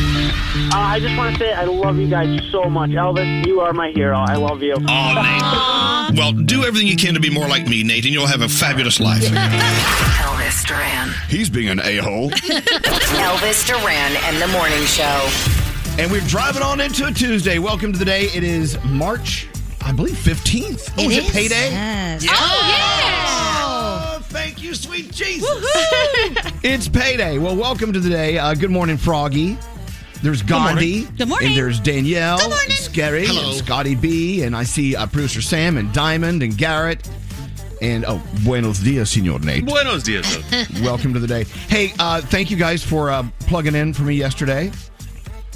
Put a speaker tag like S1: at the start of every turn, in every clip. S1: Uh, I just want to say I love you guys so much. Elvis, you are my hero. I love you.
S2: Oh, Nate. Well, do everything you can to be more like me, Nate, and you'll have a fabulous life.
S3: Elvis Duran.
S2: He's being an a hole.
S3: Elvis Duran and the Morning Show.
S4: And we're driving on into a Tuesday. Welcome to the day. It is March, I believe, 15th. Oh, is it payday?
S5: Yes.
S4: Yeah.
S5: Oh,
S2: yeah. Thank you, sweet Jesus.
S4: It's payday. Well, welcome to the day. Uh, good morning, Froggy. There's Gandhi.
S5: Good morning.
S4: And there's Danielle.
S5: Good morning.
S4: And Scary.
S5: Hello.
S4: And Scotty B. And I see uh, producer Sam and Diamond and Garrett. And oh, buenos dias, Senor Nate.
S6: Buenos dias.
S4: welcome to the day. Hey, uh, thank you guys for uh, plugging in for me yesterday.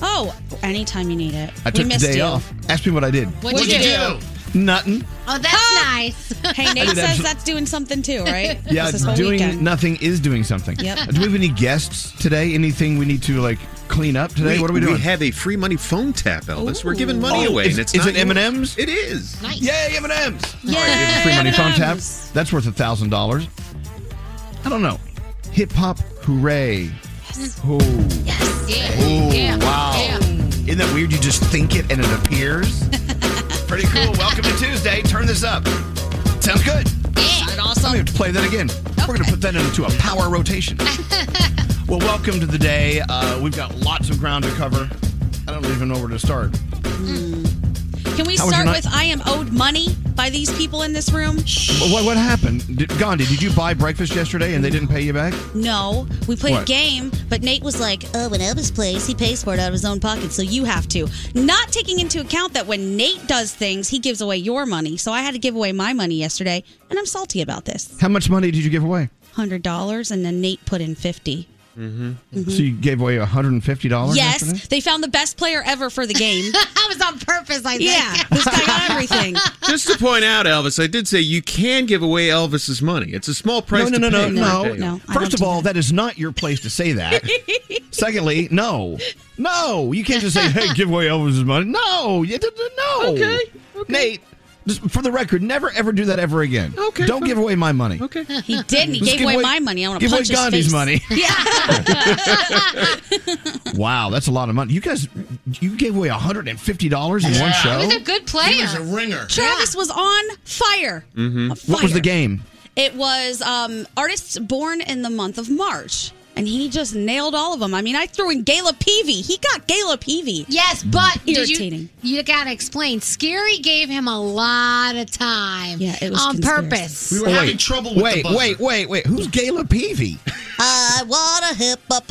S7: Oh, anytime you need it.
S4: I took
S7: we
S4: the
S7: missed
S4: day
S7: you.
S4: off. Ask me what I did.
S7: What'd What'd you you do?
S4: Nothing.
S7: Oh, that's nice. Hey,
S4: I
S7: Nate
S4: did
S7: says
S4: absolute-
S7: that's doing something too, right?
S4: Yeah,
S7: This is whole
S4: doing
S7: weekend.
S4: nothing is doing something.
S7: Yep.
S4: Do we have any guests today? Anything we need to like clean up today? what are we doing?
S6: We have a free money phone tap, Elvis. We're giving money
S4: Oh,
S6: away, and
S4: is-
S6: it's
S4: is
S6: not
S4: it M&M's?
S6: It is.
S4: Nice. Yay, M&M's.
S6: Yay,
S4: free money phone tap.
S6: M&Ms.
S4: That's worth a thousand dollars. I don't know. Hip hop, hooray! Oh,
S8: Yeah.
S4: oh,
S8: yeah.
S4: wow! Isn't that weird? You just think it and it appears. Pretty cool. Welcome to Tuesday. Turn this up. Sounds good.
S8: Yeah.
S4: Let me play that again. We're gonna put that into a power rotation. well, welcome to the day. Uh, we've got lots of ground to cover. I don't even know where to start.
S7: Can we
S4: How was your
S7: start
S4: night?
S7: with I am owed money by these people in this room?
S4: What, what happened, did, Gandhi? Did you buy breakfast yesterday and they didn't pay you back?
S7: No, we played
S4: What?
S7: a game, but Nate was like, "Oh, when Elvis plays, he pays for it out of his own pocket, so you have to." Not taking into account that when Nate does things, he gives away your money. So I had to give away my money yesterday, and I'm salty about this.
S4: How much money did you give away?
S7: Hundred dollars, and then Nate put in fifty.
S4: Mm-hmm.
S7: Mhm.
S4: So you gave away hundred and fifty dollars.
S7: Yes, they found the best player ever for the game. that was on purpose, I think. Yeah, this guy got everything.
S6: Just to point out, Elvis, I did say you can give away Elvis's money. It's a small price.
S4: no, no,
S6: to
S4: no,
S6: pay for
S4: no, no,
S6: a
S4: no.
S6: day.
S4: First of all, that is not your place to say that. Secondly, no, no, you can't just say, "Hey, give away Elvis's money." No, you did no.
S8: Okay,
S4: Nate. Just for the record, never ever do that ever again. Okay. Don't give away my money.
S6: Okay.
S7: He didn't. He
S4: Let's
S7: gave
S4: give
S7: away,
S4: away-
S7: my money. I want to
S4: give away
S7: punch his
S4: Gandhi's
S7: face.
S4: money.
S7: Yeah.
S4: Wow, that's a lot of money. You guys, you gave away hundred and fifty dollars in one show.
S7: good player. He was a ringer. Travis was on fire.
S4: What was the game?
S7: It was um, artists born in the month of March. And he just nailed all of them. I mean, I threw in Gala Peavy. He got Gala Peavy.
S8: Yes, but did
S7: Irritating.
S8: You, you gotta explain. Scary gave him a lot of time. Yeah, it
S7: was
S8: on
S7: conspiracy.
S8: purpose.
S4: Oh, wait. Wait, wait, wait, wait. Who's Gala Peavy?
S8: Uh,
S7: I want a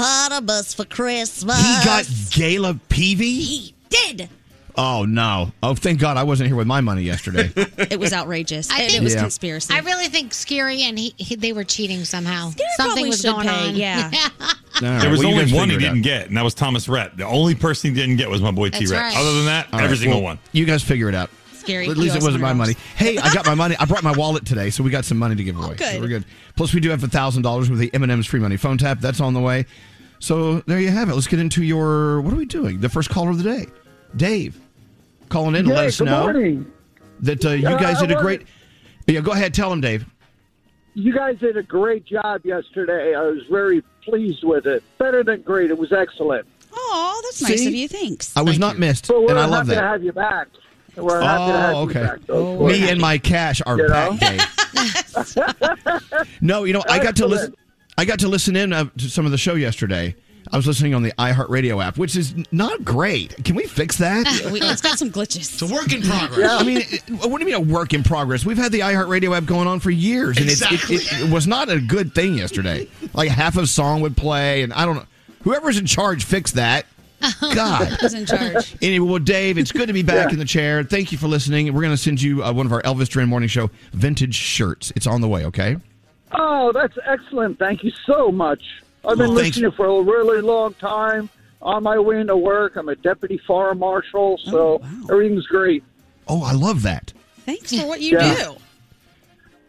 S7: hippopotamus for Christmas.
S4: He got Gala Peavy?
S7: He did.
S4: Oh, no. Oh, thank God I wasn't here with my money yesterday.
S7: It was outrageous.
S8: I
S7: and
S8: think-
S7: it was
S4: Yeah.
S7: conspiracy.
S8: I really think Scary and he, he they were cheating somehow. Something
S7: probably
S8: was
S7: should
S8: going
S7: pay,
S8: on.
S7: yeah.
S9: there was
S4: well, you guys
S9: only one he
S4: figure it
S9: didn't get, and that was Thomas Rhett. The only person he didn't get was my boy T
S8: That's
S9: Rhett.
S8: right.
S9: Other than that,
S4: All right,
S9: every single
S4: well,
S9: one.
S4: You guys figure it out.
S7: Scary.
S4: At least it wasn't my money. Hey, I got my money. I brought my wallet today, so we got some money to give away. So
S7: Oh, good.
S4: we're good. Plus, we do have a thousand dollars with the M&M's free money phone tap. That's on the way. So there you have it. Let's get into your. What are we doing? The first caller of the day, Dave, calling in to
S10: Yay,
S4: let us
S10: good
S4: know
S10: morning.
S4: that uh, you
S10: Uh,
S4: guys
S10: I
S4: did a
S10: wanted-
S4: great. Yeah, go ahead. Tell him, Dave.
S10: You guys did a great job yesterday. I was very pleased with it. Better than great. It was excellent.
S7: Oh, that's nice
S4: See?
S7: of you. Thanks.
S4: I was not missed,
S10: But we're
S4: and I love
S10: happy
S4: that.
S10: to have you back. We're happy to have
S4: Oh,
S10: you
S4: okay.
S10: back. though, of
S4: Me
S10: course.
S4: and my cash are
S10: You know?
S4: packed, Dave. no, you know, I got to listen.
S10: Excellent.
S4: I got to listen in uh, to some of the show yesterday. I was listening on the iHeartRadio app, which is n- not great. Can we fix that?
S7: We- it's got some glitches. It's
S11: a work in progress.
S4: I mean, it- what do you mean a work in progress? We've had the iHeartRadio app going on for years, and it's- it, it, it was not a good thing yesterday. Like half a song would play, and I don't know. Whoever's in charge, fix that. God.
S7: Who's in charge?
S4: Anyway, well, Dave, it's good to be back
S10: Yeah.
S4: in the chair. Thank you for listening. We're going to send you uh, one of our Elvis Duran Morning Show vintage shirts. It's on the way, okay?
S10: Oh, that's excellent. Thank you so much. I've been
S4: Well, thanks.
S10: listening for a really long time. On my way into work, I'm a deputy fire marshal, so everything's great.
S4: Oh, I love that.
S7: Thanks for what you
S10: Yeah.
S7: do.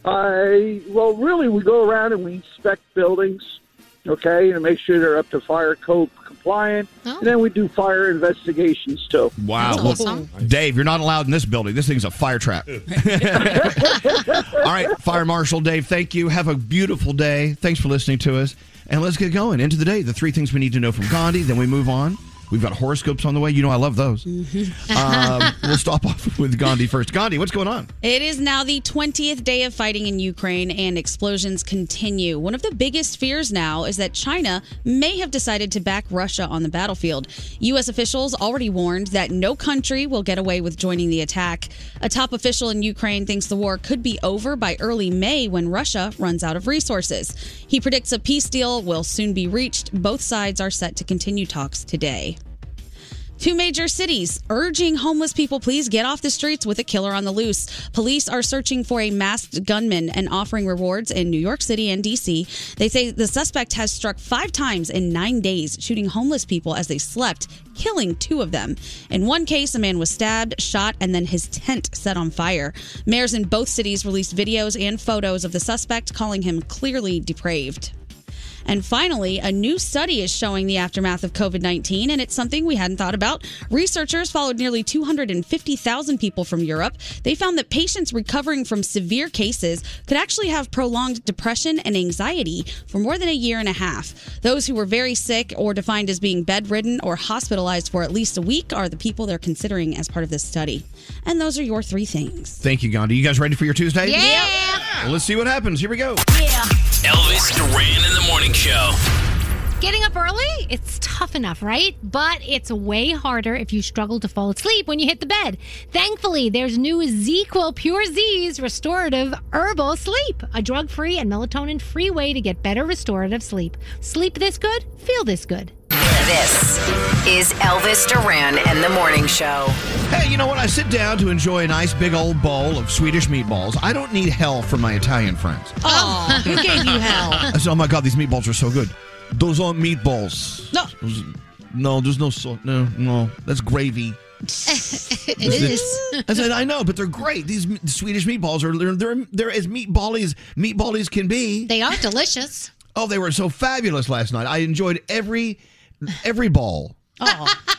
S10: I well, really, we go around and we inspect buildings, okay, and make sure they're up to fire code compliant,
S7: Oh.
S10: and then we do fire investigations too.
S4: Wow. Well, Dave, you're not allowed in this building. This thing's a fire trap. All right, Fire Marshal Dave, thank you. Have a beautiful day. Thanks for listening to us. And let's get going into the day. The three things we need to know from Gandhi, then we move on We've got horoscopes on the way. You know, I love those. um, we'll stop off with Gandhi first. Gandhi, what's going on?
S7: It is now the 20th day of fighting in Ukraine and explosions continue. One of the biggest fears now is that China may have decided to back Russia on the battlefield. U.S. officials already warned that no country will get away with joining the attack. A top official in Ukraine thinks the war could be over by early May when Russia runs out of resources. He predicts a peace deal will soon be reached. Both sides are set to continue talks today. Two major cities urging homeless people please get off the streets with a killer on the loose. Police are searching for a masked gunman and offering rewards in New York City and DC. They say the suspect has struck 5 times in 9 days shooting homeless people as they slept, killing 2 of them. In one case a man was stabbed, shot and then his tent set on fire. Mayors in both cities released videos and photos of the suspect calling him clearly depraved. And finally, a new study is showing the aftermath of COVID 19, and it's something we hadn't thought about. Researchers followed nearly 250,000 people from Europe. They found that patients recovering from severe cases could actually have prolonged depression and anxiety for more than a year and a half. Those who were very sick or defined as being bedridden or hospitalized for at least a week are the people they're considering as part of this study. And those are your three things.
S4: Thank you, Gandhi. You guys ready for your Tuesday?
S7: Yeah.
S4: Well, let's see what happens. Here we go.
S12: Elvis Duran in the morning show.
S5: Getting up early, it's tough enough, right? But it's way harder if you struggle to fall asleep when you hit the bed. Thankfully, there's new ZQL Pure Z's restorative herbal sleep, a drug free and melatonin free way to get better restorative sleep. Sleep this good, feel this good.
S3: This is Elvis Duran and the Morning Show.
S4: Hey, you know what? I sit down to enjoy a nice big old bowl of Swedish meatballs. I don't need hell from my Italian friends.
S7: Oh, who gave you hell?
S4: I said, oh my God, these meatballs are so good. Those aren't meatballs.
S7: No.
S4: Those- no, there's no salt. No, no. That's gravy.
S5: it is.
S4: I said, I know, but they're great. These m- Swedish meatballs are they're they're, they're as meatbally as meatbally as can be.
S5: They are delicious.
S4: Oh, they were so fabulous last night. I enjoyed every every ball.
S7: Oh.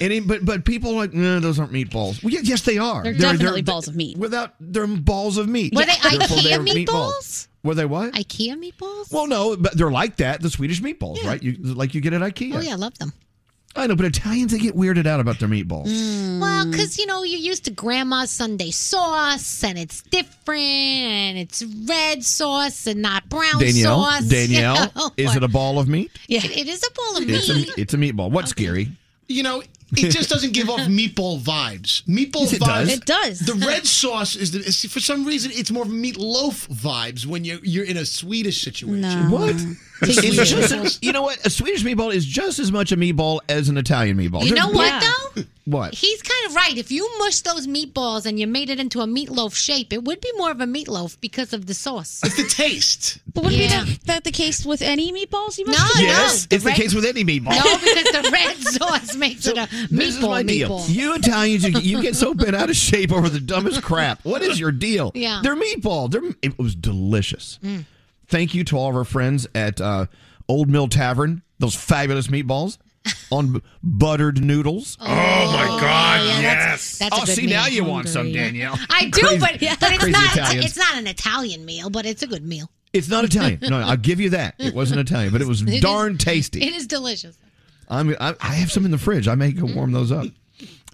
S4: Any, but but people are like no, those aren't meatballs. Well, ye- yes, they are.
S7: They're definitely balls of meat.
S4: Without they're balls of meat.
S5: Were they
S4: Therefore,
S5: IKEA
S4: they're
S5: meatballs?
S4: Were they what?
S5: IKEA meatballs?
S4: well, no, but they're like that. The Swedish meatballs, right? You like you get at IKEA.
S5: Oh, yeah, I love them. Mm.
S4: I know, but Italians they get weirded out about their meatballs.
S5: Well, because you know you're used to grandma's Sunday sauce, and it's different, and it's red sauce and not brown
S4: Danielle,
S5: sauce.
S4: Danielle, is it a ball of meat?
S5: Yeah, it is a bowl of
S4: It's
S5: meat.
S4: a it's a meatball. What's scary?
S13: You know, it just doesn't give off meatball vibes. Meatball
S4: Yes, it
S13: vibes.
S4: does. It
S7: does.
S13: The red sauce is, the, is for some reason it's more of meatloaf vibes when you're you're in a Swedish situation.
S4: What?
S13: The
S4: It's
S13: Swedish
S4: just-
S13: meatballs.
S4: you know what? A Swedish meatball is just as much a meatball as an Italian meatball.
S5: You
S4: They're
S5: know
S4: both-
S5: what though?
S4: What?
S5: He's kind of right. If you mush those meatballs and you made it into a meatloaf shape, it would be more of a meatloaf because of the sauce.
S13: It's the taste.
S7: But wouldn't be that, that the case with any meatballs you must
S5: No,
S7: have?
S4: yes, it's the case with any meatball.
S5: No, because the red sauce makes it a
S4: This is my
S5: meatball
S4: deal.
S5: meatball.
S4: You Italians, you, you get so bent out of shape over the dumbest crap. What is your deal?
S5: Yeah.
S4: They're meatball. They're, it was delicious. Thank you to all of our friends at uh, Old Mill Tavern. Those fabulous meatballs on b- buttered noodles. Oh,
S14: my God,
S5: yeah, that's- yes. that's a
S4: oh,
S5: good
S4: see,
S5: meal.
S4: now you want some,
S5: Hungry.
S4: Danielle.
S5: I do,
S4: Crazy-
S5: but but it's
S4: crazy
S5: not
S4: Italians.
S5: it's not an Italian meal, but it's a good meal.
S4: It's not Italian. No, I'll give you that. It wasn't Italian, but it was
S5: It is-
S4: darn tasty.
S5: It is delicious.
S4: I'm, I, I have some in the fridge. I may go warm those up.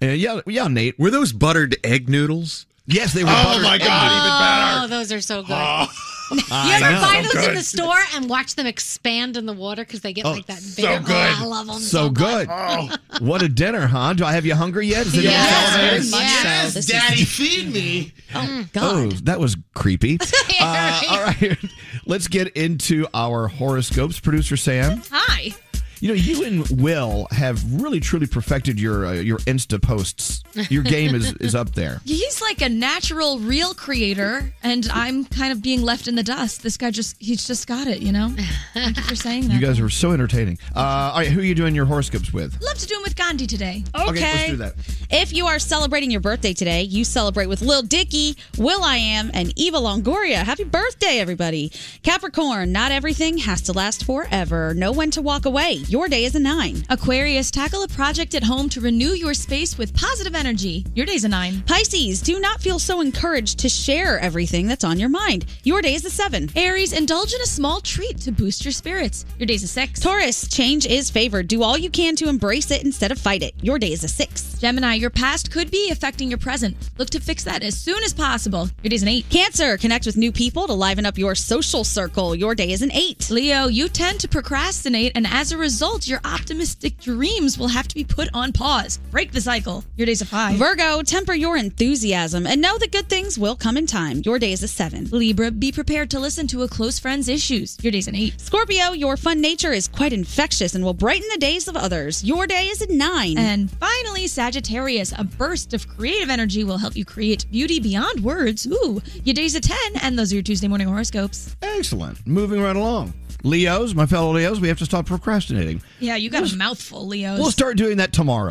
S4: And yeah, yeah, Nate.
S15: Were those buttered egg noodles?
S4: Yes, they were.
S15: Oh,
S4: buttered
S15: my
S4: egg
S15: God,
S4: noodles.
S5: Oh, those are so good. You
S4: I
S5: ever
S4: know.
S5: buy those in the store and watch them expand in the water because they get
S4: Oh,
S5: like that
S4: so
S5: big?
S4: good.
S5: Oh, I love them.
S4: So good.
S15: Oh.
S4: What a dinner, huh? Do I have you hungry yet? Is it
S13: Yes,
S5: oh
S4: almost holidays?
S13: yes,
S7: This is-
S13: Daddy, feed me.
S7: Oh,
S4: Oh, that was creepy. Uh,
S5: right.
S4: all right, let's get into our horoscopes. Producer Sam,
S5: Hi.
S4: you know you and Will have really truly perfected your uh, your Insta posts. Your game is is up there.
S16: He's like a natural, real creator, and I'm kind of being left in the dust. This guy just, he's just got it, you know? Thank you for saying that.
S4: You guys are so entertaining. Uh, all right, who are you doing your horoscopes with?
S16: Love to do him with Gandhi today.
S4: let's do that.
S7: If you are celebrating your birthday today, you celebrate with Lil Dicky, Will I Am, and Eva Longoria. Happy birthday, everybody. Capricorn, not everything has to last forever. Know when to walk away. Your day is a nine.
S16: Aquarius, tackle a project at home to renew your space with positive energy. Your day's a nine.
S7: Pisces, do not feel so encouraged to share everything that's on your mind. Your day is a seven.
S16: Aries, indulge in a small treat to boost your spirits. Your day's a six.
S7: Taurus, change is favored. Do all you can to embrace it instead of fight it. Your day is a six.
S16: Gemini, your past could be affecting your present. Look to fix that as soon as possible. Your day's an eight.
S7: Cancer, connect with new people to liven up your social circle. Your day is an eight.
S16: Leo, you tend to procrastinate, and as a result, your optimistic dreams will have to be put on pause. Break the cycle. Your day's a five.
S7: Virgo, temper your enthusiasm and know that good things will come in time. Your day is a seven.
S16: Libra, be prepared to listen to a close friend's issues. Your day's an eight.
S7: Scorpio, your fun nature is quite infectious and will brighten the days of others. Your day is a nine.
S16: And finally, Sagittarius, a burst of creative energy will help you create beauty beyond words. Ooh, your day's a 10, and those are your Tuesday morning horoscopes.
S4: Excellent. Moving right along. Leos, my fellow Leos, we have to stop procrastinating.
S16: Yeah, you got a mouthful, Leos.
S4: We'll start doing that tomorrow.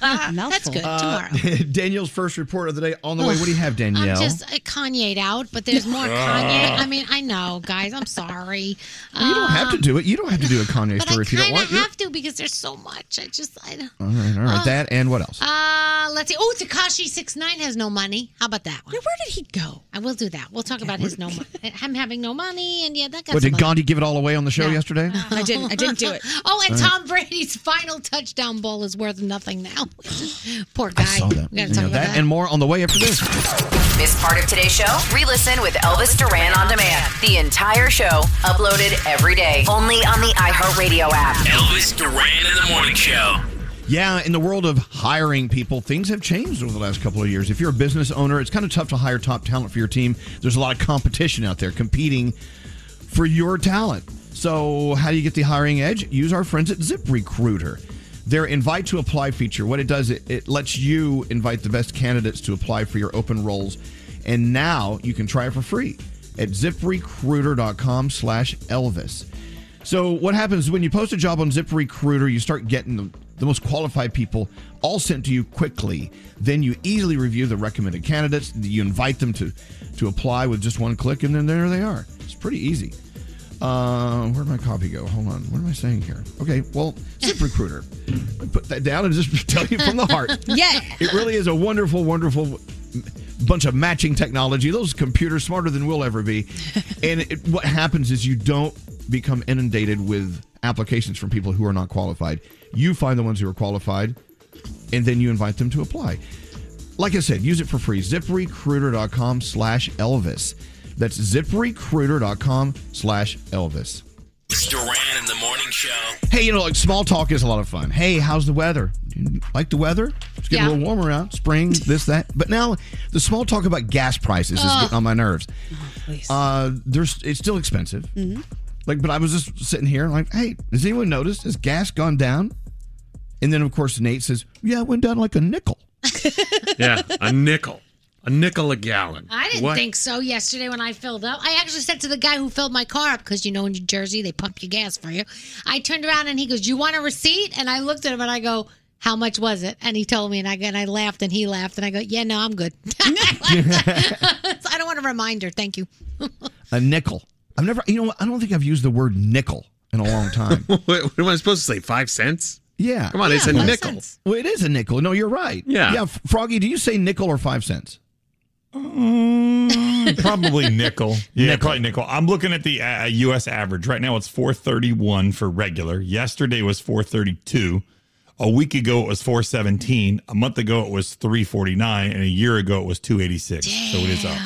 S16: That's
S5: Uh,
S16: good. Tomorrow.
S4: Danielle's uh, first report of the day on the way. What do you have, Danielle?
S5: I'm just uh, Kanye'd out, but there's more Kanye. I mean, I know, guys. I'm sorry. Um,
S4: you don't have to do it. You don't have to do a Kanye story if you don't
S5: uh, I
S4: want to.
S5: have to because there's so much. I just, I don't.
S4: All right, all right.
S5: Oh.
S4: that and what else?
S5: Uh, let's see. Oh, Takashi six nine has no money. How about that one?
S7: where did he go?
S5: I will do that. We'll talk about his no money. I'm having no money, and yeah, that got.
S4: What
S5: some
S4: did Gandhi give it all away on the show yesterday?
S5: Uh,
S7: I didn't. I didn't do it.
S5: oh, and
S4: All right.
S5: Tom Brady's final touchdown ball is worth nothing now. Poor guy.
S4: I saw that.
S5: We
S4: You
S5: gotta talk
S4: know,
S5: about
S4: that and more on the way after this.
S3: Miss part of today's show? Re-listen with Elvis Duran on demand. The entire show uploaded every day, only on the iHeartRadio app.
S11: Elvis Duran in the Morning Show.
S4: Yeah, in the world of hiring people, things have changed over the last couple of years. If you're a business owner, it's kind of tough to hire top talent for your team. There's a lot of competition out there competing for your talent. So, how do you get the hiring edge? Use our friends at ZipRecruiter. Their invite to apply feature, what it does, it, it lets you invite the best candidates to apply for your open roles. And now you can try it for free at ziprecruiter.com slash Elvis. So what happens when you post a job on ZipRecruiter, you start getting the, the most qualified people all sent to you quickly. Then you easily review the recommended candidates. You invite them to to apply with just one click, and then there they are. It's pretty easy. Uh, where'd my copy go? Hold on. What am I saying here? Okay, well, ZipRecruiter. I put that down and just tell you from the heart.
S7: Yeah.
S4: It really is a wonderful, wonderful m- bunch of matching technology. Those computers smarter than we'll ever be. And it, what happens is you don't become inundated with applications from people who are not qualified. You find the ones who are qualified, and then you invite them to apply. Like I said, use it for free. ZipRecruiter.com slash Elvis. That's ZipRecruiter.com slash Elvis.
S11: Elvis Duran in the Morning Show.
S4: Hey, you know, like small talk is a lot of fun. Hey, how's the weather? Do you Like the weather? It's getting
S5: Yeah.
S4: a little warmer out. Spring, this, that. But now the small talk about gas prices is
S5: Ugh.
S4: getting on my nerves. Uh, there's it's still expensive. Like, but I was just sitting here like, hey, has anyone noticed? Has gas gone down? And then of course Nate says, Yeah, it went down like a nickel.
S6: yeah, a nickel, a nickel a gallon.
S5: I didn't
S6: What?
S5: think so yesterday when I filled up. I actually said to the guy who filled my car up, because you know in New Jersey they pump your gas for you. I turned around and he goes, You want a receipt? And I looked at him and I go, How much was it? And he told me and I and I laughed and he laughed and I go, Yeah, no, I'm good. I don't want a reminder. Thank you.
S4: A nickel. I've never you know what? I don't think I've used the word nickel in a long time.
S6: What, what am I supposed to say? Five cents?
S4: Yeah.
S6: Come on, it's a nickel.
S4: Well, it is a nickel. No, you're right.
S6: Yeah.
S4: Yeah. F- Froggy, do you say nickel or five cents?
S9: Um, probably nickel. Yeah, probably nickel. I'm looking at the uh, U.S. average right now. It's 431 for regular. Yesterday was 432. A week ago it was 417. A month ago it was 349, and a year ago it was 286. So it is up.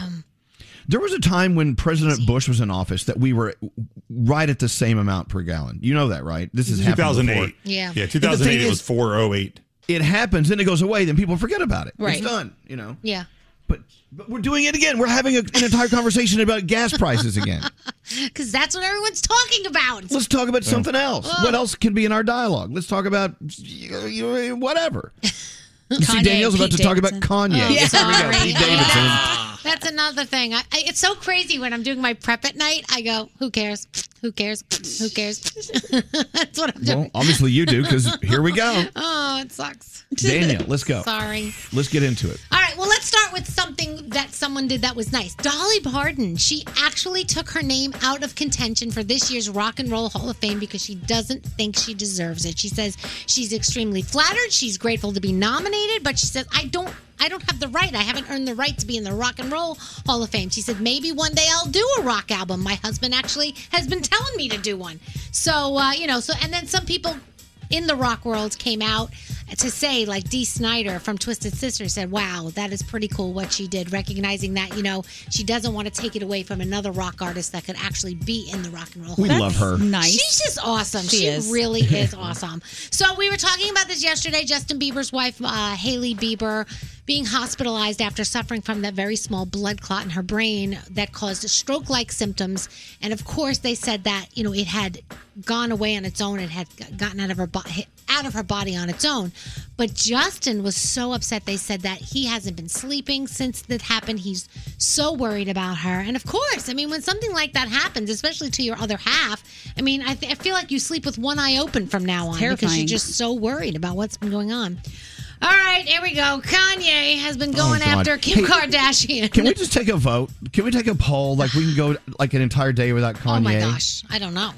S4: There was a time when President Bush was in office that we were right at the same amount per gallon. You know that, right? This is
S9: 2008. Yeah. Yeah, 2008 it was 408.
S4: It happens, then it goes away, then people forget about it. It's done. You know.
S5: Yeah.
S4: But we're doing it again. We're having a, an entire conversation about gas prices again.
S5: Because that's what everyone's talking about.
S4: Let's talk about something else.
S5: Ugh.
S4: What else can be in our dialogue? Let's talk about y- y- whatever. You see,
S5: Kanye,
S4: Danielle's about
S5: Pete
S4: to talk about
S5: Davidson.
S4: Kanye.
S5: Oh,
S4: Yes, there we go.
S5: sorry.
S4: Pete Davidson.
S5: That's another thing. I, I, it's so crazy when I'm doing my prep at night. I go, who cares? Who cares? Who cares? That's what I'm doing.
S4: Well, obviously you do because here we go.
S5: Oh, it sucks.
S4: Daniel, let's go.
S5: Sorry.
S4: Let's get into it.
S5: All right. Well, let's start with something that someone did that was nice. Dolly Parton, she actually took her name out of contention for this year's Rock and Roll Hall of Fame because she doesn't think she deserves it. She says she's extremely flattered, she's grateful to be nominated, but she says I don't I don't have the right. I haven't earned the right to be in the Rock and Roll Hall of Fame. She said maybe one day I'll do a rock album. My husband actually has been telling me to do one. So, uh, you know, so and then some people in the rock world came out to say, like Dee Snyder from Twisted Sister said, wow, that is pretty cool what she did, recognizing that, you know, she doesn't want to take it away from another rock artist that could actually be in the rock and roll.
S4: We
S5: Hall of
S4: love
S5: Fame.
S4: her.
S7: Nice.
S5: She's just awesome. She,
S7: She is.
S5: really is awesome. So we were talking about this yesterday. Justin Bieber's wife, uh, Haley Bieber, being hospitalized after suffering from that very small blood clot in her brain that caused stroke-like symptoms. And of course, they said that you know it had gone away on its own. It had gotten out of her bo- out of her body on its own. But Justin was so upset. They said that he hasn't been sleeping since that happened. He's so worried about her. And of course, I mean, when something like that happens, especially to your other half, I mean, I, th- I feel like you sleep with one eye open from now on because you're
S7: terrifying.
S5: just so worried about what's been going on. All right, here we go. Kanye has been going
S4: Oh, God.
S5: after Kim
S4: Hey,
S5: Kardashian.
S4: Can we just take a vote? Can we take a poll? Like we can go like an entire day without Kanye.
S5: Oh my gosh, I don't know.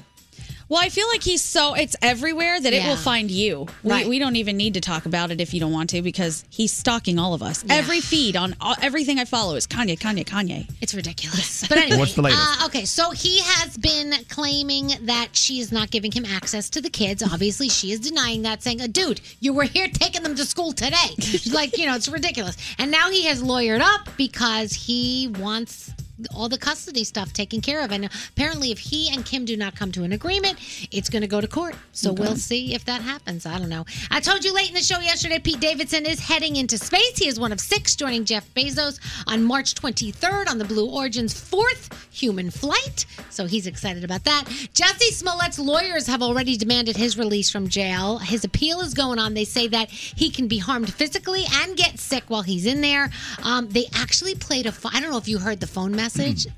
S7: Well, I feel like he's so it's everywhere that it
S5: Yeah.
S7: will find you.
S5: Right.
S7: We, we don't even need to talk about it if you don't want to because he's stalking all of us. Every feed on all, everything I follow is Kanye, Kanye, Kanye.
S5: It's ridiculous. But anyway,
S7: What's the latest?
S5: Uh, okay, so he has been claiming that she is not giving him access to the kids. Obviously, she is denying that, saying, "Uh, "Dude, you were here taking them to school today." like, you know, it's ridiculous. And now he has lawyered up because he wants all the custody stuff taken care of. And apparently, if he and Kim do not come to an agreement, it's going to go to court. So
S7: Okay.
S5: we'll see if that happens. I don't know. I told you late in the show yesterday, Pete Davidson is heading into space. He is one of six, joining Jeff Bezos on March 23rd on the Blue Origin's fourth human flight. So he's excited about that. Jesse Smollett's lawyers have already demanded his release from jail. His appeal is going on. They say that he can be harmed physically and get sick while he's in there. Um, they actually played a. pho- I don't know if you heard the phone message.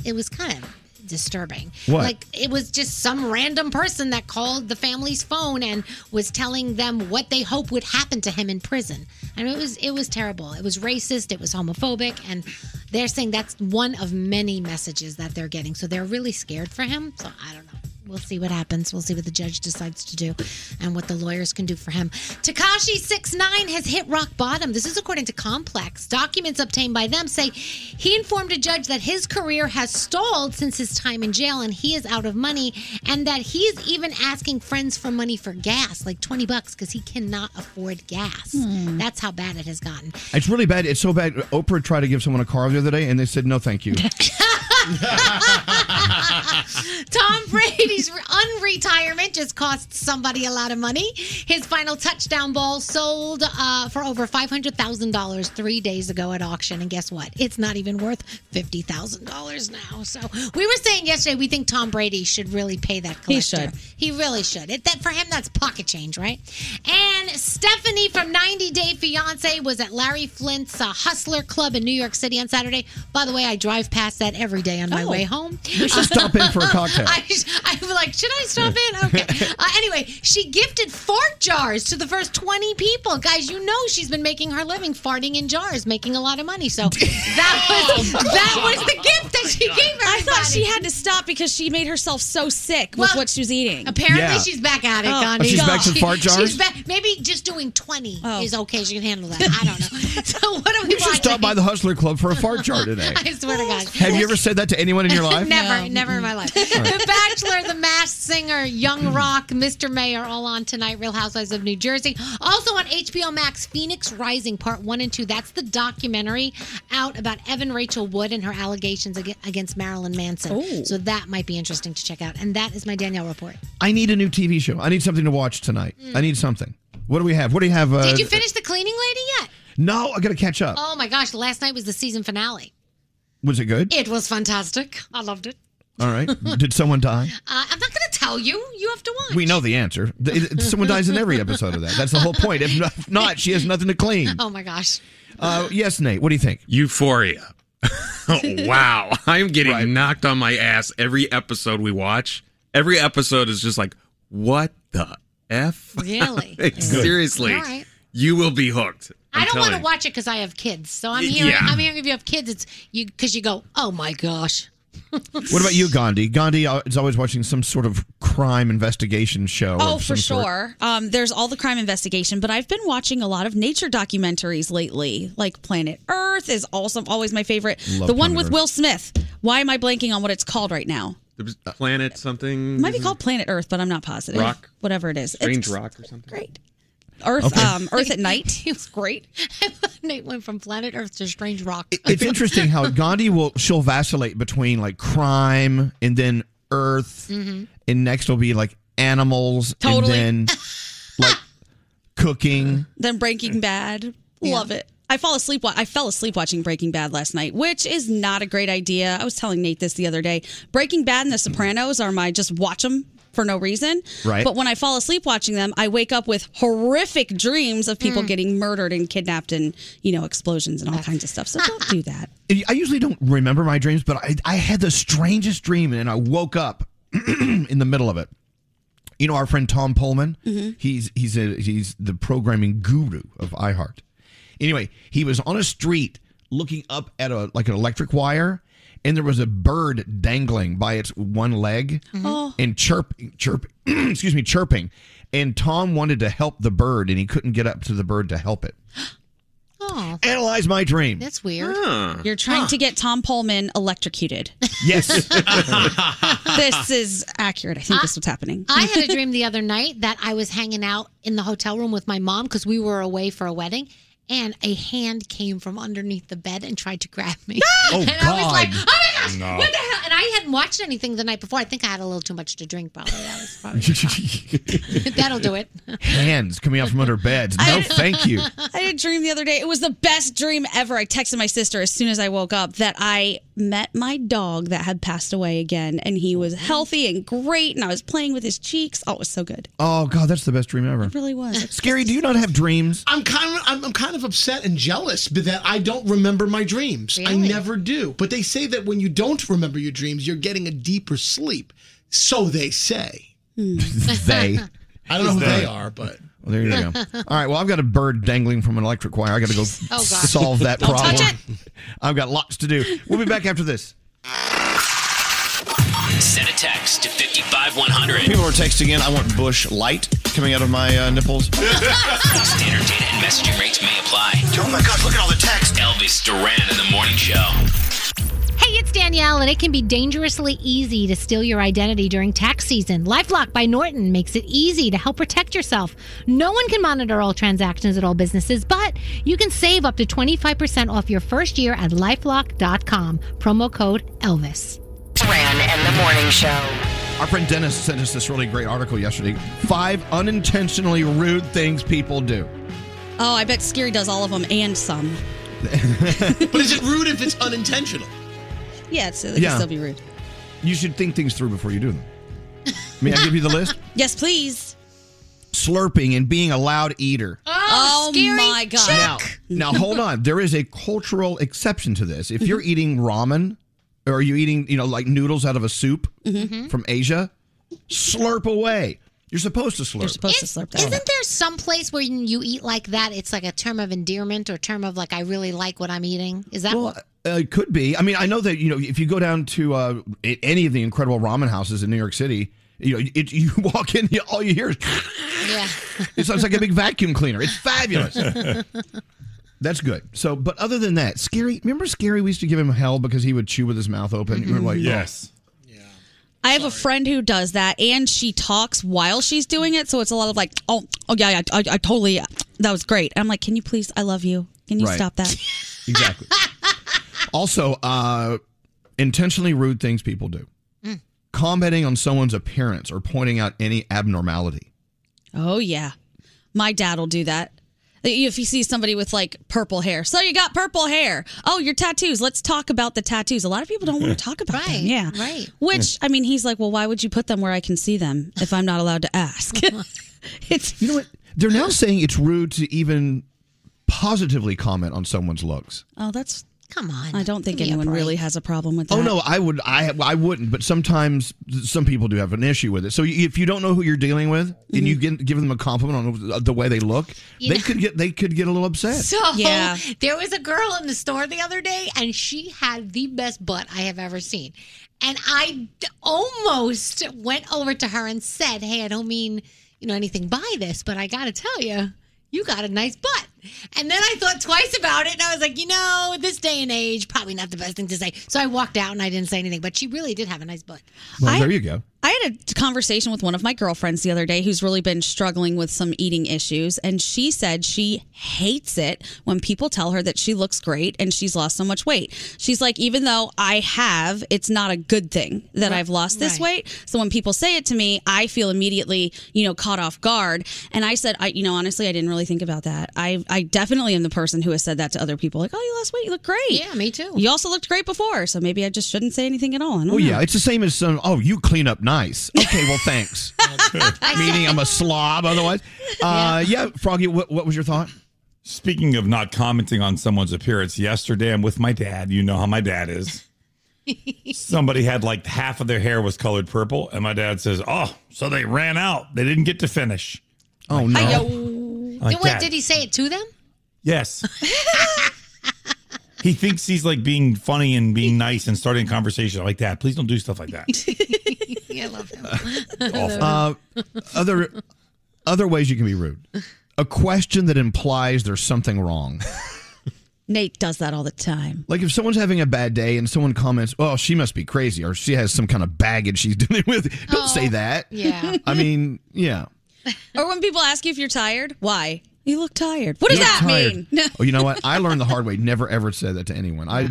S5: It was kind of disturbing.
S17: What?
S5: Like it was just some random person that called the family's phone and was telling them what they hope would happen to him in prison. And it was it was terrible. It was racist, it was homophobic, and they're saying that's one of many messages that they're getting. So they're really scared for him. So I don't know. We'll see what happens. We'll see what the judge decides to do and what the lawyers can do for him. Takashi 69 has hit rock bottom. This is according to Complex. Documents obtained by them say he informed a judge that his career has stalled since his time in jail and he is out of money and that he's even asking friends for money for gas, like 20 bucks because he cannot afford gas. That's how bad it has gotten.
S4: It's really bad. It's so bad. Oprah tried to give someone a car the other day, and they said no, thank you.
S5: Tom Brady's unretirement just cost somebody a lot of money. His final touchdown ball sold uh, for over five hundred thousand dollars three days ago at auction, and guess what? It's not even worth fifty thousand dollars now. So we were saying yesterday we think Tom Brady should really pay that
S7: He
S5: collector.
S7: should.
S5: He really should. It, that for him, that's pocket change, right? And Stephanie from 90 Day Fiance was at Larry Flint's uh, Hustler Club in New York City on Saturday. By the way, I drive past that every day on my
S7: Oh.
S5: way home.
S4: You should stop in for a cocktail.
S5: I, I was like, should I stop in? Okay. Uh, anyway, she gifted fart jars to the first 20 people. Guys, you know she's been making her living farting in jars, making a lot of money. So that
S7: Oh
S5: was that was the gift that she gave everybody.
S7: I thought she had to stop because she made herself so sick with
S5: Well,
S7: what she was eating.
S5: Apparently, she's back at it,
S7: Oh,
S5: Gandhi.
S7: she's back to
S5: She-
S7: fart jars?
S5: She's back. Maybe just doing 20
S7: Oh.
S5: is okay. She can handle that. I don't know. So what do we
S4: You should stop by the Hustler Club for a fart jar today.
S5: I swear to God.
S4: Have you ever said that to anyone in your life?
S5: never, never in my life. The Bachelor, The Masked Singer, Young Rock, Mr. May are all on tonight. Real Housewives of New Jersey. Also on HBO Max, Phoenix Rising Part 1 and 2. That's the documentary out about Evan Rachel Wood and her allegations ag- against Marilyn Manson. So that might be interesting to check out. And that is my Danielle report.
S4: I need a new TV show. I need something to watch tonight. I need something. What do we have? What do you have? Uh,
S5: Did you finish the cleaning lady yet?
S4: No, I got to catch up.
S5: Oh my gosh, last night was the season finale.
S4: Was it good?
S5: It was fantastic. I loved it.
S4: All right. Did someone die?
S5: Uh, I'm not going to tell you. You have to watch.
S4: We know the answer. Th- it- Someone dies in every episode of that. That's the whole point. If not- if not, she has nothing to clean.
S5: Oh my gosh.
S4: Uh, yes, Nate. What do you think?
S6: Euphoria. wow. I'm getting knocked on my ass every episode we watch. Every episode is just like, what the F?
S5: Really?
S6: Like, Seriously.
S5: All right.
S6: You will be hooked.
S5: I
S6: I'm
S5: don't
S6: telling
S5: want to
S6: you.
S5: watch it because I have kids. So I'm
S6: Y-
S5: hearing,
S6: yeah.
S5: I'm hearing if you have kids, it's you because you go, oh my gosh.
S4: What about you, Gandhi? Gandhi uh, is always watching some sort of crime investigation show. of
S7: Oh,
S4: some
S7: for
S4: sort.
S7: sure. Um, there's all the crime investigation, but I've been watching a lot of nature documentaries lately. Like Planet Earth is awesome, always my favorite.
S6: Love
S7: the one
S6: Planet
S7: with
S6: Earth.
S7: Will Smith. Why am I blanking on what it's called right now?
S6: There was Planet something.
S7: It might be
S6: isn't
S7: called Planet Earth, but I'm not positive.
S6: Mm-hmm. Rock.
S7: whatever it is.
S6: Strange
S7: It's-
S6: Rock or something.
S7: Great. Earth,
S6: Okay.
S7: um, Earth at night.
S5: He was great. Nate went from Planet Earth to Strange Rock.
S4: It's interesting how Gandhi will she'll vacillate between like crime and then Earth,
S5: Mhm.
S4: and next will be like animals,
S7: Mm-hmm. Totally.
S4: and then like cooking.
S7: Then
S5: Mm.
S7: Breaking Bad. Love it. I fall asleep. wa- I fell asleep watching Breaking Bad last night, which is not a great idea. I was telling Nate this the other day. Breaking Bad and The
S5: Mm.
S7: Sopranos are my just watch them for no reason.
S17: Right.
S7: But when I fall asleep watching them, I wake up with horrific dreams of
S5: Mm.
S7: people getting murdered and kidnapped and you know explosions and all kinds of stuff. So don't do that.
S4: I usually don't remember my dreams, but I, I had the strangest dream and I woke up in the middle of it. You know our friend Tom Pullman?
S18: Mhm.
S4: He's he's a, he's the programming guru of iHeart. Anyway, he was on a street looking up at a like an electric wire and there was a bird dangling by its one leg
S18: Mhm. Oh.
S4: and chirping chirping excuse me chirping and Tom wanted to help the bird and he couldn't get up to the bird to help it.
S5: Oh,
S4: Analyze my dream.
S5: that's weird.
S7: You're trying to get Tom Pullman electrocuted.
S4: Yes.
S7: this is accurate. I think this is what's happening.
S5: I had a dream the other night that I was hanging out in the hotel room with my mom because we were away for a wedding, and a hand came from underneath the bed and tried to grab me.
S18: Oh,
S5: and I was like,
S18: God.
S5: oh my gosh,
S18: No.
S5: what the hell? And I hadn't watched anything the night before. I think I had a little too much to drink, probably. That was probably that'll do it.
S4: Hands coming out from under beds. No, thank you.
S7: I had a dream the other day. It was the best dream ever. I texted my sister as soon as I woke up that I met my dog that had passed away again, and he was healthy and great, and I was playing with his cheeks. Oh, it was so good.
S4: Oh God, that's the best dream ever.
S7: It really was.
S4: Scary. Do you not have dreams?
S19: I'm kind of I'm, I'm kind of upset and jealous b- that I don't remember my dreams. I never do. But they say that when you don't remember your dreams, you're getting a deeper sleep. So they say.
S4: they.
S19: I don't know who they are, but
S4: Well, there you go. All right. Well, I've got a bird dangling from an electric wire. I got to go
S19: Oh, God.
S4: solve that
S19: Don't touch
S4: problem. I've got lots to do. We'll be back after this.
S11: Send a text to 55100.
S4: People are texting in. I want bush light coming out of my uh, nipples.
S11: Standard data and messaging rates may apply. Oh my gosh, look at all the text. Elvis Duran in the morning show.
S8: Hey, it's Danielle, and it can be dangerously easy to steal your identity during tax season. Lifelock by Norton makes it easy to help protect yourself. No one can monitor all transactions at all businesses, but you can save up to 25% off your first year at lifelock.com. Promo code ELVIS.
S3: Duran and the Morning Show.
S4: Our friend Dennis sent us this really great article yesterday. Five unintentionally rude things people do.
S7: Oh, I bet Scary does all of them and some.
S19: but is it rude if it's unintentional?
S7: Yeah, it's, it can
S4: Yeah.
S7: still be rude.
S4: You should think things through before you do them. May I give you the list?
S7: Yes, please.
S4: Slurping and being a loud eater.
S7: Oh, my God.
S4: Now, hold on. There is a cultural exception to this. If
S7: Mm-hmm.
S4: you're eating ramen or are you eating, you know, like noodles out of a soup
S7: Mm-hmm.
S5: Mhm.
S4: Mm-hmm. from Asia, slurp away. You're supposed to slurp. You're
S7: supposed to slurp
S4: that.
S5: Isn't there some place where you eat like that? It's like a term of endearment or term of like I really like what I'm eating. Is that
S4: Well, uh, it could be. I mean, I know that, you know, if you go down to uh, a- any of the incredible ramen houses in New York City, you know, it, you walk in, you- all you hear is,
S5: yeah.
S4: it sounds like a big vacuum cleaner. It's fabulous. That's good. So, but other than that, Scary, remember Scary? We used to give him hell because he would chew with his mouth open. We were like,
S9: Yes.
S7: I have a friend who does that, and she talks while she's doing it, so it's a lot of like, oh, oh yeah, yeah, I, I totally, that was great. And I'm like, can you please? I love you. Can you
S4: Right.
S7: stop that?
S4: Exactly. also, uh, intentionally rude things people do.
S7: Mm.
S4: Commenting on someone's appearance or pointing out any abnormality.
S7: Oh yeah, my dad will do that. Uh, If he sees somebody with like purple hair, so you got purple hair. Oh, your tattoos. Let's talk about the tattoos. A lot of people don't
S4: Hmm.
S7: want to talk about them. Yeah,
S5: right.
S7: Which I mean, he's like, well, why would you put them where I can see them if I'm not allowed to ask? it's
S4: you know what? They're now saying it's rude to even positively comment on someone's looks.
S7: Oh, that's
S5: Come on.
S7: I don't think
S5: Give me a
S7: anyone really has a problem with that.
S4: Oh no, I would I I wouldn't, but sometimes some people do have an issue with it. So if you don't know who you're dealing with and you give, give them a compliment on the way they look,
S5: You
S4: they
S5: know-
S4: could get they could get a little upset.
S5: So there was a girl in the store the other day, and she had the best butt I have ever seen. And I d- almost went over to her and said, "Hey, I don't mean you know anything by this, but I got to tell you, you got a nice butt." And then I thought twice about it, and I was like, you know, this day and age, probably not the best thing to say. So I walked out and I didn't say anything. But she really did have a nice butt.
S4: well,
S7: I-
S4: there you go.
S7: I had a conversation with one of my girlfriends the other day who's really been struggling with some eating issues. And she said she hates it when people tell her that she looks great and she's lost so much weight. She's like, even though I have, it's not a good thing that I've lost this weight. So when people say it to me, I feel immediately, you know, caught off guard. And I said, I, you know, honestly, I didn't really think about that. I, I definitely am the person who has said that to other people like, oh, you lost weight. You look great. Yeah,
S5: me too.
S7: You also looked great before. So maybe I just shouldn't say anything at all. I don't
S4: Oh yeah,
S7: know.
S4: it's the same as some. Oh, you clean up nice. Okay, well thanks. Meaning I'm a slob. Otherwise, uh, yeah. Froggy, what, what was your thought?
S9: Speaking of not commenting on someone's appearance, yesterday I'm with my dad. You know how my dad is. Somebody had like half of their hair was colored purple, and my dad says, "Oh, so they ran out. They didn't get to finish."
S4: Oh
S9: Like
S5: Wait,
S9: that.
S5: did he say it to them?
S9: Yes. he thinks he's like being funny and being nice and starting a conversation like that. Please don't do stuff like that.
S5: I love him.
S4: Uh, other other ways you can be rude. A question that implies there's something wrong.
S7: Nate does that all the time.
S4: Like if someone's having a bad day and someone comments, "Oh, she must be crazy," or "She has some kind of baggage she's dealing with," don't say that.
S7: yeah.
S4: I mean, yeah.
S7: Or when people ask you if you're tired, why? You look tired. What does
S4: You're
S7: that
S4: tired.
S7: mean?
S4: oh, you know what? I learned the hard way. Never ever said that to anyone. I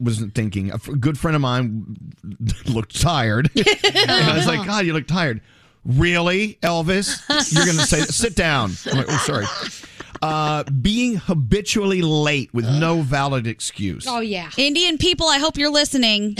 S4: wasn't thinking. A f- good friend of mine looked tired. and I was like, God, you look tired. Really, Elvis? You're going to say, sit down. I'm like, oh, sorry. Uh, being habitually late with no valid excuse.
S7: Oh yeah. Indian people, I hope you're listening.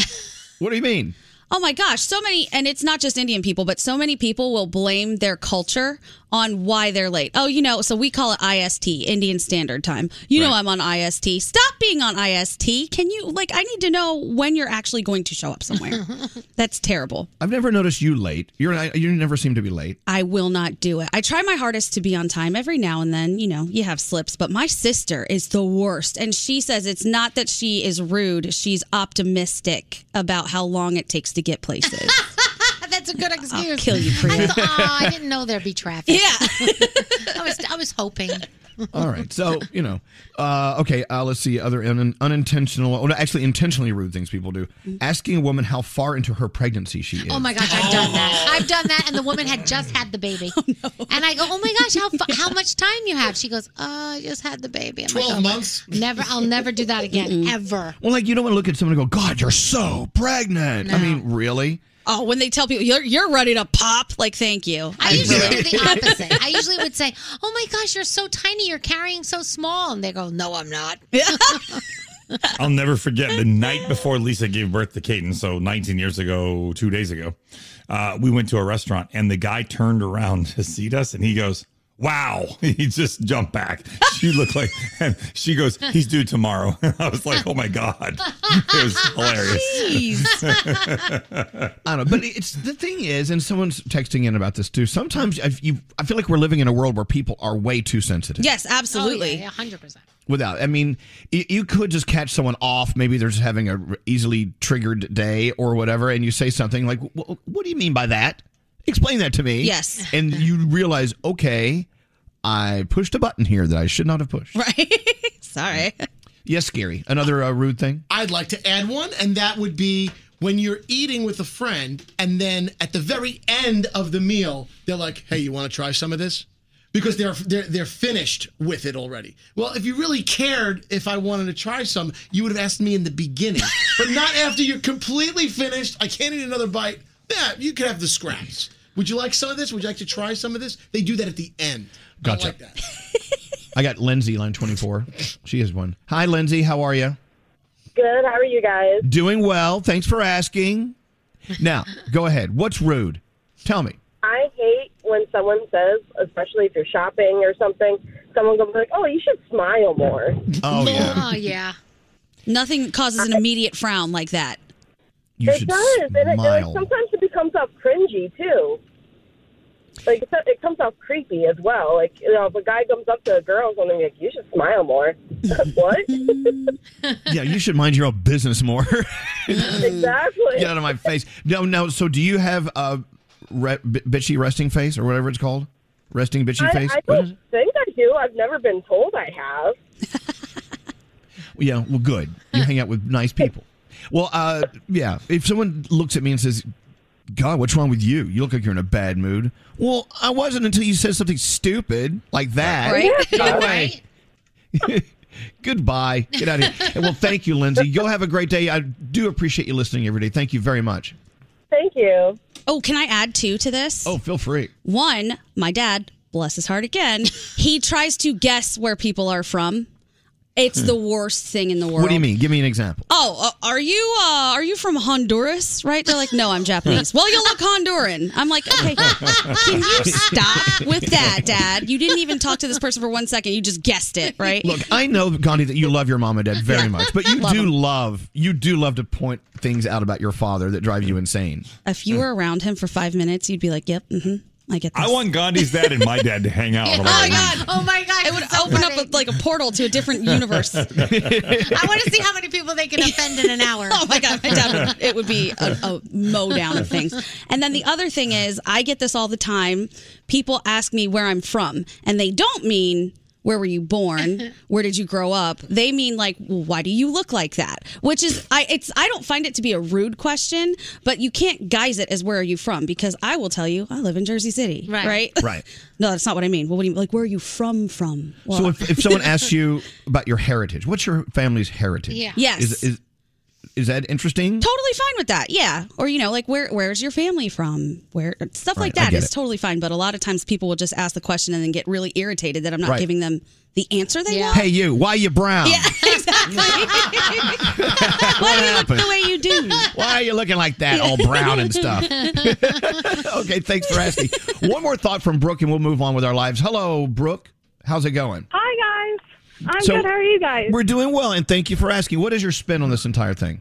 S4: What do you mean?
S7: Oh my gosh, so many and it's not just Indian people, but so many people will blame their culture on why they're late. Oh, you know, so we call it IST, Indian Standard Time. You know I'm on IST. Stop being on IST. Can you like I need to know when you're actually going to show up somewhere. That's terrible.
S4: I've never noticed you late. You're not- you never seem to be late.
S7: I will not do it. I try my hardest to be on time every now and then. You know, you have slips, but my sister is the worst. And she says it's not that she is rude, she's optimistic about how long it takes to get places.
S5: That's a good excuse. I'll
S7: kill you, Priya.
S5: I, thought, "Aw, I didn't know there'd be traffic. Yeah, I was, I was hoping.
S4: All right. So, you know, uh, okay, uh, let's see. Other un- unintentional, or actually intentionally rude things people do. Asking a woman how far into her pregnancy she is.
S5: Oh my gosh, I've done that. I've done that, and the woman had just had the baby, and I go, "Oh my gosh, how fa- how much time you have?" She goes, "Oh, I just had the baby." I'm like,
S19: 12
S5: "Oh,
S19: months?
S5: Never. I'll never do that again, ever.
S4: Well, like you don't want to look at someone and go, "God, you're so pregnant." I mean, really?
S7: Oh, when they tell people you're you're ready to pop, like thank you.
S5: I usually do the opposite. I usually would say, "Oh my gosh, you're so tiny. You're carrying so small," and they go, "No, I'm not."
S9: I'll never forget the night before Lisa gave birth to Caden. So 19 years ago, two days ago, uh, we went to a restaurant and the guy turned around to see us and he goes, Wow. He just jumped back. She looked like, and she goes, He's due tomorrow. I was like, Oh my God. It was hilarious.
S4: I don't know, but it's the thing is, and someone's texting in about this too. Sometimes I, you, I feel like we're living in a world where people are way too sensitive.
S7: Yes,
S5: Oh,
S7: absolutely.
S5: hundred percent.
S4: Without, I mean, you, you could just catch someone off. Maybe they're just having a r- easily triggered day or whatever, and you say something like, "Wh- "What do you mean by that? Explain that to me."
S7: Yes.
S4: and you realize, okay, I pushed a button here that I should not have pushed.
S7: Sorry.
S4: Yes, scary. Another uh, rude thing.
S19: I'd like to add one, and that would be when you're eating with a friend, and then at the very end of the meal, they're like, "Hey, you want to try some of this?" Because they're they're they're finished with it already. Well, if you really cared if I wanted to try some, you would have asked me in the beginning, but not after you're completely finished. I can't eat another bite. Yeah, you could have the scraps. Would you like some of this? Would you like to try some of this? They do that at the end.
S4: Gotcha. I, got Lindsay, line 24. She is one. Hi, Lindsay. How are you?
S17: Good. How are you guys?
S4: Doing well. Thanks for asking. Now, go ahead. What's rude? Tell me.
S17: I hate when someone says, especially if you're shopping or something, someone goes like, "Oh, you should smile more."
S4: Oh, yeah.
S5: yeah.
S7: Nothing causes an immediate frown like that.
S4: You
S17: it does, and it, like,
S7: smile.
S17: sometimes it becomes off cringy too. Like it's- it comes off creepy as well. Like you know, if a guy comes up to a girl or something, like you should smile more. what?
S4: yeah, you should mind your own business more.
S17: exactly.
S4: Get out of my face. No, no. So, do you have a re- b- bitchy resting face or whatever it's called? Resting bitchy
S17: I,
S4: face?
S17: I
S4: What is
S17: don't think I do. I've never been told I have.
S4: it? Yeah, well, good. You hang out with nice people. Well, uh, yeah. If someone looks at me and says, God, what's wrong with you? You look like you're in a bad mood. Well, I wasn't until you said something stupid like that.
S18: Right?
S4: Go away. Goodbye. Get out of here. And well, thank you, Lindsay. You'll have a great day. I do appreciate you listening every day. Thank you very much.
S17: Thank you.
S7: Oh, can I add two to this?
S4: Oh, feel free.
S7: One, my dad, bless his heart again, he tries to guess where people are from. It's
S4: Hmm.
S7: the worst thing in the world.
S4: What do you mean? Give me an example.
S7: Oh, uh, are you uh, are you from Honduras? Right? They're like, no, I'm Japanese. well, you look Honduran. I'm like, okay, can you stop with that, Dad? You didn't even talk to this person for one second. You just guessed it, right?
S4: Look, I know Gandhi that you love your mom and dad very much, but you
S7: Love
S4: do
S7: 'em.
S4: love you do love to point things out about your father that drive you insane.
S7: if you were around him for five minutes, you'd be like, yep, hmm I get this.
S9: I want Gandhi's dad and my dad to hang out.
S7: Oh
S9: for
S7: my
S9: like a
S7: god!
S5: Oh my god! It would
S7: open up a, like a portal to a different universe.
S5: I want to see how many people they can offend in an hour.
S7: oh my god, my dad would, it would be a, a mow down of things. And then the other thing is, I get this all the time. People ask me where I'm from, and they don't mean where were you born, where did you grow up. They mean like, well, why do you look like that? Which is, I it's I don't find it to be a rude question, but you can't guise it as where are you from because I will tell you, I live in Jersey City, right?
S4: Right.
S7: no, that's not what I mean. Well, what do you like? Where are you from? From
S4: so
S7: Well,
S4: if, if someone asks you about your heritage, what's your family's heritage?
S7: Yeah. Yes.
S4: Is is, is that interesting?
S7: totally fine with that. Yeah. Or you know, like where where's your family from? Where stuff like
S4: Right, I
S7: that
S4: get
S7: is
S4: it.
S7: totally fine. But a lot of times people will just ask the question and then get really irritated that I'm not
S4: Right.
S7: giving them the answer they want.
S4: Hey you, why you brown?
S7: Yeah, exactly.
S4: um.
S7: Why do you look
S4: happened?
S7: the way you do?
S4: Why are you looking like that, all brown and stuff? okay, thanks for asking. One more thought from Brooke, and we'll move on with our lives. Hello, Brooke. How's it going?
S20: Hi guys. I'm
S4: So-
S20: good. How are you guys?
S4: We're doing well, and thank you for asking. What is your spin on this entire thing?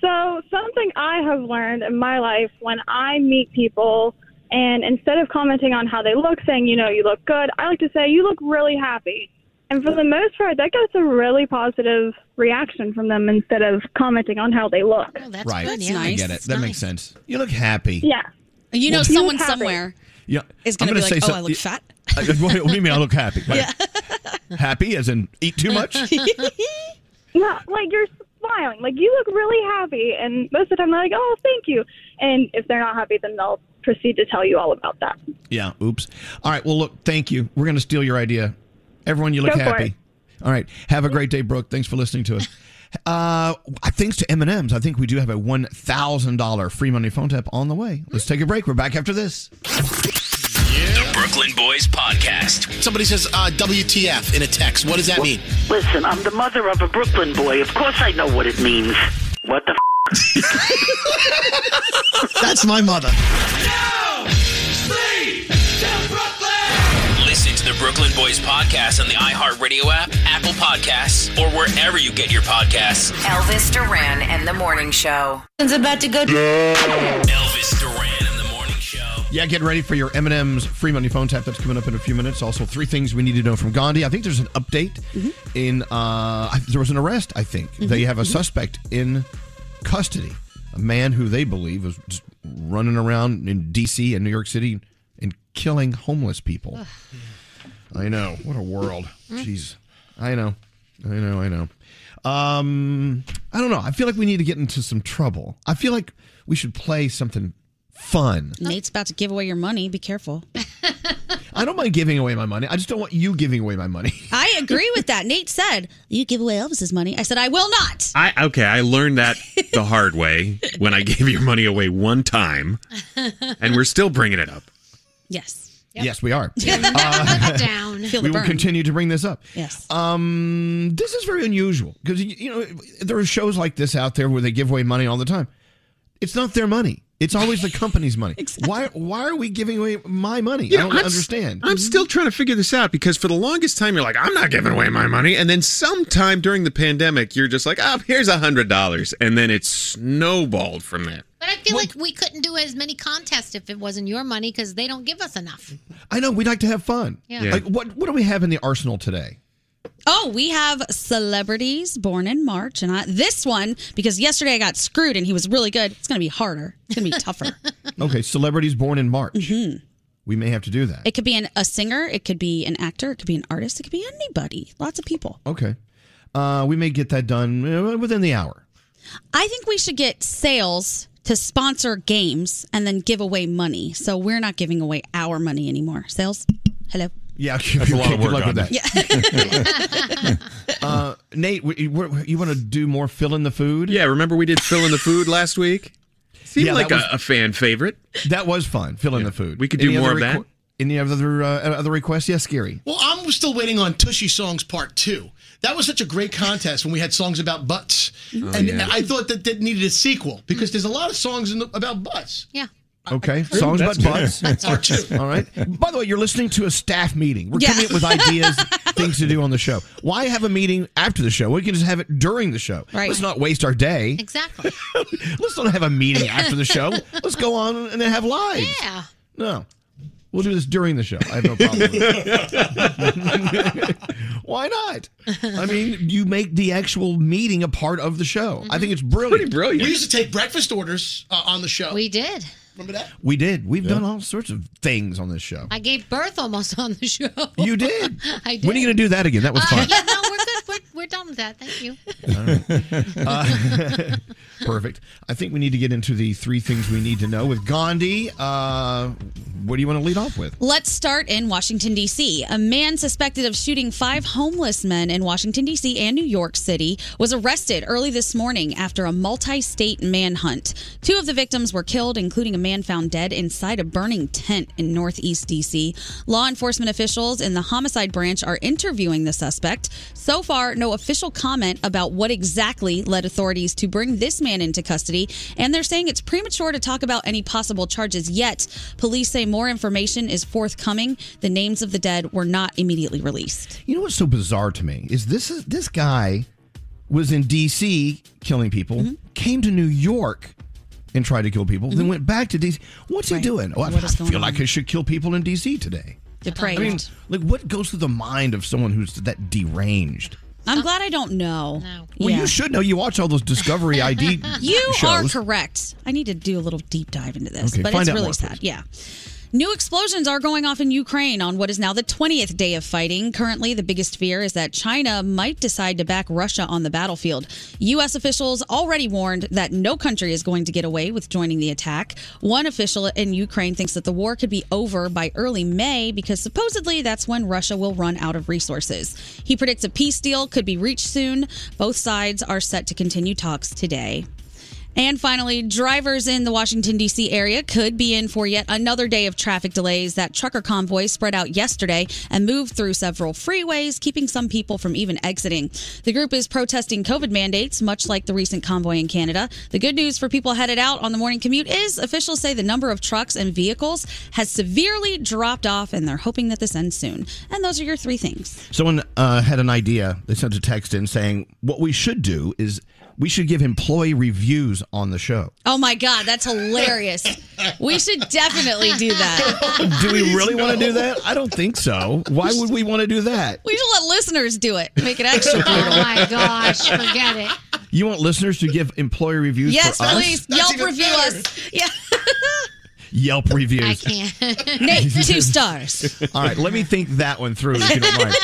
S20: So something I have learned in my life when I meet people and instead of commenting on how they look, saying, you know, you look good, I like to say, you look really happy. And for the most part, that gets a really positive reaction from them instead of commenting on how they look.
S7: Oh,
S4: right.
S20: good, That's yeah. nice.
S4: I get it.
S20: That's
S4: that makes sense. You look happy.
S20: Yeah.
S7: You know
S4: Well,
S7: someone
S4: happy.
S7: somewhere
S4: Yeah.
S7: is
S4: I'm
S7: gonna be like,
S4: say
S7: Oh, I look fat.
S4: I- what do you mean I look happy? Happy as in eat too much?
S20: No, like you're smiling. Like you look really happy. And most of the time, they're like, oh, thank you. And if they're not happy, then they'll proceed to tell you all about that.
S4: yeah. Oops. All right. Well, look, thank you. We're going to steal your idea. Everyone, you look
S20: Go for
S4: happy.
S20: it.
S4: All right. Have a great day, Brooke. Thanks for listening to us. Uh, thanks to M&M's, I think we do have a $1,000 free money phone tap on the way. Let's take a break. We're back after this.
S11: The Brooklyn Boys Podcast.
S12: Somebody says uh, WTF in a text. What does that mean?
S1: Listen, I'm the mother of a Brooklyn boy. Of course I know what it means. What the
S12: That's my mother.
S11: Listen to the Brooklyn Boys Podcast on the iHeartRadio app, Apple Podcasts, or wherever you get your podcasts.
S3: Elvis Duran and the Morning Show. It's about to go.
S11: Elvis Duran and the Morning Show.
S4: Yeah, get ready for your M&M's free money phone tap that's coming up in a few minutes. Also, three things we need to know from Gandhi. I think there's an update
S3: Mm-hmm.
S4: in uh I- there was an arrest, I think. They have a
S3: Mm-hmm.
S4: suspect in custody. A man who they believe was just running around in DC and New York City and killing homeless people. I know. What a world.
S18: Mm.
S4: Jeez. I know. I know. I know. Um, I don't know. I feel like we need to get into some trouble. I feel like we should play something fun.
S7: Nate's about to give away your money. Be careful.
S4: I don't mind giving away my money. I just don't want you giving away my money.
S7: I agree with that. Nate said, You give away Elvis's money. I said, I will not.
S6: I okay, I learned that the hard way when I gave your money away one time, and we're still bringing it up.
S7: Yes.
S4: Yes, we are. Uh,
S5: down.
S7: Feel
S4: we
S7: the
S4: will
S7: burn.
S4: continue to bring this up.
S7: Yes.
S4: Um, this is very unusual because you know there are shows like this out there where they give away money all the time. It's not their money. It's always the company's money. Why why are we giving away my money?
S6: You
S4: I
S6: know,
S4: don't
S6: I'm s-
S4: understand. Mm-hmm.
S6: I'm still trying to figure this out because for the longest time you're like, I'm not giving away my money, and then sometime during the pandemic you're just like, oh, here's a hundred dollars, and then it snowballed from there.
S5: But I feel like we couldn't do as many contests if it wasn't your money because they don't give us enough.
S4: I know we like to have fun.
S5: Yeah. Yeah.
S4: Like what what do we have in the arsenal today?
S7: Oh, we have celebrities born in March, and I, this one because yesterday I got screwed, and he was really good. It's gonna be harder. It's gonna be tougher.
S4: Okay, celebrities born in March.
S7: Mm-hmm.
S4: We may have to do that.
S7: it could be an, a singer, it could be an actor, it could be an artist, it could be anybody. Lots of people.
S4: Okay. Uh, we may get that done uh, within the hour.
S7: I think we should get sales to sponsor games and then give away money. So we're not giving away our money anymore. Sales, hello.
S4: Yeah,
S9: That's a lot of
S4: good
S9: work
S4: luck with
S9: on
S4: that. uh, Nate, w- w- you want to do more fill in the food?
S6: Yeah, remember we did fill in the food last week? Seemed like
S4: that
S6: a, a fan favorite.
S4: was, that was fun. Fill in the food.
S6: We could do more of that.
S4: Any other uh, other requests? Yes, Gary.
S19: Well, I'm still waiting on Tushy Songs Part 2. That was such a great contest when we had songs about butts.
S4: Oh,
S19: and
S4: yeah.
S19: I thought that that needed a sequel because there's a lot of songs in the, about butts.
S5: Yeah.
S4: Okay, songs
S19: That's
S4: about butts.
S19: good. That's our two.
S4: All right. By the way, you're listening to a staff meeting. We're
S19: Yeah.
S4: coming up with ideas, things to do on the show. Why have a meeting after the show? We can just have it during the show.
S5: Right.
S4: Let's not waste our day.
S5: Exactly.
S4: Let's not have a meeting after the show. Let's go on and then have lives.
S5: Yeah.
S4: No. We'll do this during the show. I have no problem with it. Why not? I mean, you make the actual meeting a part of the show. I
S5: Mm-hmm.
S4: think it's brilliant. Pretty
S6: brilliant.
S19: We used to take breakfast orders uh, on the show.
S5: We did.
S19: Remember that?
S4: We did. We've done all sorts of things on this show.
S5: I gave birth almost on the show.
S4: You did.
S5: I did.
S4: When are you going to do that again? That was fun.
S5: Uh, yeah, no, we're good. We're, we're done with that. Thank you.
S4: All right. Uh, perfect. I think we need to get into the three things we need to know with Gandhi. Uh, what do you want to lead off with?
S7: Let's start in Washington, D.C. A man suspected of shooting five homeless men in Washington, D.C. and New York City was arrested early this morning after a multi state manhunt. Two of the victims were killed, including a man found dead inside a burning tent in Northeast D.C. Law enforcement officials in the homicide branch are interviewing the suspect. So far, no official comment about what exactly led authorities to bring this man into custody, and they're saying it's premature to talk about any possible charges yet. Police say more information is forthcoming. The names of the dead were not immediately released.
S4: You know what's so bizarre to me is this is this guy was in D.C. killing people, came to New York and tried to kill people, then went back to D.C. What's he doing? Oh, I, I feel like I should kill people in D.C. today.
S7: Depraved.
S4: I mean, like what goes through the mind of someone who's that deranged?
S7: I'm glad I don't know.
S4: Well,
S7: Yeah.
S4: you should know. You watch all those Discovery ID
S7: You are
S4: shows.
S7: correct. I need to do a little deep dive into this,
S4: Okay,
S7: but
S4: find
S7: it's
S4: out
S7: really
S4: more,
S7: sad. Yeah. New explosions are going off in Ukraine on what is now the 20th day of fighting. Currently, the biggest fear is that China might decide to back Russia on the battlefield. U.S. officials already warned that no country is going to get away with joining the attack. One official in Ukraine thinks that the war could be over by early May because supposedly that's when Russia will run out of resources. He predicts a peace deal could be reached soon. Both sides are set to continue talks today. And finally, drivers in the Washington, D.C. area could be in for yet another day of traffic delays. That trucker convoy spread out yesterday and moved through several freeways, keeping some people from even exiting. The group is protesting COVID mandates, much like the recent convoy in Canada. The good news for people headed out on the morning commute is officials say the number of trucks and vehicles has severely dropped off, and they're hoping that this ends soon. And those are your three things.
S4: Someone uh, had an idea. They sent a text in saying, "What we should do is we should give employee reviews on the show."
S7: Oh my God, that's hilarious. we should definitely do that.
S4: do we really want to do that? I don't think so. Why would we want to do that?
S7: We should let listeners do it. Make it extra brutal.
S4: Oh my gosh,
S7: forget it.
S4: You want listeners to give employee reviews
S7: yes,
S4: for
S7: please.
S4: us?
S7: Yelp review us. Yeah.
S4: Yelp reviews.
S7: can't. Nate, two stars.
S4: All right, let me think that one through if you don't mind.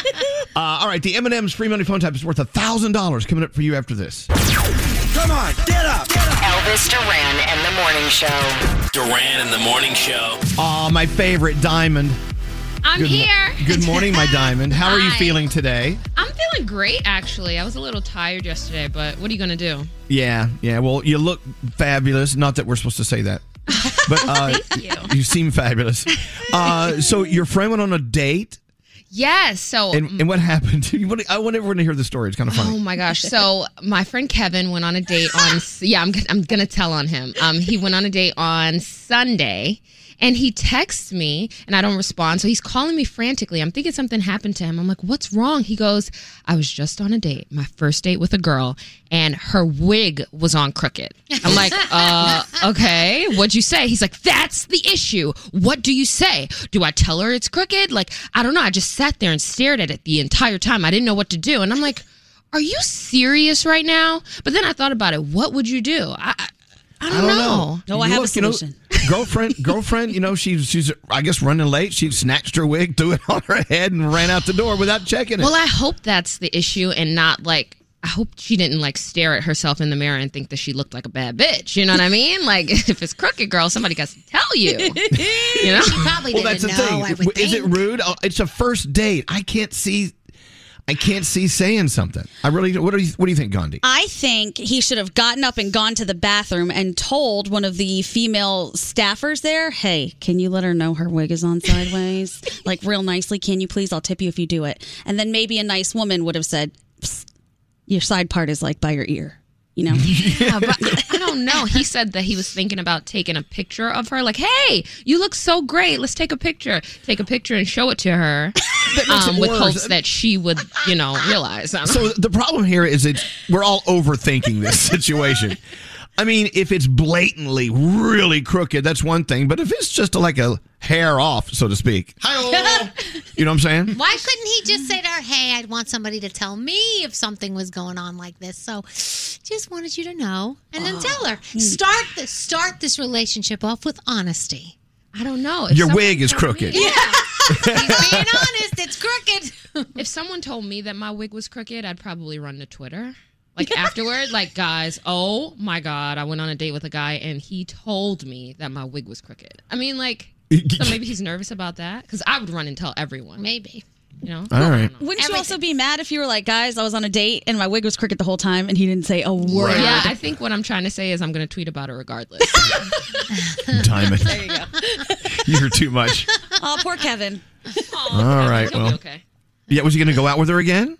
S4: Uh, all right, the M&M's free money phone tap is worth a thousand dollars coming up for you after this.
S11: Come on, get up.
S3: Elvis Duran and the Morning Show.
S11: Duran and the Morning Show.
S4: Aw, my favorite diamond.
S18: I'm
S4: Good mo-
S18: here.
S4: Good morning, my diamond. How are you
S18: Hi.
S4: feeling today?
S18: I'm feeling great, actually. I was a little tired yesterday, but what are you going to do?
S4: Yeah, yeah. Well, you look fabulous. Not that we're supposed to say that, but uh, you. seem fabulous. Uh, so your friend went on a date.
S18: Yes. So
S4: And, and what happened? You want- I want everyone to hear the story. It's kind of funny.
S18: mm. Oh my gosh! So my friend Kevin went on a date on. Yeah, I'm I'm gonna tell on him. Um, he went on a date on Sunday, and he texts me, and I don't respond. So he's calling me frantically. I'm thinking something happened to him. I'm like, what's wrong? He goes, I was just on a date, my first date with a girl, and her wig was on crooked. I'm like, uh, okay, what'd you say? He's like, that's the issue. What do you say? Do I tell her it's crooked? Like, I don't know. I just sat there and stared at it the entire time. I didn't know what to do, and I'm like are you serious right now? But then I thought about it. What would you do? I, I- I don't, know.
S4: Look, you know, girlfriend, girlfriend, you know, she's she's I guess running late. She snatched her wig, threw it on her head, and ran out the door without checking it.
S18: Well, I hope that's the issue and not like. I hope she didn't like stare at herself in the mirror and think that she looked like a bad bitch. You know what I mean? Like if it's crooked, girl, somebody got to tell you. You know,
S5: She probably
S4: well, that's the thing. Is it rude? Uh, It's a first date. I can't see, I can't see saying something. I really. What do you What do you think, Gandhi?
S7: I think he should have gotten up and gone to the bathroom and told one of the female staffers there, hey, can you let her know her wig is on sideways? like, real nicely, can you please? I'll tip you if you do it. And then maybe a nice woman would have said, "Psst, your side part is like by your ear, you know?
S18: I don't know. He said that he was thinking about taking a picture of her. Like, hey, you look so great. Let's take a picture. Take a picture and show it to her,
S4: makes
S18: um,
S4: it
S18: with
S4: worse.
S18: hopes that she would, you know, realize. I don't
S4: So the problem here is it's we're all overthinking this situation. I mean, if it's blatantly really crooked, that's one thing. But if it's just like a hair off, so to speak, you know what I'm saying?
S5: Why couldn't he just say to her, "Hey, I'd want somebody to tell me if something was going on like this." So, just wanted you to know, and then tell her. Start the, start this relationship off with honesty.
S18: I don't know.
S4: Your wig is crooked.
S18: being honest, it's crooked. if someone told me that my wig was crooked, I'd probably run to Twitter. Like afterward, like guys, oh my god, I went on a date with a guy and he told me that my wig was crooked. I mean, like, so maybe he's nervous about that because I would run and tell everyone.
S5: Maybe,
S18: you know.
S4: All right.
S7: Wouldn't you also be mad if you were like, guys, I was on a date and my wig was crooked the whole time and he didn't say a word?
S18: Yeah, I think what I'm trying to say is I'm going to tweet about it regardless.
S4: Diamond. There
S7: you go.
S4: You're too much.
S7: Oh, poor Kevin.
S4: All right.
S18: He'll
S4: Well.
S18: be okay.
S4: Yeah. Was he going to go out with her again?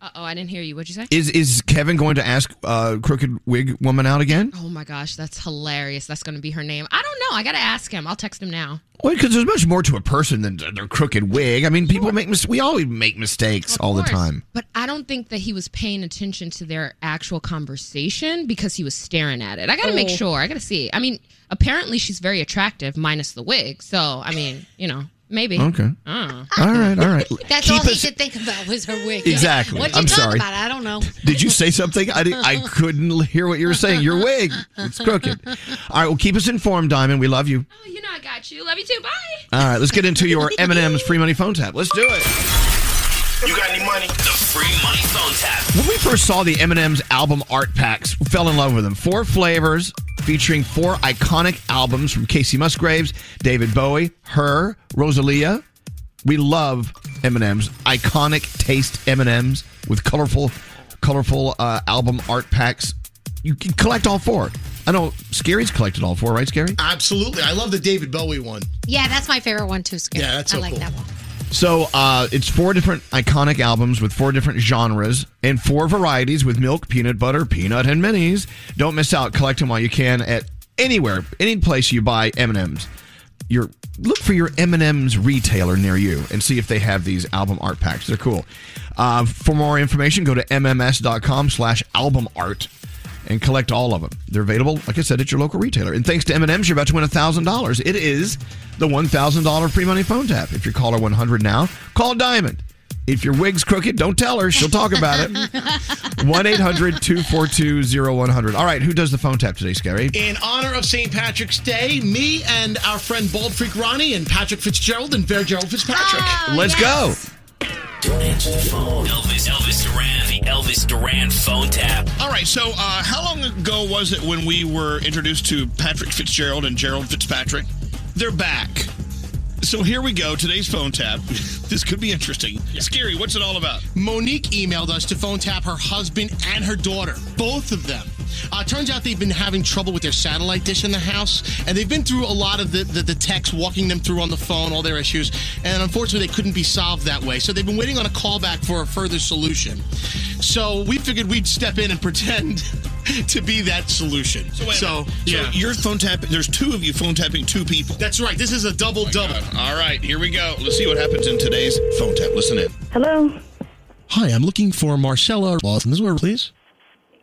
S18: Uh oh, I didn't hear you. What'd you say?
S4: Is is Kevin going to ask uh, crooked wig woman out again?
S18: Oh my gosh, that's hilarious. That's going to be her name. I don't know. I got to ask him. I'll text him now.
S4: Well, because there's much more to a person than their crooked wig. I mean, people make mis- we always make mistakes all the
S18: course.
S4: time.
S18: But I don't think that he was paying attention to their actual conversation because he was staring at it. I got to make
S7: Oh.
S18: sure. I got to see. I mean, apparently she's very attractive, minus the wig. So, I mean, you know, maybe. Uh.
S4: Okay.
S18: I don't know.
S4: All right, all right.
S5: That's all he could think about was her wig.
S4: Exactly.
S5: What you
S4: I'm
S5: talk
S4: sorry.
S5: about? I don't know.
S4: Did you say something? I didn't, I couldn't hear what you were saying. Your wig, it's crooked. All right, well, keep us informed, Diamond. We love you.
S18: Oh, you know, I got you. Love you too. Bye.
S4: All right, let's get into your M&M's free money phone tap. Let's do it.
S11: You got any money? The free money phone tap.
S4: When we first saw the M&M's album art packs, we fell in love with them. Four flavors featuring four iconic albums from Casey Musgraves, David Bowie, Her, Rosalia. We love M&M's, iconic taste M&M's with colorful colorful uh, album art packs. You can collect all four. I know Scary's collected all four, right, Scary?
S19: Absolutely. I love the David Bowie one.
S5: Yeah, that's my favorite one too. Scary.
S19: Yeah, that's
S5: I
S19: so
S5: like
S19: cool.
S5: that one.
S4: So uh, it's four different iconic albums with four different genres and four varieties with milk, peanut butter, peanut, and minis. Don't miss out. Collect them while you can at anywhere, any place you buy M&Ms. Your look for your M&Ms retailer near you and see if they have these album art packs. They're cool. Uh, for more information, go to mms.com slash album art and collect all of them. They're available, like I said, at your local retailer. And thanks to M&M's, you're about to win $1,000. It is the $1,000 free money phone tap. If you're caller 100 now, call Diamond. If your wig's crooked, don't tell her. She'll talk about it. 1-800-242-0100. All right, who does the phone tap today, Scary?
S19: In honor of St. Patrick's Day, me and our friend Bald Freak Ronnie and Patrick Fitzgerald and Fairgerald Fitzpatrick.
S13: Oh,
S4: Let's go.
S11: Don't answer the phone. Elvis, Elvis Duran, the Elvis Duran phone tap.
S2: All right, so uh, how long ago was it when we were introduced to Patrick Fitzgerald and Gerald Fitzpatrick? They're back. So here we go. Today's phone tap. this could be interesting. Scary, what's it all about?
S19: Monique emailed us to phone tap her husband and her daughter, both of them.
S13: Uh, turns out they've been having trouble with their satellite dish in the house, and they've been through a lot of the, the, the techs walking them through on the phone, all their issues, and unfortunately they couldn't be solved that way. So they've been waiting on a callback for a further solution. So we figured we'd step in and pretend to be that solution. So, yeah.
S2: you're phone tapping. There's two of you phone tapping two people. Oh
S13: That's right. This is a double double.
S2: All right, here we go. Let's see what happens in today's phone tap. Listen in.
S13: Hello. Hi, I'm looking for Marcella Lawson. This is where, please.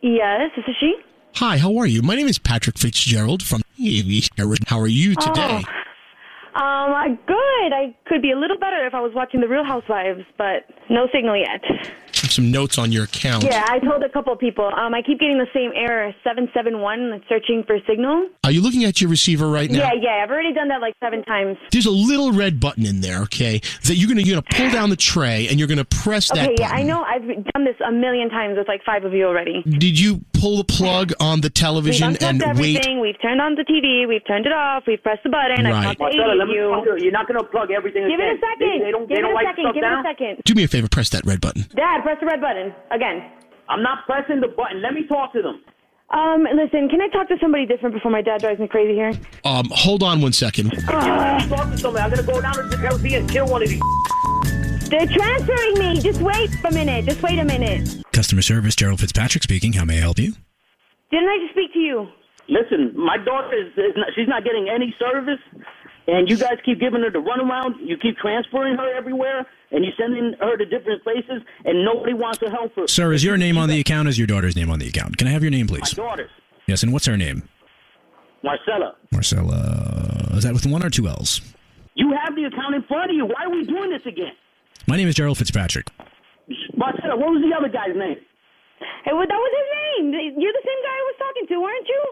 S21: Yes, this is she.
S13: Hi, how are you? My name is Patrick Fitzgerald from How are you today?
S21: Oh, um, I- good. I could be a little better if I was watching The Real Housewives, but no signal yet.
S13: Some notes on your account.
S21: Yeah, I told a couple people. Um, I keep getting the same error, seven seven one, searching for signal.
S13: Are you looking at your receiver right now?
S21: Yeah, yeah. I've already done that like seven times.
S13: There's a little red button in there, okay? That you're gonna you're gonna pull down the tray and you're gonna press that
S21: okay, yeah,
S13: button.
S21: I know. I've done this a million times with like five of you already.
S13: Did you pull the plug on the television
S21: we've
S13: and
S21: unplugged
S13: wait?
S21: everything. We've turned on the TV. We've turned it off. We've pressed the button.
S13: Right.
S21: I've talked to
S1: Marcella,
S21: eight
S1: let
S21: of
S1: me
S21: you.
S1: talk to you. You're not going to plug everything
S21: Give it
S1: again.
S21: a second.
S1: They, they don't,
S21: Give
S1: they
S21: it
S1: don't
S21: a
S1: like
S21: second.
S1: stuff
S21: Give
S1: down.
S21: it a second.
S13: Do me a favor, press that red button.
S21: Dad, press the red button again.
S1: I'm not pressing the button. Let me talk to them.
S21: Um, listen, can I talk to somebody different before my dad drives me crazy here?
S13: Um, hold on one second.
S21: Ah.
S1: Let me talk to somebody. I'm going to go down to the LZ and kill one of these.
S21: They're transferring me. Just wait a minute. Just wait a minute.
S22: Customer service, Gerald Fitzpatrick speaking. How may I help you?
S21: Didn't I just speak to you?
S1: Listen, my daughter is, is not, she's not getting any service, and you guys keep giving her the runaround. You keep transferring her everywhere, and you sending her to different places, and nobody wants to help her.
S22: Sir, is your name on the account? Is your daughter's name on the account? Can I have your name,
S1: My
S22: please?
S1: daughter's
S22: Yes, and what's her name?
S1: Marcella.
S22: Marcella. Is that with one or two L's?
S1: You have the account in front of you. Why are we doing this again?
S22: My name is Gerald Fitzpatrick.
S1: Marcella, what was the other guy's name?
S21: Hey, well, that was his name. You're the same guy I was talking to, weren't you?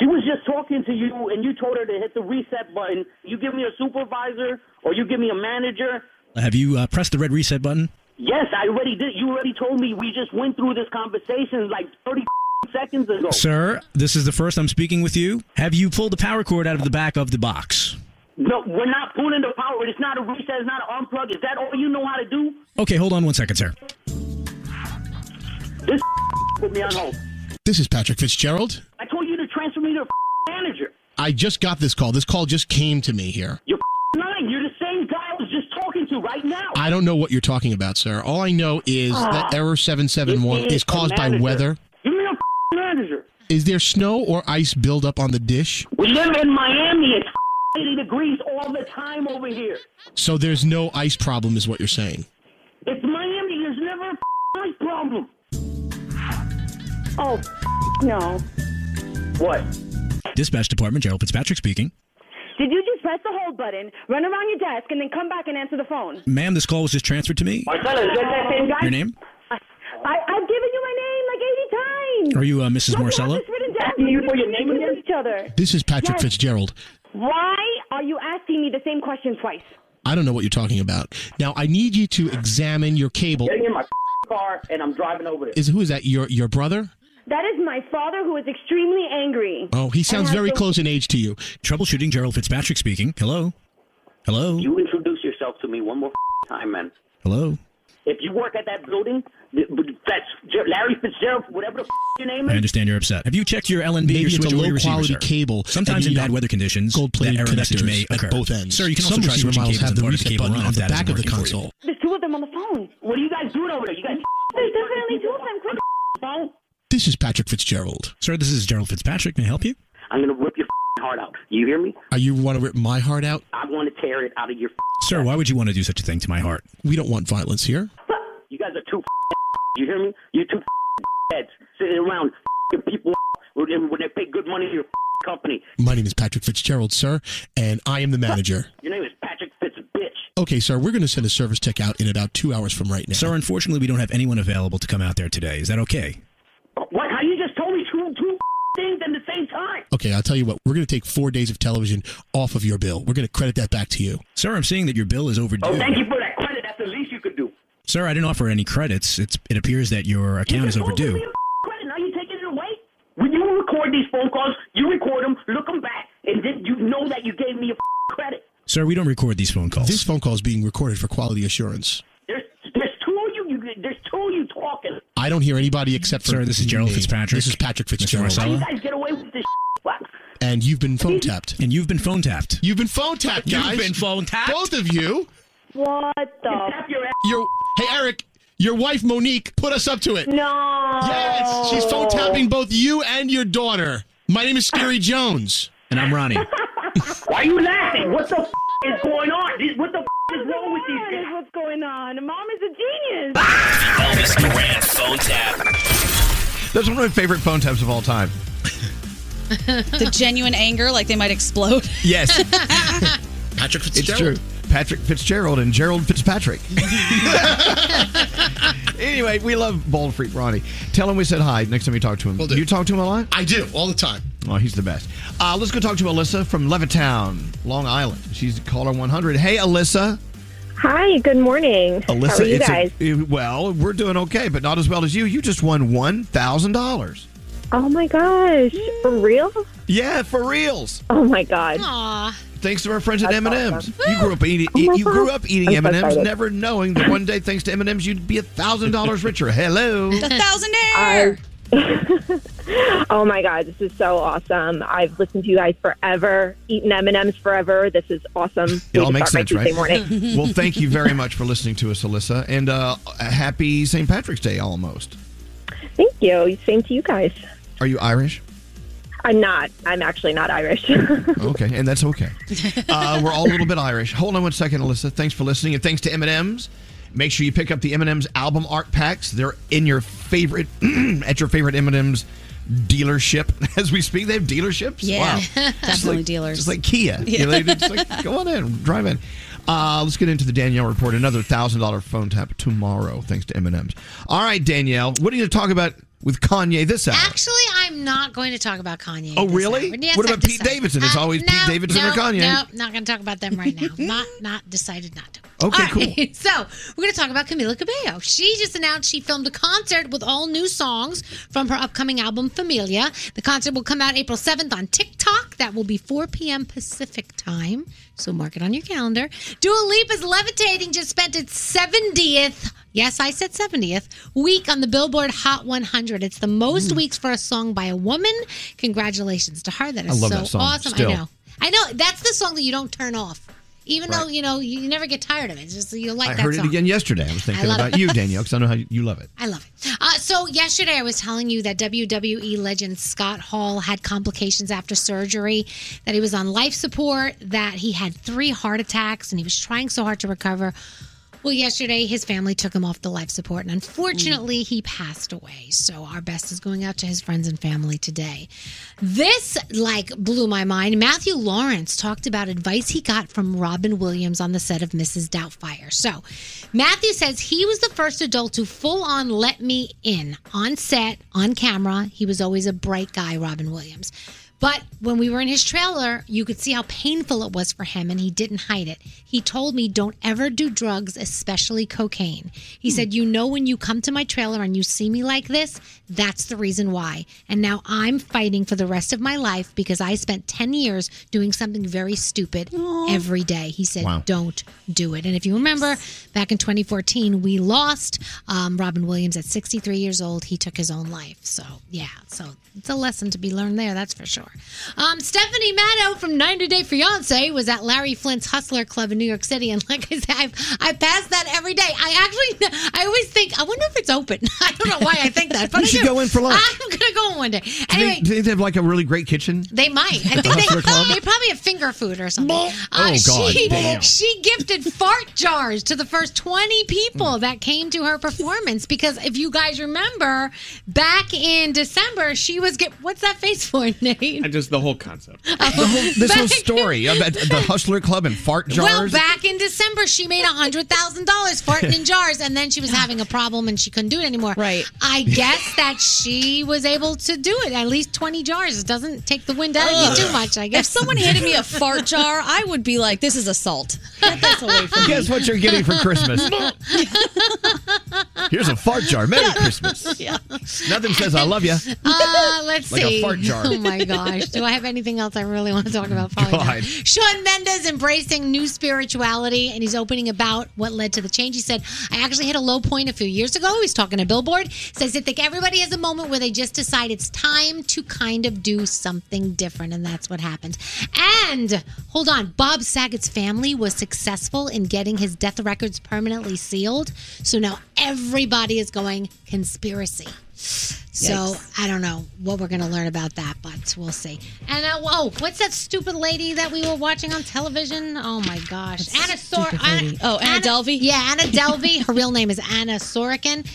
S1: She was just talking to you, and you told her to hit the reset button. You give me a supervisor, or you give me a manager.
S22: Have you uh, pressed the red reset button?
S1: Yes, I already did. You already told me. We just went through this conversation like 30 seconds ago.
S22: Sir, this is the first I'm speaking with you. Have you pulled the power cord out of the back of the box?
S1: No, we're not pulling the power. It's not a reset. It's not an unplug. Is that all you know how to do?
S22: Okay, hold on one second, sir.
S1: This put me on hold.
S13: This is Patrick Fitzgerald.
S1: I told you to transfer me to a manager.
S13: I just got this call. This call just came to me here.
S1: You're lying. You're the same guy I was just talking to right now.
S13: I don't know what you're talking about, sir. All I know is that
S1: Ah.
S13: error
S1: It
S13: 771 is
S1: a
S13: caused by
S1: manager.
S13: weather.
S1: Give me a manager.
S13: Is there snow or ice buildup on the dish?
S1: We live in Miami. It's 80 degrees all the time over here.
S13: So there's no ice problem, is what you're saying.
S1: It's Miami. There's never a ice problem.
S21: Oh, no.
S1: What?
S22: Dispatch department, Gerald Fitzpatrick speaking.
S21: Did you just press the hold button, run around your desk, and then come back and answer the phone?
S22: Ma'am, this call was just transferred to me.
S1: Marcella, is that that same guy?
S22: Your name?
S21: I, I've given you my name like 80 times.
S22: Are you uh, Mrs. Marcella?
S21: It's written down. You put your name in each other.
S13: This is Patrick
S21: Yes.
S13: Fitzgerald.
S21: Why are you asking me the same question twice?
S13: I don't know what you're talking about. Now I need you to examine your cable.
S1: Getting in my car and I'm driving over there.
S13: Is who is that? Your your brother?
S21: That is my father who is extremely angry.
S13: Oh, he sounds very
S21: close.
S13: close in age to you.
S22: Troubleshooting, Gerald Fitzpatrick speaking. Hello? Hello?
S1: You introduce yourself to me one more time, man.
S22: Hello?
S1: If you work at that building, th- that's Jer- Larry Fitzgerald, whatever the your name
S22: I
S1: is.
S22: understand you're upset. Have you checked your LNB,
S13: Maybe
S22: your
S13: it's
S22: switch,
S13: a
S22: or your receiver,
S13: low-quality
S22: sir?
S13: cable, and
S22: Sometimes in
S13: you
S22: bad
S13: have
S22: weather conditions,
S13: gold-plated
S22: that error message
S13: connectors
S22: may
S13: at
S22: occur.
S13: both ends.
S22: Sir, you can
S13: Some
S22: also try
S13: receiver
S22: switching
S13: models
S22: cables
S13: have
S22: and
S13: the
S22: plug
S13: reset
S22: cable
S13: button
S22: in
S13: on
S22: if
S13: the
S22: that isn't
S13: back of the
S22: working for you.
S13: console.
S21: There's two of them on the phone.
S1: What are you guys doing over there? You guys.
S21: There's definitely two of them. Quick.
S1: phone?
S13: This is Patrick Fitzgerald.
S22: Sir, this is Gerald Fitzpatrick. May I help you?
S1: I'm gonna rip your heart out. You hear me?
S13: Are you want to rip my heart out?
S1: I want to tear it out of your.
S22: Sir, why would you want to do such a thing to my heart?
S13: We don't want violence here.
S1: You guys are too. You hear me? You two heads sitting around people when they- when they pay good money to your company.
S13: My name is Patrick Fitzgerald, sir, and I am the manager.
S1: Your name is Patrick Fitz bitch.
S13: Okay, sir, we're going to send a service tech out in about two hours from right now.
S22: Sir, unfortunately, we don't have anyone available to come out there today. Is that okay?
S1: What? How you just told me two two things at the same time?
S13: Okay, I'll tell you what. We're going to take four days of television off of your bill. We're going to credit that back to you.
S22: Sir, I'm seeing that your bill is overdue.
S1: Oh, thank you for that credit. That's the least you could do.
S22: Sir, I didn't offer any credits. It's, it appears that your account is overdue.
S1: Credit. Now you taking it away? When you record these phone calls, you record them, look them back, and then you know that you gave me a credit.
S22: Sir, we don't record these phone calls.
S13: This phone call is being recorded for quality assurance.
S1: There's there's two of you, you. There's two of you talking.
S13: I I don't hear anybody except for.
S22: Sir, this is Gerald
S13: me.
S22: Fitzpatrick.
S13: This is Patrick Fitzgerald.
S22: Marcello. You
S13: guys get away with this. And you've been phone tapped.
S22: And you've been phone tapped.
S13: You've been phone tapped,
S22: You've
S13: guys.
S22: been phone tapped.
S13: Both of you.
S21: What the?
S13: Your hey, Eric. Your wife Monique put us up to it.
S21: No.
S13: Yes, she's phone tapping both you and your daughter. My name is Scary Jones,
S22: and I'm Ronnie.
S1: Why are you laughing? What the f- is going on? These- What the f- is wrong with these Ah! guys?
S21: What's going on? Mom is a genius.
S11: Elvis Duran phone tap.
S4: That's one of my favorite phone taps of all time.
S7: the genuine anger, like they might explode.
S4: Yes.
S13: Patrick
S4: It's true. Patrick Fitzgerald and Gerald Fitzpatrick. anyway, we love Bold Freak Ronnie. Tell him we said hi next time you talk to him. You talk to him a lot?
S13: I do, all the time.
S4: Oh, he's the best. Uh, let's go talk to Alyssa from Levittown, Long Island. She's caller 100. Hey, Alyssa.
S21: Hi, good morning.
S4: Alyssa,
S21: How are you
S4: it's a-
S21: guys?
S4: eh, well, we're doing okay, but not as well as you. You just won $1,000.
S21: oh my gosh. For real?
S4: Yeah, for reals.
S21: Oh my god.
S4: Thanks to our friends at
S21: Ah. That's
S4: M&M's.
S21: awesome.
S4: You grew up eating
S21: Oh my
S4: you grew
S21: God.
S4: up eating
S21: I'm so
S4: M&M's
S21: excited.
S4: never knowing that one day thanks to M&M's you'd be $1,000 richer. Hello.
S7: thousandaire.
S21: oh my god, this is so awesome. I've listened to you guys forever, eaten M&Ms forever. This is awesome.
S4: It
S21: Way
S4: all
S21: to
S4: makes
S21: start
S4: sense,
S21: my
S4: right?
S21: Tuesday morning.
S4: well, thank you very much for listening to us, Alyssa, and uh, a happy St. Patrick's Day almost.
S21: Thank you. Same to you guys.
S4: Are you Irish?
S21: I'm not. I'm actually not Irish.
S4: Okay, and that's okay. Uh, we're all a little bit Irish. Hold on one second, Alyssa. Thanks for listening, and thanks to M&M's. Make sure you pick up the M&M's album art packs. They're in your favorite, at your favorite M&M's dealership as we speak. They have dealerships.
S7: Yeah,
S4: wow. Just
S7: definitely
S4: like-
S7: dealers.
S4: Just like Kia. You know,
S7: Yeah.
S4: they just like, go on in, drive in. Uh, let's get into the Danielle report. Another thousand dollar phone tap tomorrow, thanks to M&M's. All right, Danielle, what are you going to talk about with Kanye this hour?
S5: Actually, I'm not going to talk about Kanye.
S4: Oh,
S5: this
S4: really?
S5: hour. Yes,
S4: What
S5: I've
S4: about Pete
S5: decided.
S4: Davidson? It's always Pete
S5: Uh, no,
S4: Davidson or
S5: no,
S4: Kanye.
S5: No, not going to talk about them right now. not not decided not to.
S4: Okay,
S5: All right. So we're going to talk about Camila Cabello. She just announced she filmed a concert with all new songs from her upcoming album Familia. The concert will come out April 7th on TikTok. That will be 4 p.m. Pacific time. So mark it on your calendar. Dua Lipa's Levitating just spent its 70th. Yes, I said 70th week on the Billboard Hot 100. It's the most weeks for a song by a woman. Congratulations to her. That
S4: I
S5: is
S4: love
S5: so
S4: that song,
S5: awesome.
S4: still.
S5: I know. I know. That's the song that you don't turn off. Even though,
S4: Right.
S5: you know, you never get tired of it. It's just you like
S4: I
S5: that
S4: heard
S5: song.
S4: it again yesterday. I was thinking
S5: love
S4: about
S5: it.
S4: you, Danielle, because I know how you, you love it.
S5: I love it. Uh, so yesterday, I was telling you that WWE legend Scott Hall had complications after surgery, that he was on life support, that he had three heart attacks, and he was trying so hard to recover. Well, yesterday, his family took him off the life support, and unfortunately, he passed away. So, our best is going out to his friends and family today. This, like, blew my mind. Matthew Lawrence talked about advice he got from Robin Williams on the set of Mrs. Doubtfire. So, Matthew says he was the first adult to full on let me in on set, on camera. He was always a bright guy, Robin Williams. But when we were in his trailer, you could see how painful it was for him, and he didn't hide it. He told me, Don't ever do drugs, especially cocaine. He said, You know, when you come to my trailer and you see me like this, that's the reason why. And now I'm fighting for the rest of my life because I spent 10 years doing something very stupid every day. He said,
S16: Wow.
S5: Don't do it. And if you remember, back in 2014, we lost um, Robin Williams at 63 years old. He took his own life. So, yeah, so it's a lesson to be learned there, that's for sure. Um, Stephanie Maddow from 90 Day Fiance was at Larry Flint's Hustler Club in New York City, and like I said, I've, I pass that every day. I actually, I always think, I wonder if it's open. I don't know why I think that, but
S4: You
S5: I
S4: should
S5: do.
S4: go in for lunch.
S5: I'm gonna go in one day.
S4: Do
S5: Anyway,
S4: they, do they have like a really great kitchen?
S5: they might. I think
S4: The
S5: they,
S4: Hustler Club?
S5: they probably have finger food or something. Uh,
S4: Oh, God
S5: she,
S4: damn.
S5: she gifted fart jars to the first 20
S4: Mm.
S5: people that came to her performance because if you guys remember, back in December, she was get what's that face for, Nate?
S6: And just the whole concept.
S5: Uh-huh.
S4: The whole, this whole story about the Hustler Club and fart jars.
S5: Well, back in December, she made hundred thousand dollars farting in jars, and then she was having a problem and she couldn't do it anymore. Right. I guess that she was able to do it. At least twenty jars. It doesn't take the wind out of you too much. I guess
S7: If someone handed me a fart jar, I would be like,
S5: uh-huh.
S7: "This is assault." Get this away from me.
S4: Guess what you're getting for Christmas? Here's a fart jar. Merry Christmas.
S5: Yeah.
S4: Nothing says I love you.
S5: Uh, let's
S4: Like a
S5: see.
S4: fart jar.
S5: Oh my gosh. Do I have anything else I really want to talk about? Probably not.
S4: God.
S5: Sean Mendes embracing new spirituality and he's opening about what led to the change. He said, I actually hit a low point a few years ago. He's talking to Billboard. Says that think everybody has a moment where they just decide it's time to kind of do something different. And that's what happened. And hold on, Bob Saget's family was successful in getting his death records permanently sealed. So now everybody is going conspiracy. So I don't know what we're going to learn about that, but we'll see. And uh, whoa, what's that stupid lady that we were watching on television? Oh my gosh, Anna Sor- Anna, Oh, Anna, Delvey. Yeah, Anna Delvey. Her real name is Anna Sorokin.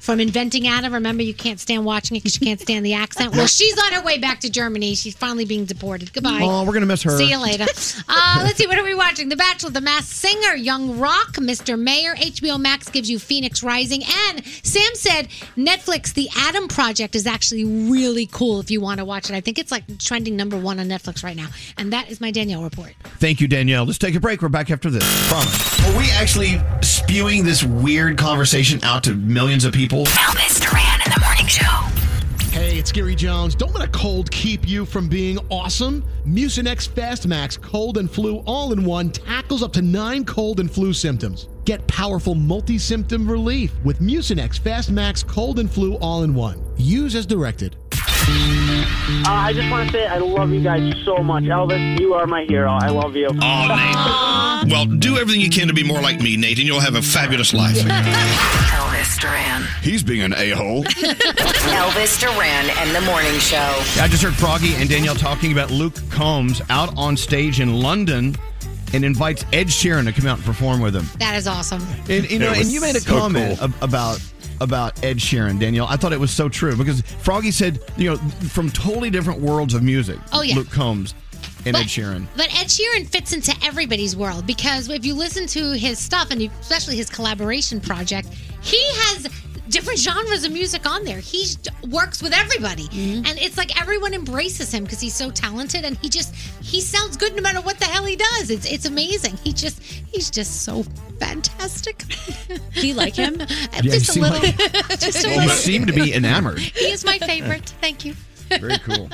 S5: From Inventing Anna, remember you can't stand watching it because you can't stand the accent. Well, she's on her way back to Germany. She's finally being deported. Goodbye.
S4: Oh, we're gonna miss her.
S5: See you later. Uh, let's see, what are we watching? The Bachelor, The Masked Singer, Young Rock, Mr. Mayor, HBO Max gives you Phoenix Rising, and Sam said Netflix, The Adam Project is actually really cool if you want to watch it. I think it's like trending number one on Netflix right now. And that is my Danielle report.
S4: Thank you, Danielle. Let's take a break. We're back after this. Promise.
S16: Are we actually spewing this weird conversation out to millions of people?
S3: Elvis Duran in the morning show.
S13: Hey, it's Gary Jones. Don't let a cold keep you from being awesome. Mucinex Fast Max Cold and Flu All in One tackles up to nine cold and flu symptoms. Get powerful multi symptom relief with Mucinex Fast Max Cold and Flu All in One. Use as directed.
S1: Uh, I just want to say I love you guys so much. Elvis, you are my hero. I love you.
S2: Oh, Nate. Well, do everything you can to be more like me, Nate, and you'll have a fabulous life.
S3: Elvis Duran.
S2: He's being an a hole.
S3: Elvis Duran and the morning show.
S4: I just heard Froggy and Danielle talking about Luke Combs out on stage in London and invites Ed Sheeran to come out and perform with him.
S5: That is awesome.
S4: And you know, and you made a comment ab- about about Ed Sheeran, Danielle. I thought it was so true because Froggy said, you know, from totally different worlds of music.
S5: Oh, yeah.
S4: Luke Combs and
S5: But-
S4: Ed Sheeran.
S5: But Ed Sheeran fits into everybody's world because if you listen to his stuff and especially his collaboration project, he has different genres of music on there. He d- works with everybody. And it's like everyone embraces him because he's so talented and he just he sounds good no matter what the hell he does. It's it's amazing. He just he's just so fantastic. Do
S7: you like him?
S4: you
S5: just a
S4: seem
S5: little.
S4: like-
S5: just a
S4: You
S5: little.
S4: seem to be enamored.
S5: He is my favorite. Thank you.
S4: Very cool.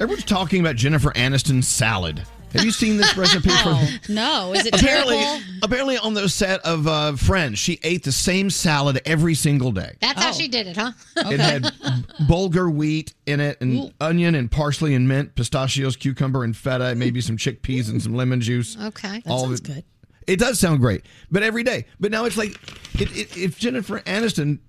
S4: Everyone's talking about Jennifer Aniston's salad. Have you seen this recipe for
S7: No, is it
S4: apparently,
S7: terrible?
S4: apparently on the set of uh, Friends, she ate the same salad every single day.
S5: That's how she did it, huh?
S4: It had bulgur wheat in it, and onion, and parsley, and mint, pistachios, cucumber, and feta, and maybe some chickpeas and some lemon juice.
S5: Okay. That
S4: All of
S5: sounds
S4: it.
S5: good.
S4: It does sound great, but every day. But now it's like, it, it, if Jennifer Aniston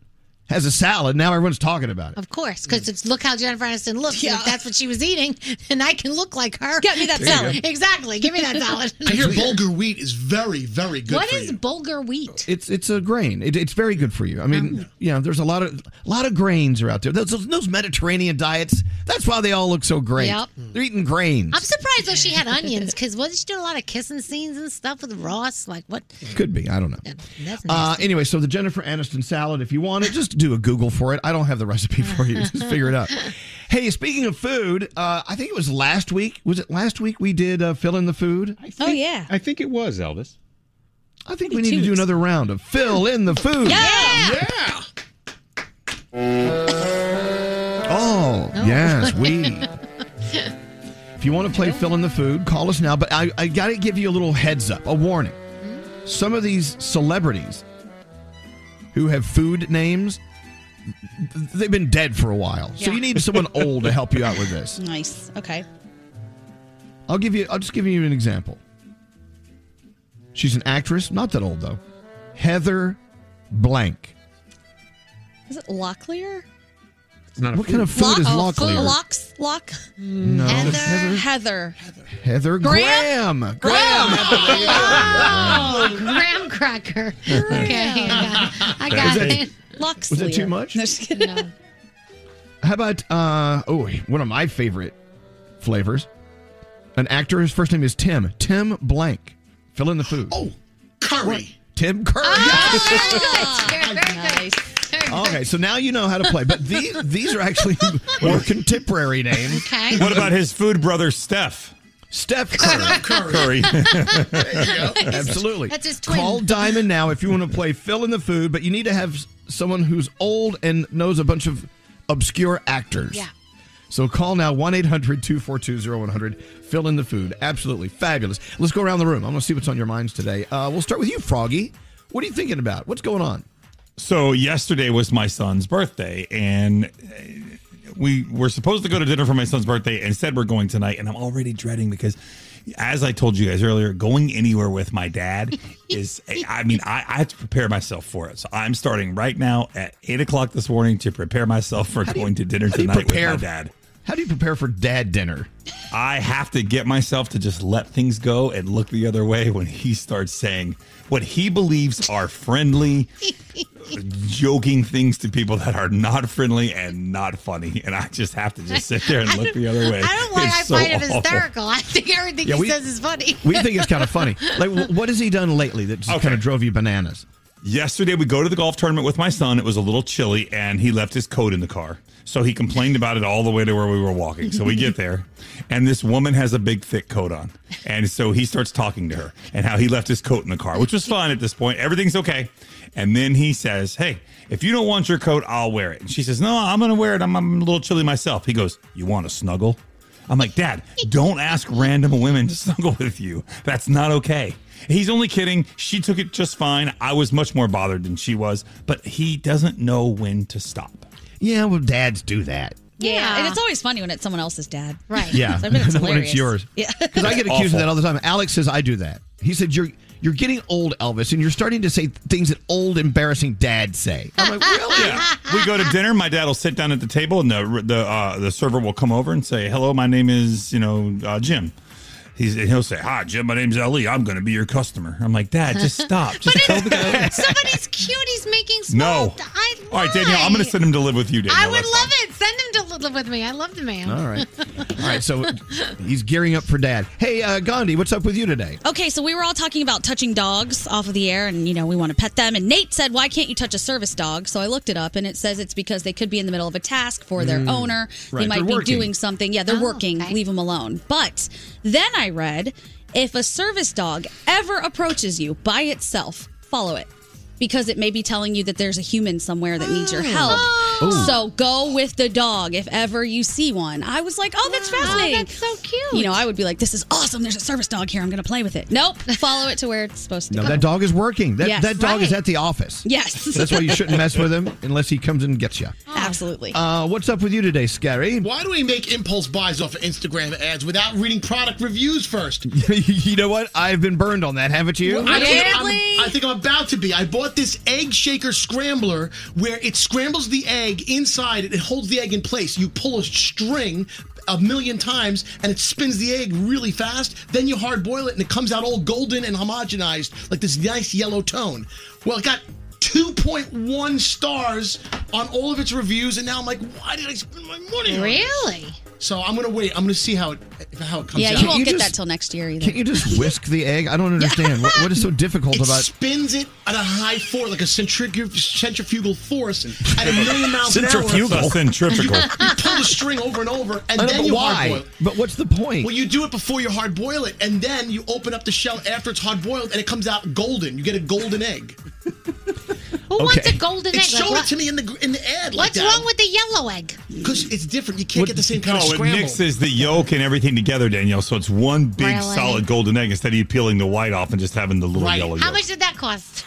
S4: has a salad, now everyone's talking about it.
S5: Of course,
S19: Mm.
S5: because it's look how Jennifer Aniston looks. and if that's what she was eating, and I can look like her. Get me
S19: that There you salad. go.
S5: Exactly. Give me that salad.
S19: I hear bulgur wheat is very, very good
S5: What
S19: for
S5: is
S19: you.
S5: bulgur wheat?
S4: It's it's a grain. It, it's very good for you. I mean, you know, there's a lot of a lot of grains are out there. Those, those, those Mediterranean diets. That's why they all look so great.
S5: Yep.
S4: They're eating grains.
S5: I'm surprised though she had onions because wasn't she doing a lot of kissing scenes and stuff with Ross? Like what?
S4: Could be. I don't know.
S5: That's
S4: Uh, anyway, so the Jennifer Aniston salad, if you want it, just do a Google for it. I don't have the recipe for you. Just figure it out. Hey, speaking of food, uh, I think it was last week. Was it last week we did uh, fill in the food?
S7: oh yeah.
S4: I think it was, Elvis. I think we
S7: Maybe
S4: need to
S7: two
S4: do
S7: weeks.
S4: another round of fill in the food.
S7: Yeah.
S4: Oh, yes, we. If you want to play fill in the food, call us now. But I, I got to give you a little heads up, a warning.
S7: Hmm?
S4: Some of these celebrities who have food names, th- they've been dead for a while. So you need someone old to help you out with this.
S7: Nice. Okay.
S4: I'll give you. I'll just give you an example. She's an actress, not that old though. Heather Blank.
S7: Is it Locklear?
S4: what kind of food is
S7: Lock-
S4: Locklear?
S7: Locks. Lock.
S4: No. Heather.
S7: Heather. Heather.
S4: Heather Graham. Graham.
S5: Oh, graham cracker. Okay, I got
S4: Is
S5: it.
S7: Lux.
S4: Was that too much?
S5: No.
S4: How about uh oh one of my favorite flavors. An actor, his first name is Tim. Tim Blank. Fill in the food. Oh,
S19: curry.
S4: Tim Curry.
S5: Oh, Nice.
S4: okay, so now you know how to play. But these these are actually more contemporary names.
S5: Okay.
S9: What about his food brother, Steph?
S4: Steph
S9: Curry.
S4: Curry. Absolutely.
S5: That's his twin.
S4: Call Diamond now if you want to play Fill in the Food, but you need to have s- someone who's old and knows a bunch of obscure actors.
S5: Yeah.
S4: So call now 1 800 242 100. Fill in the food. Absolutely fabulous. Let's go around the room. I'm going to see what's on your minds today. Uh, we'll start with you, Froggy. What are you thinking about? What's going on?
S9: So yesterday was my son's birthday, and uh, we were supposed to go to dinner for my son's birthday. and Instead, we're going tonight, and I'm already dreading because, as I told you guys earlier, going anywhere with my dad is. I mean, I, I have to prepare myself for it. So I'm starting right now at eight o'clock this morning to prepare myself for going to dinner
S4: do you
S9: tonight with
S4: prepare-
S9: my dad.
S4: How do you prepare for dad dinner?
S9: I have to get myself to just let things go and look the other way when he starts saying what he believes are friendly, joking things to people that are not friendly and not funny. And I just have to just sit there and look the other way.
S5: I don't know why
S9: It's
S5: I
S9: so
S5: find him
S9: awful.
S5: hysterical. I think everything
S4: Yeah,
S5: he
S4: we-
S5: says is funny.
S4: We think it's kind of funny. Like, wh- what has he done lately that just kind of drove you bananas?
S9: Yesterday, we go to the golf tournament with my son. It was a little chilly, and he left his coat in the car. So he complained about it all the way to where we were walking. So we get there, and this woman has a big, thick coat on. And so he starts talking to her and how he left his coat in the car, which was fine at this point. Everything's okay. And then he says, Hey, if you don't want your coat, I'll wear it. And she says, No, I'm going to wear it. I'm, I'm a little chilly myself. He goes, You want to snuggle? I'm like, Dad, don't ask random women to snuggle with you. That's not okay. He's only kidding. She took it just fine. I was much more bothered than she was, but he doesn't know when to stop.
S4: Yeah, well, dads do that.
S7: Yeah. and it's always funny when it's someone else's dad. Right.
S4: Yeah,
S7: I bet it's
S4: Not when
S7: hilarious.
S4: it's yours.
S7: Yeah.
S4: Because I get accused of that all the time. Alex says I do that. He said you're you're getting old, Elvis, and you're starting to say things that old, embarrassing dads say. I'm like, really?
S9: we go to dinner. My dad will sit down at the table, and the the uh, the server will come over and say, "Hello, my name is you know uh, Jim." He's, and he'll say, "Hi, Jim. My name's Ali. I'm going to be your customer." I'm like, "Dad, just stop. Just tell the guy."
S5: Somebody's cute. He's making small.
S9: no. All right, Danielle, I'm going to send him to live with you, Danielle.
S5: I would
S9: That's
S5: love it. Send him to live with me. I love the man.
S4: All right. All right, so he's gearing up for dad. Hey, uh, Gandhi, what's up with you today?
S7: Okay, so we were all talking about touching dogs off of the air, and you know we want to pet them. And Nate said, "Why can't you touch a service dog?" So I looked it up, and it says it's because they could be in the middle of a task for their
S23: Mm,
S7: owner. They
S23: right,
S7: might
S23: they're
S7: be
S23: working.
S7: doing something. Yeah, they're working. Leave them alone. But then I read, if a service dog ever approaches you by itself, follow it. Because it may be telling you that there's a human somewhere that needs your help.
S24: Oh.
S7: So go with the dog if ever you see one. I was like, oh, that's fascinating. that's so
S5: cute.
S7: You know, I would be like, this is awesome. There's a service dog here. I'm going to play with it. Nope. Follow it to where it's supposed to
S4: No,
S7: go.
S4: that dog is working. That
S7: Yes.
S4: that dog is
S7: Right.
S4: at the office.
S7: Yes.
S4: That's why you shouldn't mess with him unless he comes and gets you.
S7: Absolutely.
S4: Uh, what's up with you today, Scary?
S13: Why do we make impulse buys off of Instagram ads without reading product reviews first?
S4: you know what? I've been burned on that, haven't you?
S13: Well, I, think I'm, I think I'm about to be. I bought this egg shaker scrambler where it scrambles the egg inside. It holds the egg in place. You pull a string a million times and it spins the egg really fast. Then you hard boil it and it comes out all golden and homogenized, like this nice yellow tone. Well, it got. 2.1 stars on all of its reviews, and now I'm like, why did I spend my money? on this?
S5: Really?
S13: So I'm gonna wait. I'm gonna see how it how it comes
S7: yeah,
S13: out.
S7: you won't get that till next year either.
S4: Can't you just whisk the egg? I don't understand. what, what is so difficult
S13: It
S4: about
S13: spins it at a high force, like a centrifugal, centrifugal force, at a million miles an hour.
S4: Centrifugal. Centrifugal.
S13: You, you pull the string over and over, and
S4: I don't
S13: then
S4: know
S13: you hard
S4: why.
S13: boil.
S4: But what's the point?
S13: Well, you do it before you hard boil it, and then you open up the shell after it's hard boiled, and it comes out golden. You get a golden egg.
S5: Who wants a golden
S13: It
S5: egg?
S13: showed it to me in the in the ad. like
S5: What's
S13: that.
S5: wrong with the yellow egg?
S13: Because it's different. You can't get the same kind of
S9: No, it
S13: scramble.
S9: mixes the yolk and everything together, Danielle. So it's one big
S5: Really?
S9: solid golden egg instead of you peeling the white off and just having the little yellow
S5: How
S9: yolk.
S5: much did that cost?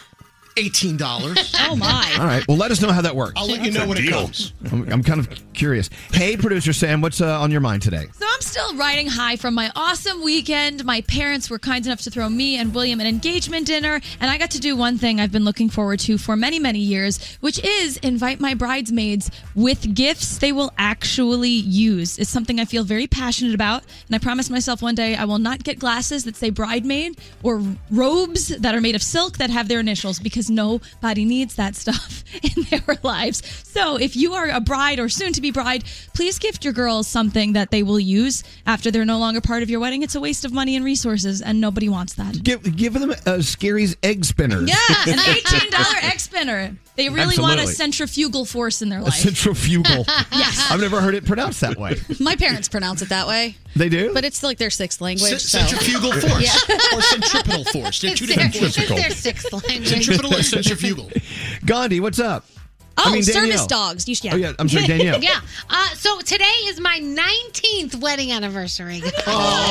S13: Eighteen dollars.
S5: oh
S7: my!
S4: All right. Well, let us know how that works.
S13: I'll let you know when it comes.
S4: I'm, I'm kind of curious. Hey, producer Sam, what's uh, on your mind today?
S16: So I'm still riding high from my awesome weekend. My parents were kind enough to throw me and William an engagement dinner, and I got to do one thing I've been looking forward to for many, many years, which is invite my bridesmaids with gifts they will actually use. It's something I feel very passionate about, and I promise myself one day I will not get glasses that say bridemaid or robes that are made of silk that have their initials because nobody needs that stuff in their lives. So if you are a bride or soon to be bride, please gift your girls something that they will use use after they're no longer part of your wedding. It's a waste of money and resources, and nobody wants that.
S4: Give, give them uh, Scary's egg spinners.
S16: Yeah, an eighteen dollar egg spinner. They really want a
S4: Absolutely.
S16: centrifugal force in their
S4: A
S16: life.
S4: centrifugal.
S7: Yes.
S4: I've never heard it pronounced that way.
S7: My parents pronounce it that way,
S4: They do?
S7: but it's like their sixth language.
S4: Cent-
S7: so.
S4: centrifugal force.
S7: Yeah.
S13: Or centripetal force. They're two
S7: It's
S13: different
S7: their-
S13: forces.
S7: it's their
S5: sixth language.
S13: Centripetal or centrifugal.
S4: Gandhi, what's up?
S5: Oh,
S4: Danielle.
S5: service dogs.
S7: You-
S4: Oh, yeah. I'm sorry, Danielle.
S5: yeah. Uh, so today is my 19th wedding anniversary.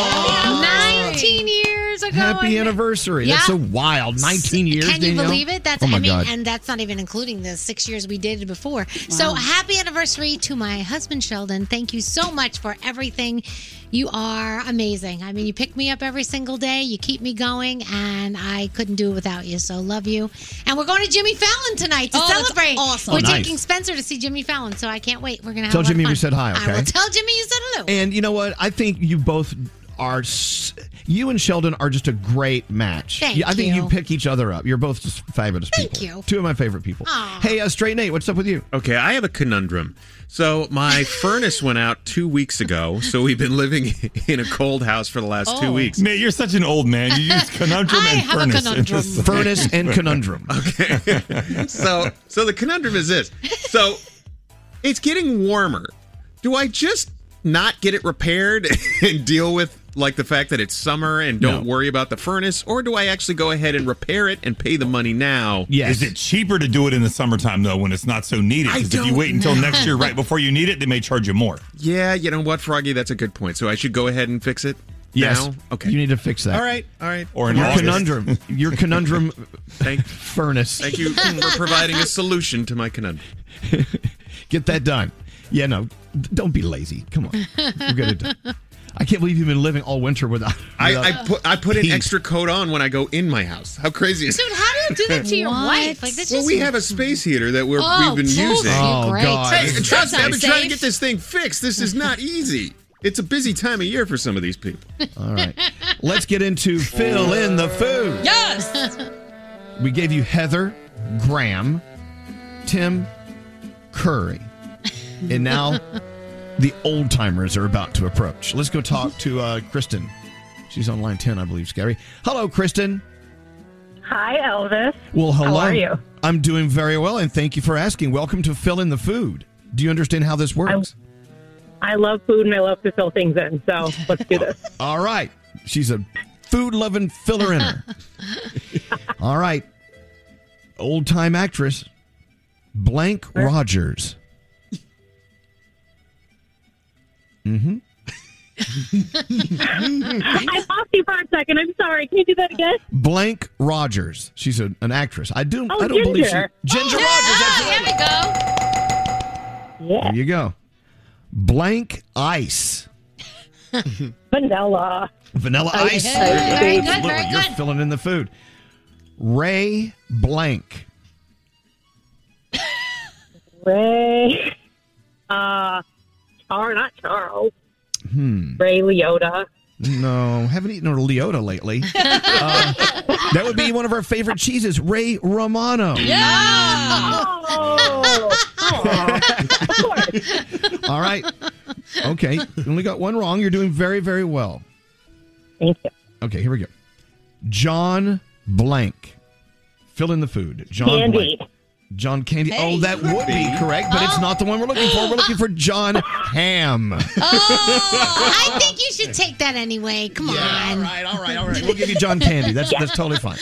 S5: 19 years ago. I
S4: Happy
S5: met-
S4: anniversary. That's so
S5: Yeah.
S4: wild. 19 years,
S5: Can you
S4: Danielle?
S5: believe it? That's
S4: oh my
S5: I mean,
S4: God.
S5: and that's not even including the six years we dated before. So happy anniversary to my husband Sheldon. Thank you so much for everything. You are amazing. I mean, you pick me up every single day. You keep me going, and I couldn't do it without you. So love you. And we're going to Jimmy Fallon tonight to
S7: Oh, that's
S5: celebrate.
S7: awesome.
S5: We're
S4: Oh, nice.
S5: taking Spencer to see Jimmy Fallon, so I can't wait. We're gonna have
S4: Tell
S5: a lot of
S4: Jimmy
S5: fun.
S4: we said hi,
S5: I will
S4: okay?
S5: tell Jimmy you said hello.
S4: And you know what? I think you both are. s- You and Sheldon are just a great match.
S5: Thank
S4: I think
S5: you.
S4: you. pick each other up. You're both just fabulous
S5: Thank
S4: people.
S5: you.
S4: Two of my favorite people. Hey, uh, Straight Nate, what's up with you?
S6: Okay, I have a conundrum. So my furnace went out two weeks ago, so we've been living in a cold house for the last two
S9: Oh.
S6: weeks.
S9: Nate, you're such an old man. You use conundrum
S6: I
S9: and
S6: have a
S9: furnace.
S6: conundrum. Furnace and
S4: conundrum.
S6: Okay. so so the conundrum is this. So it's getting warmer. Do I just not get it repaired and deal with like the fact that it's summer and don't worry about the furnace, or do I actually go ahead and repair it and pay the money now?
S9: Is it cheaper to do it in the summertime though, when it's not so needed?
S6: I
S9: Because if you
S6: don't
S9: wait until
S6: know.
S9: next year, right before you need it, they may charge you more.
S6: Yeah, you know what, Froggy, that's a good point. So I should go ahead and fix it. Now? Okay.
S4: You need to fix that.
S6: All right. All right.
S4: Or your conundrum. Your conundrum
S6: Thank,
S4: furnace.
S6: thank you for providing a solution to my conundrum.
S4: Get that done. Yeah, no. d- Don't be lazy. Come on. We'll get it done. I can't believe you've been living all winter without.
S6: I,
S4: without
S6: I put I put an
S4: heat.
S6: extra coat on when I go in my house. How crazy is
S5: Dude, how do you do that to your
S6: What?
S5: wife? Like this
S6: Well,
S5: just
S6: we have a space heater that we're,
S5: Oh,
S6: we've been
S5: poof,
S6: using.
S5: you're Oh, great. God.
S6: Hey,
S5: That's
S6: trust me,
S5: not
S6: I've been trying to
S5: safe.
S6: get this thing fixed. This is not easy. It's a busy time of year for some of these people.
S4: All right. Let's get into fill in the food.
S7: Yes.
S4: We gave you Heather, Graham, Tim, Curry. And now the old timers are about to approach. Let's go talk to uh, Kristen. She's on line 10, I believe, Scary. Hello, Kristen.
S23: Hi, Elvis.
S4: Well, hello.
S23: How are you?
S4: I'm doing very well, and thank you for asking. Welcome to Fill in the Food. Do you understand how this works?
S23: I love food and I love to fill things in. So let's do this.
S4: All right. She's a food loving filler in her. All right. Old time actress, Blank Rogers. Mm-hmm.
S23: I lost you for a second. I'm sorry. Can you do that again?
S4: Blank Rogers. She's a, an actress. I do.
S23: Oh,
S4: I don't believe she.
S23: Ginger.
S18: Oh,
S4: Ginger Rogers. There we go. There you go. Blank Ice.
S23: Vanilla.
S4: Vanilla
S23: Okay.
S4: Ice.
S23: Oh, Very good,
S4: Absolutely.
S23: very
S4: You're
S23: good.
S4: filling in the food. Ray Blank.
S23: Ray. Uh, Char, not Charles.
S4: Hmm.
S23: Ray Liotta.
S4: No, haven't eaten a Leota lately. Uh, that would be one of our favorite cheeses, Ray Romano.
S5: Oh.
S4: All right. Okay. You only got one wrong. You're doing very, very well.
S23: Thank you.
S4: Okay, here we go. John Blank. Fill in the food. John
S23: Candy.
S4: Blank. John Candy.
S23: Hey,
S4: oh, that
S23: could
S4: would be,
S23: be.
S4: correct, but it's
S5: Oh.
S4: not the one we're looking for. We're looking for John Ham.
S5: Oh, I think you should take that anyway. Come on. All right,
S4: all right, all right. We'll give you John Candy. That's that's totally fine.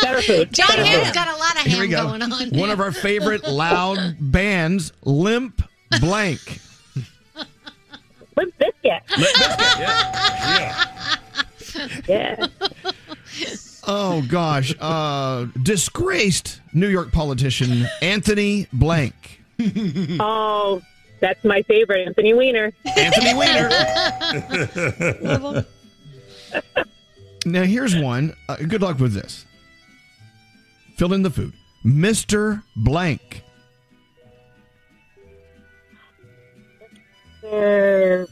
S23: Better food.
S5: John
S4: Better
S5: Ham's
S4: food.
S5: got a lot of
S4: Here we
S5: ham
S4: go.
S5: going on.
S4: One of our favorite loud bands, Limp Blank.
S23: Limp Biscuit.
S4: Limp Bizkit,
S23: Yeah.
S4: Oh gosh, uh, disgraced New York politician Anthony Blank.
S23: oh, that's my favorite, Anthony Weiner.
S4: Anthony Now here's one. Uh, good luck with this. Fill in the food, Mister Blank.
S23: Weiner.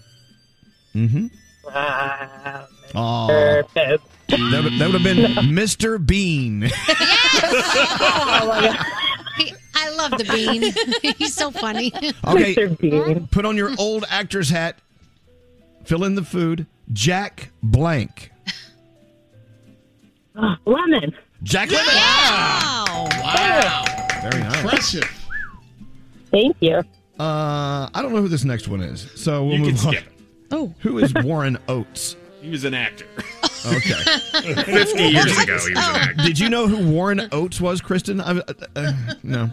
S4: Mm-hmm.
S23: Uh,
S4: Oh, that
S23: Perfect.
S4: would, that would have been Mister Bean.
S5: He- I love the bean. He's so funny.
S4: Okay, put on your old actor's hat. Fill in the food. Jack blank.
S23: Lemon.
S4: Jack
S23: Yeah.
S4: lemon.
S23: Wow. Wow.
S4: Very nice.
S23: Impressive.
S4: Thank you. Uh, I don't know who this next one is, so we'll
S10: You can
S4: move on.
S10: skip
S4: Oh, who is Warren Oates?
S10: He was an actor.
S4: Okay.
S10: 50 years ago, he was an actor.
S4: Did you know who Warren Oates was, Kristen? I, uh, uh, no.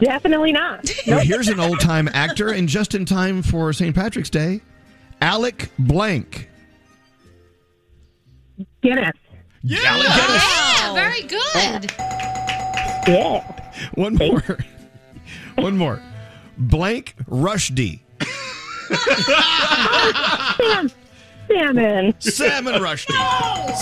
S23: Definitely not.
S4: Well, here's an old time actor, and just in time for St. Patrick's Day, Alec Blank.
S23: Guinness.
S4: Yeah, Alec Guinness.
S5: Yeah, very good.
S4: Yeah. One more. One more. Blank Rushdie.
S23: Sam. Salmon.
S4: Salmon
S5: Oh,
S4: Rushdie.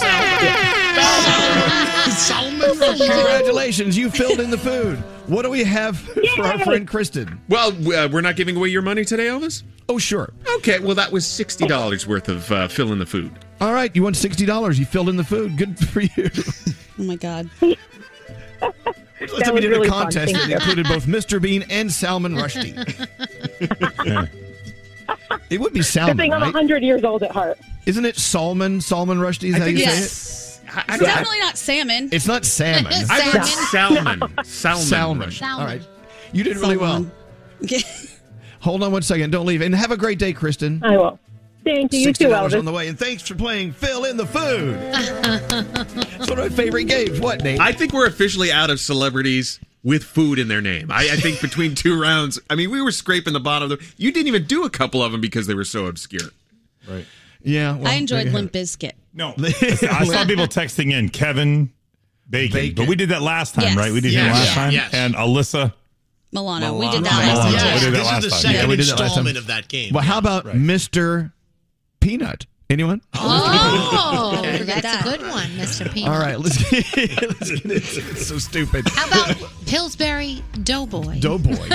S23: Salmon.
S4: Congratulations, you filled in the food. What do we have for our friend Kristen?
S6: Well, uh, we're not giving away your money today, Elvis?
S4: Oh, sure.
S6: Okay, well, that was $60 worth of uh, fill in the food.
S4: All right, you won sixty dollars. You filled in the food. Good for you.
S7: Oh my God.
S4: Listen, we did a contest that included both Mr. Bean and Salmon Rushdie. it would be
S23: Good
S4: Salmon,
S23: thing I'm
S4: right?
S23: 100 years old at heart.
S4: Isn't it Salmon? Salmon Rushdie is how you say it.
S7: It's definitely not salmon.
S4: It's not salmon.
S7: I heard
S6: salmon.
S4: Salmon.
S7: Salmon.
S4: All right. You did really well. Hold on one second. Don't leave. And have a great day, Kristen.
S23: I will. Thank you. You too,
S4: $60
S23: Elvis.
S4: on the way. And thanks for playing Fill in the Food. it's one of my favorite games. What, Nate?
S6: I think we're officially out of celebrities with food in their name. I, I think between two rounds, I mean, we were scraping the bottom of them. You didn't even do a couple of them because they were so obscure.
S9: Right.
S4: Yeah.
S7: I enjoyed Limp Bizkit.
S9: No. I saw people texting in Kevin Bacon, but we did that last time,
S7: Yes.
S9: right? We did
S7: Yes.
S9: that last
S7: Yeah.
S9: time.
S7: Yes.
S9: And Alyssa.
S7: Milano. We
S9: Milano.
S7: did that last
S9: Milano.
S7: time.
S9: We did that
S7: This is
S9: last
S7: the
S9: time.
S7: second
S9: Yeah, we did that last
S4: installment
S9: time.
S4: of that game. Well, how about Mr. Peanut? Anyone?
S5: Oh, that's a good one, Mr. Peanut.
S4: All right, let's get, let's get into it. It's so stupid.
S5: How about Pillsbury Doughboy?
S4: Doughboy.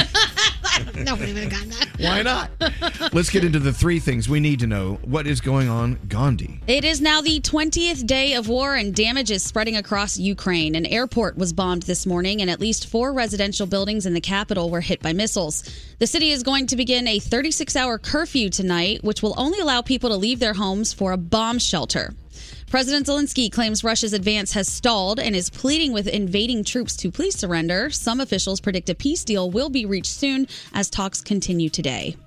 S5: Nobody would have gotten that.
S4: Why not? Let's get into the three things we need to know. What is going on, Gandhi?
S7: It is now the 20th day of war and damage is spreading across Ukraine. An airport was bombed this morning and at least four residential buildings in the capital were hit by missiles. The city is going to begin a 36 hour curfew tonight, which will only allow people to leave their homes for a bomb shelter. President Zelensky claims Russia's advance has stalled and is pleading with invading troops to please surrender. Some officials predict a peace deal will be reached soon as talks continue today.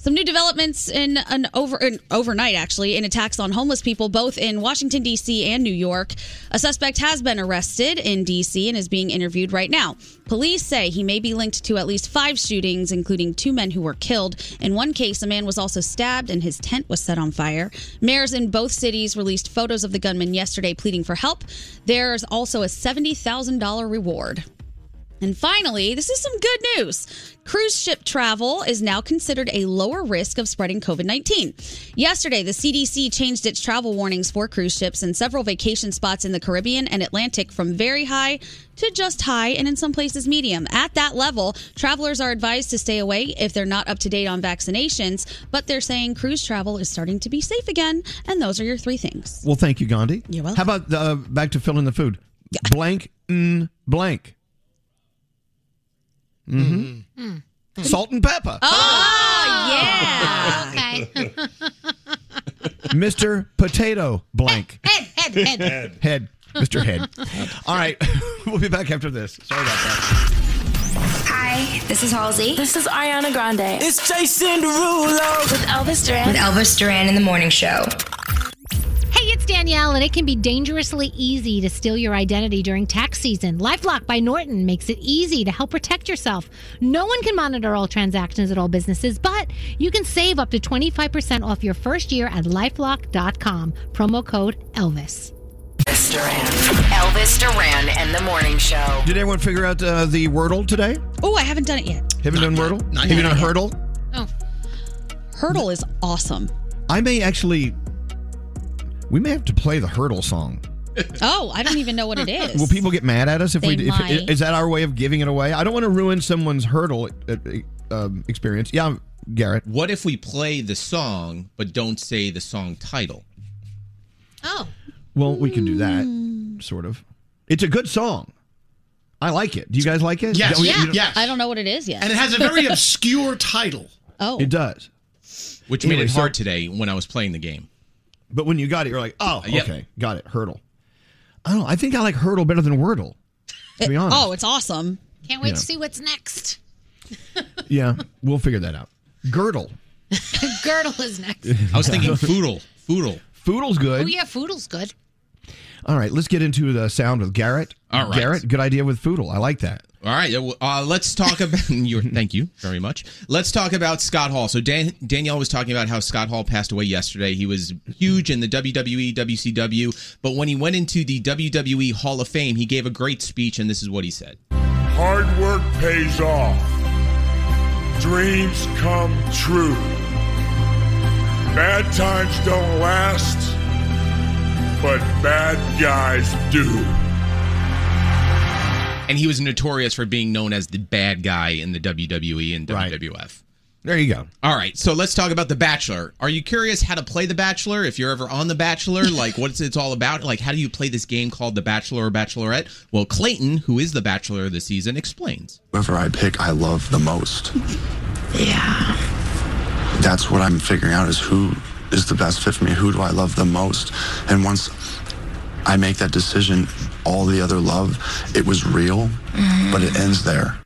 S7: Some new developments in an over in, overnight, actually, in attacks on homeless people, both in Washington D.C. and New York. A suspect has been arrested in D.C. and is being interviewed right now. Police say he may be linked to at least five shootings, including two men who were killed. In one case, a man was also stabbed and his tent was set on fire. Mayors in both cities released photos of the gunman yesterday, pleading for help. There's also a seventy thousand dollar reward. And finally, this is some good news. Cruise ship travel is now considered a lower risk of spreading COVID 19. Yesterday, the CDC changed its travel warnings for cruise ships and several vacation spots in the Caribbean and Atlantic from very high to just high and in some places medium. At that level, travelers are advised to stay away if they're not up to date on vaccinations, but they're saying cruise travel is starting to be safe again. And those are your three things.
S4: Well, thank you, Gandhi.
S7: You're
S4: welcome. How about uh, back to filling the food? Blank, mm, blank. Mm-hmm. Salt and pepper. Ah!
S5: Oh, yeah. Okay.
S4: Mr. Potato Blank.
S5: Head, head, head.
S4: Head. Mr. Head. All right. we'll be back after this. Sorry about that.
S24: Hi, this is Halsey. This is Ariana Grande. It's Jason Derulo with Elvis Duran.
S3: With Elvis Duran in the morning show.
S8: Hey, it's Danielle, and it can be dangerously easy to steal your identity during tax season. Lifelock by Norton makes it easy to help protect yourself. No one can monitor all transactions at all businesses, but you can save up to 25% off your first year at lifelock.com. Promo code ELVIS.
S3: Elvis Duran. Elvis Duran and the morning show.
S4: Did everyone figure out uh, the Wordle today?
S7: Oh, I haven't done it yet.
S4: Haven't done Wordle?
S7: not
S4: Have you
S7: yet.
S4: done Hurdle?
S7: Hurdle is awesome.
S4: I may actually. We may have to play the Hurdle song.
S7: Oh, I don't even know what it is.
S4: Will people get mad at us if we
S7: They
S4: if,
S7: might.
S4: is that our way of giving it away? I don't want to ruin someone's Hurdle uh, uh, um, experience. Yeah, Garrett.
S25: What if we play the song but don't say the song title?
S4: Well, we can do
S7: Mm.
S4: that, sort of. It's a good song. I like it. Do you guys like it?
S7: Yes.
S4: Yeah, we- you
S7: yeah.
S4: don't-
S7: I don't know what it is yet.
S19: And it has a very obscure title.
S7: Oh.
S4: It does.
S25: which
S4: Anyway,
S25: made it
S4: so-
S25: hard today when I was playing the game.
S4: But when you got it, you're like, oh,
S25: Yep.
S4: okay, got it. Hurdle. I don't. know. I think I like hurdle better than Wordle. To be honest.
S7: Oh, it's awesome.
S5: Can't wait
S4: Yeah.
S5: to see what's next.
S4: Yeah, we'll figure that out. Girdle.
S5: Girdle is next.
S25: I was thinking foodle. Foodle.
S4: Foodle's good.
S5: Oh yeah, foodle's good.
S4: All right, let's get into the sound with Garrett.
S25: All right.
S4: Garrett, good idea with Foodle. I like that.
S25: All right, uh, well, uh, let's talk about your. Thank you very much. Let's talk about Scott Hall. So Dan, Danielle was talking about how Scott Hall passed away yesterday. He was huge in the E, WWE, WCW, but when he went into the WWE Hall of Fame, he gave a great speech, and this is what he said.
S17: Hard work pays off. Dreams come true. Bad times don't last, but bad guys do.
S25: And he was notorious for being known as the bad guy in the WWE and WWF.
S4: There you go.
S25: All right, so let's talk about The Bachelor. Are you curious how to play The Bachelor? If you're ever on The Bachelor, like what's it's all about? Like how do you play this game called The Bachelor or Bachelorette? Well, Clayton, who is the Bachelor this season, explains.
S20: Whoever I pick, I love the most. Yeah. That's what I'm figuring out is who is the best fit for me. Who do I love the most? And once I make that decision, all the other love, it was real, but it ends there.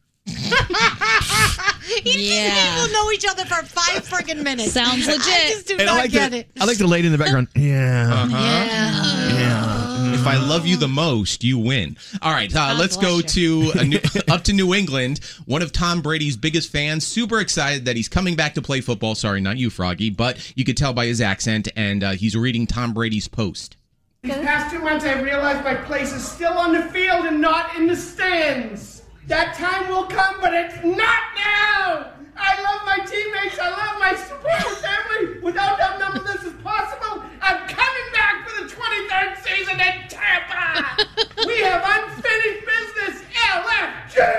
S5: You yeah. people know each other for five freaking minutes.
S7: Sounds legit.
S5: I just do
S4: And
S5: not
S4: I like
S5: get
S4: the,
S5: it.
S4: I like the lady in the background. Yeah.
S25: Uh-huh. Yeah. If I love you the most, you win. All right, uh, God let's go bless
S17: you.
S25: to a new, up to New England. One of Tom Brady's biggest fans, super excited that he's coming back to play football. Sorry, not you, Froggy, but you could tell by his accent, and uh, he's reading Tom Brady's post.
S12: These past two months, I realized my place is still on the field and not in the stands. That time will come, but it's not now. I love my teammates. I love my supporter family. Without them, none of this is possible. I'm coming back for the 23rd season in Tampa. we have unfinished business. LFG.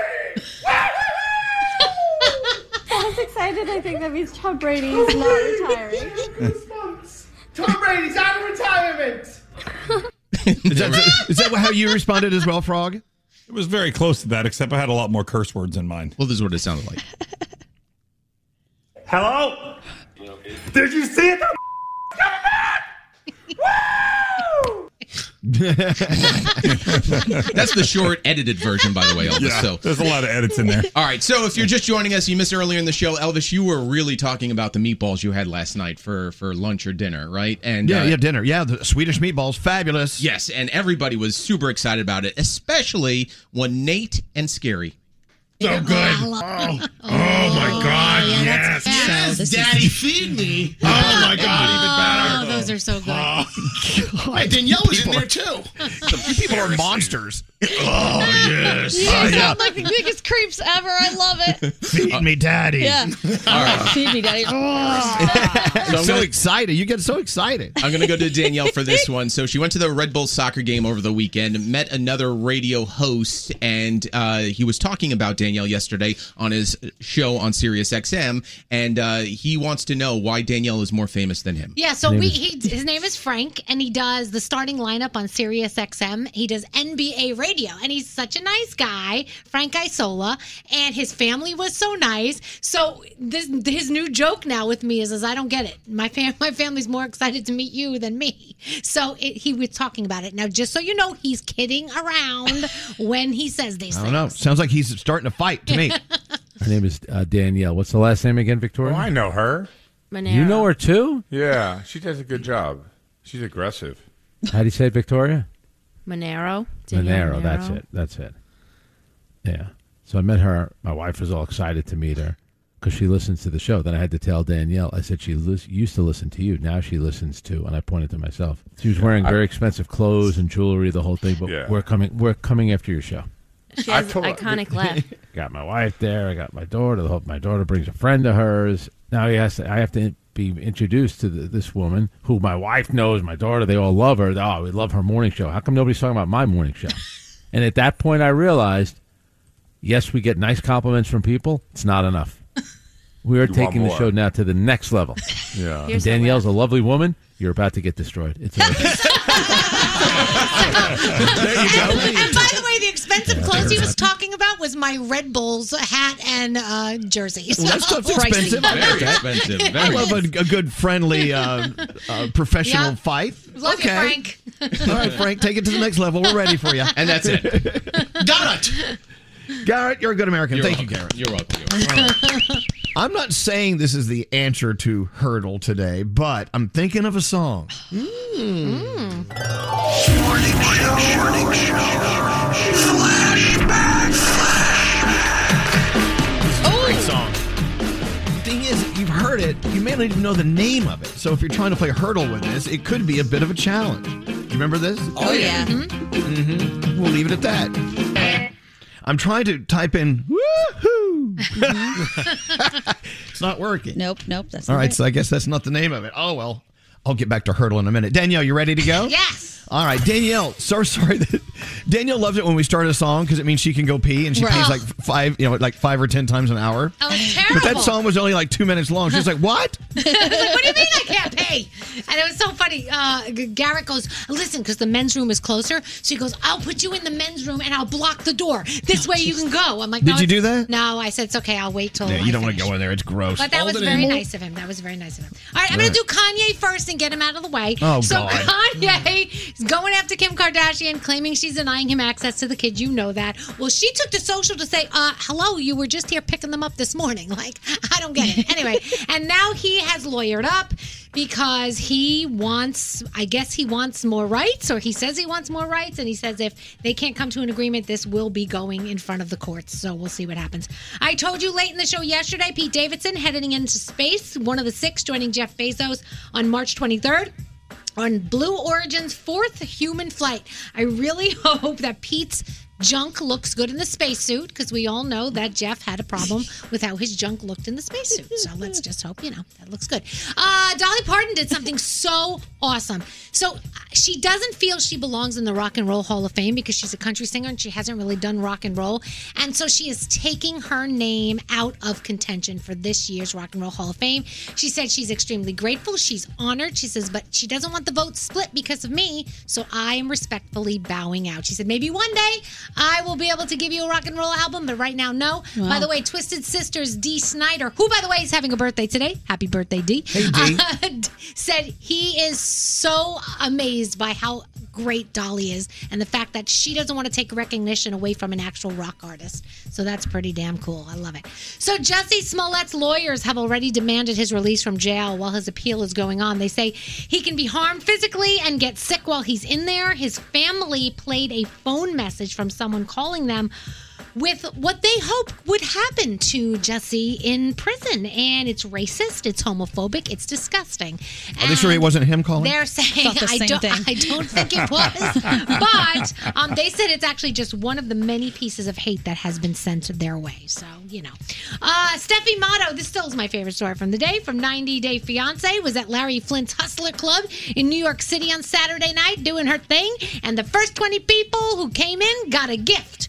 S23: I was excited. I think that means Tom Brady is not retiring.
S12: Tom Brady's out of retirement.
S4: Is that, is that how you responded as well, Frog?
S9: It was very close to that, except I had a lot more curse words in mind.
S25: Well, this is what it sounded like.
S17: Hello? Did you see it?
S25: That's the short edited version, by the way, Elvis.
S9: Yeah,
S25: so
S9: there's a lot of edits in there.
S25: All right, so if you're just joining us, you missed earlier in the show, Elvis. You were really talking about the meatballs you had last night for for lunch or dinner, right? And
S4: yeah,
S25: uh,
S4: yeah, dinner. Yeah, the Swedish meatballs, fabulous.
S25: Yes, and everybody was super excited about it, especially when Nate and Scary.
S17: So good. Oh, oh my God. yes. Yes, Daddy, feed me. Oh my God,
S5: Oh, those are so good.
S17: even better.
S19: Hey, Danielle was in
S17: People
S19: there
S17: are-
S19: too.
S4: You people are monsters.
S17: Oh, yes.
S7: You
S17: Oh,
S7: sound
S17: yeah.
S7: like the biggest creeps ever. I love it.
S4: Feed me, daddy.
S7: Yeah.
S25: right.
S7: Feed me, daddy. Oh.
S4: I'm so excited. You get so excited.
S25: I'm going to go to Danielle for this one. So she went to the Red Bull soccer game over the weekend, met another radio host, and uh, he was talking about Danielle yesterday on his show on Sirius XM, and uh, he wants to know why Danielle is more famous than him.
S5: Yeah, so
S25: Name
S5: we
S25: is-
S5: he, his name is Frank, and he does the starting lineup on Sirius XM. He does NBA radio, and he's such a nice guy, Frank Isola, and his family was so nice. So this his new joke now with me is, is I don't get it. My fam my family's more excited to meet you than me. So it, he was talking about it now. Just so you know, he's kidding around when he says these
S4: I
S5: things.
S4: don't know. Sounds like he's starting to fight to me.
S26: Her name is uh, Danielle. What's the last name again, Victoria?
S27: Oh, I know her.
S26: You know her too?
S27: Yeah, she does a good job. She's aggressive.
S26: How do you say it, Victoria?
S28: Monero.
S26: Monero. That's it. That's it. Yeah. So I met her. My wife was all excited to meet her because she listens to the show. Then I had to tell Danielle. I said she lis- used to listen to you. Now she listens to, and I pointed to myself. She was wearing
S27: I-
S26: very expensive clothes and jewelry, the whole thing. But
S27: Yeah.
S26: we're coming. We're coming after your show.
S28: She has iconic laugh.
S26: got my wife there. I got my daughter. The whole, my daughter brings a friend of hers. Now he has to, I have to be introduced to the, this woman who my wife knows, my daughter. They all love her. Oh, we love her morning show. How come nobody's talking about my morning show? and at that point, I realized, yes, we get nice compliments from people. It's not enough. We are
S27: You want
S26: taking the
S27: more.
S26: show now to the next level.
S27: Yeah.
S26: And
S27: Here's
S26: Danielle's a lovely woman. You're about to get destroyed. It's over.
S5: and, and by the way, the expensive clothes he was talking about was has my Red Bulls hat and uh, jersey.
S4: Well, that stuff's
S5: So-
S4: expensive.
S25: Very expensive. Very
S4: I love a, a good friendly uh, uh, professional
S5: Yeah.
S4: fight.
S5: Love
S4: okay.
S5: it, Frank.
S4: All right, Frank, take it to the next level. We're ready for you.
S25: And that's it.
S4: Garrett. Garrett, you're a good American.
S25: You're
S4: Thank
S25: welcome.
S4: you, Garrett.
S25: You're welcome. You're
S4: I'm not saying this is the answer to hurdle today, but I'm thinking of a song.
S5: Hmm.
S7: Oh,
S17: Great song.
S4: Thing is, you've heard it. You may not even know the name of it. So if you're trying to play hurdle with this, it could be a bit of a challenge. Do you remember this?
S7: Oh, yeah.
S4: hmm We'll leave it at that. I'm trying to type in woohoo. it's not working.
S7: Nope, nope. That's
S4: All
S7: not
S4: right,
S7: it.
S4: so I guess that's not the name of it. Oh well, I'll get back to hurdle in a minute. Danielle, you ready to go?
S5: yes.
S4: All right, Danielle. So sorry. that- Danielle loves it when we start a song because it means she can go pee and she
S5: Right.
S4: pees like five, you know, like five or ten times an hour.
S5: Oh, it's
S4: But
S5: terrible.
S4: that song was only like two minutes long. She's like, "What?
S5: I was like, what do you mean I can't pay? And it was so funny. Uh, G- Garrett goes, listen, because the men's room is closer. So he goes, I'll put you in the men's room and I'll block the door. This way you can go. I'm like,
S4: Did
S5: no,
S4: you
S5: it's-
S4: do that?
S5: No, I said, it's okay. I'll wait till.
S4: yeah,
S5: I
S4: you don't want
S5: finish."
S4: to go in there. It's gross."
S5: But that was very nice of him. That was very nice of him. All right, I'm going
S4: Right.
S5: to do Kanye first and get him out of the way.
S4: Oh,
S5: so
S4: God.
S5: Kanye is going after Kim Kardashian, claiming she's denying him access to the kids. You know that. Well, she took to social to say, uh, hello, you were just here picking them up this morning. Like, I don't get it. Anyway, and now he has lawyered up because he wants, I guess he wants more rights, or he says he wants more rights, and he says if they can't come to an agreement, this will be going in front of the courts. So we'll see what happens. I told you late in the show yesterday, Pete Davidson heading into space, one of the six, joining Jeff Bezos on March 23rd on Blue Origin's fourth human flight. I really hope that Pete's junk looks good in the spacesuit because we all know that Jeff had a problem with how his junk looked in the spacesuit. So let's just hope, you know, that looks good. Uh, Dolly Parton did something so awesome. So uh, she doesn't feel she belongs in the Rock and Roll Hall of Fame because she's a country singer and she hasn't really done rock and roll. And so she is taking her name out of contention for this year's Rock and Roll Hall of Fame. She said she's extremely grateful. She's honored. She says, but she doesn't want the vote split because of me. So I am respectfully bowing out. She said, maybe one day I will be able to give you a rock and roll album, but right now, no.
S1: Wow.
S5: By the way, Twisted Sisters D. Snyder, who, by the way, is having a birthday today. Happy birthday, D.
S1: Hey, D.
S5: Uh, said he is so amazed by how great Dolly is and the fact that she doesn't want to take recognition away from an actual rock artist. So that's pretty damn cool. I love it. So Jesse Smollett's lawyers have already demanded his release from jail while his appeal is going on. They say he can be harmed physically and get sick while he's in there. His family played a phone message from someone calling them with what they hope would happen to Jesse in prison. And it's racist, it's homophobic, it's disgusting.
S4: Are they sure it wasn't him calling?
S5: They're saying
S7: Thought the
S5: I
S7: same
S5: don't,
S7: thing.
S5: I don't think it was, but um, they said it's actually just one of the many pieces of hate that has been sent their way. So you know, uh, Steffi Motto. This still is my favorite story from the day. From 90 Day Fiance was at Larry Flint's Hustler Club in New York City on Saturday night doing her thing, and the first 20 people who came in got a gift.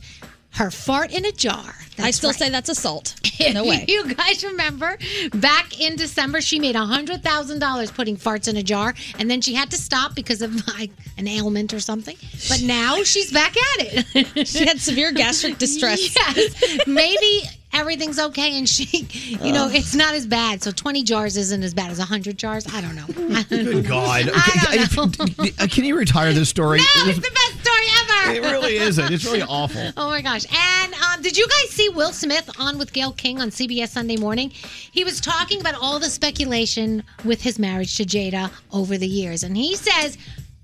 S5: Her fart in a jar.
S7: I still say that's assault. No
S5: If
S7: way.
S5: You guys remember back in December, she made $100,000 putting farts in a jar, and then she had to stop because of like, an ailment or something. But now she's back at it.
S7: She had severe gastric distress.
S5: Yes. Maybe everything's okay, and she, you know,
S7: Ugh.
S5: it's not as bad. So 20 jars isn't as bad as 100 jars. I don't know.
S4: Good God!
S5: I
S4: don't know. uh, Can you retire this story?
S5: No,
S4: It
S5: it's
S4: was-
S5: the best story ever.
S4: It really isn't. It's really awful.
S5: Oh my gosh! And um, did you guys see Will Smith on with Gail King on CBS Sunday Morning? He was talking about all the speculation with his marriage to Jada over the years, and he says.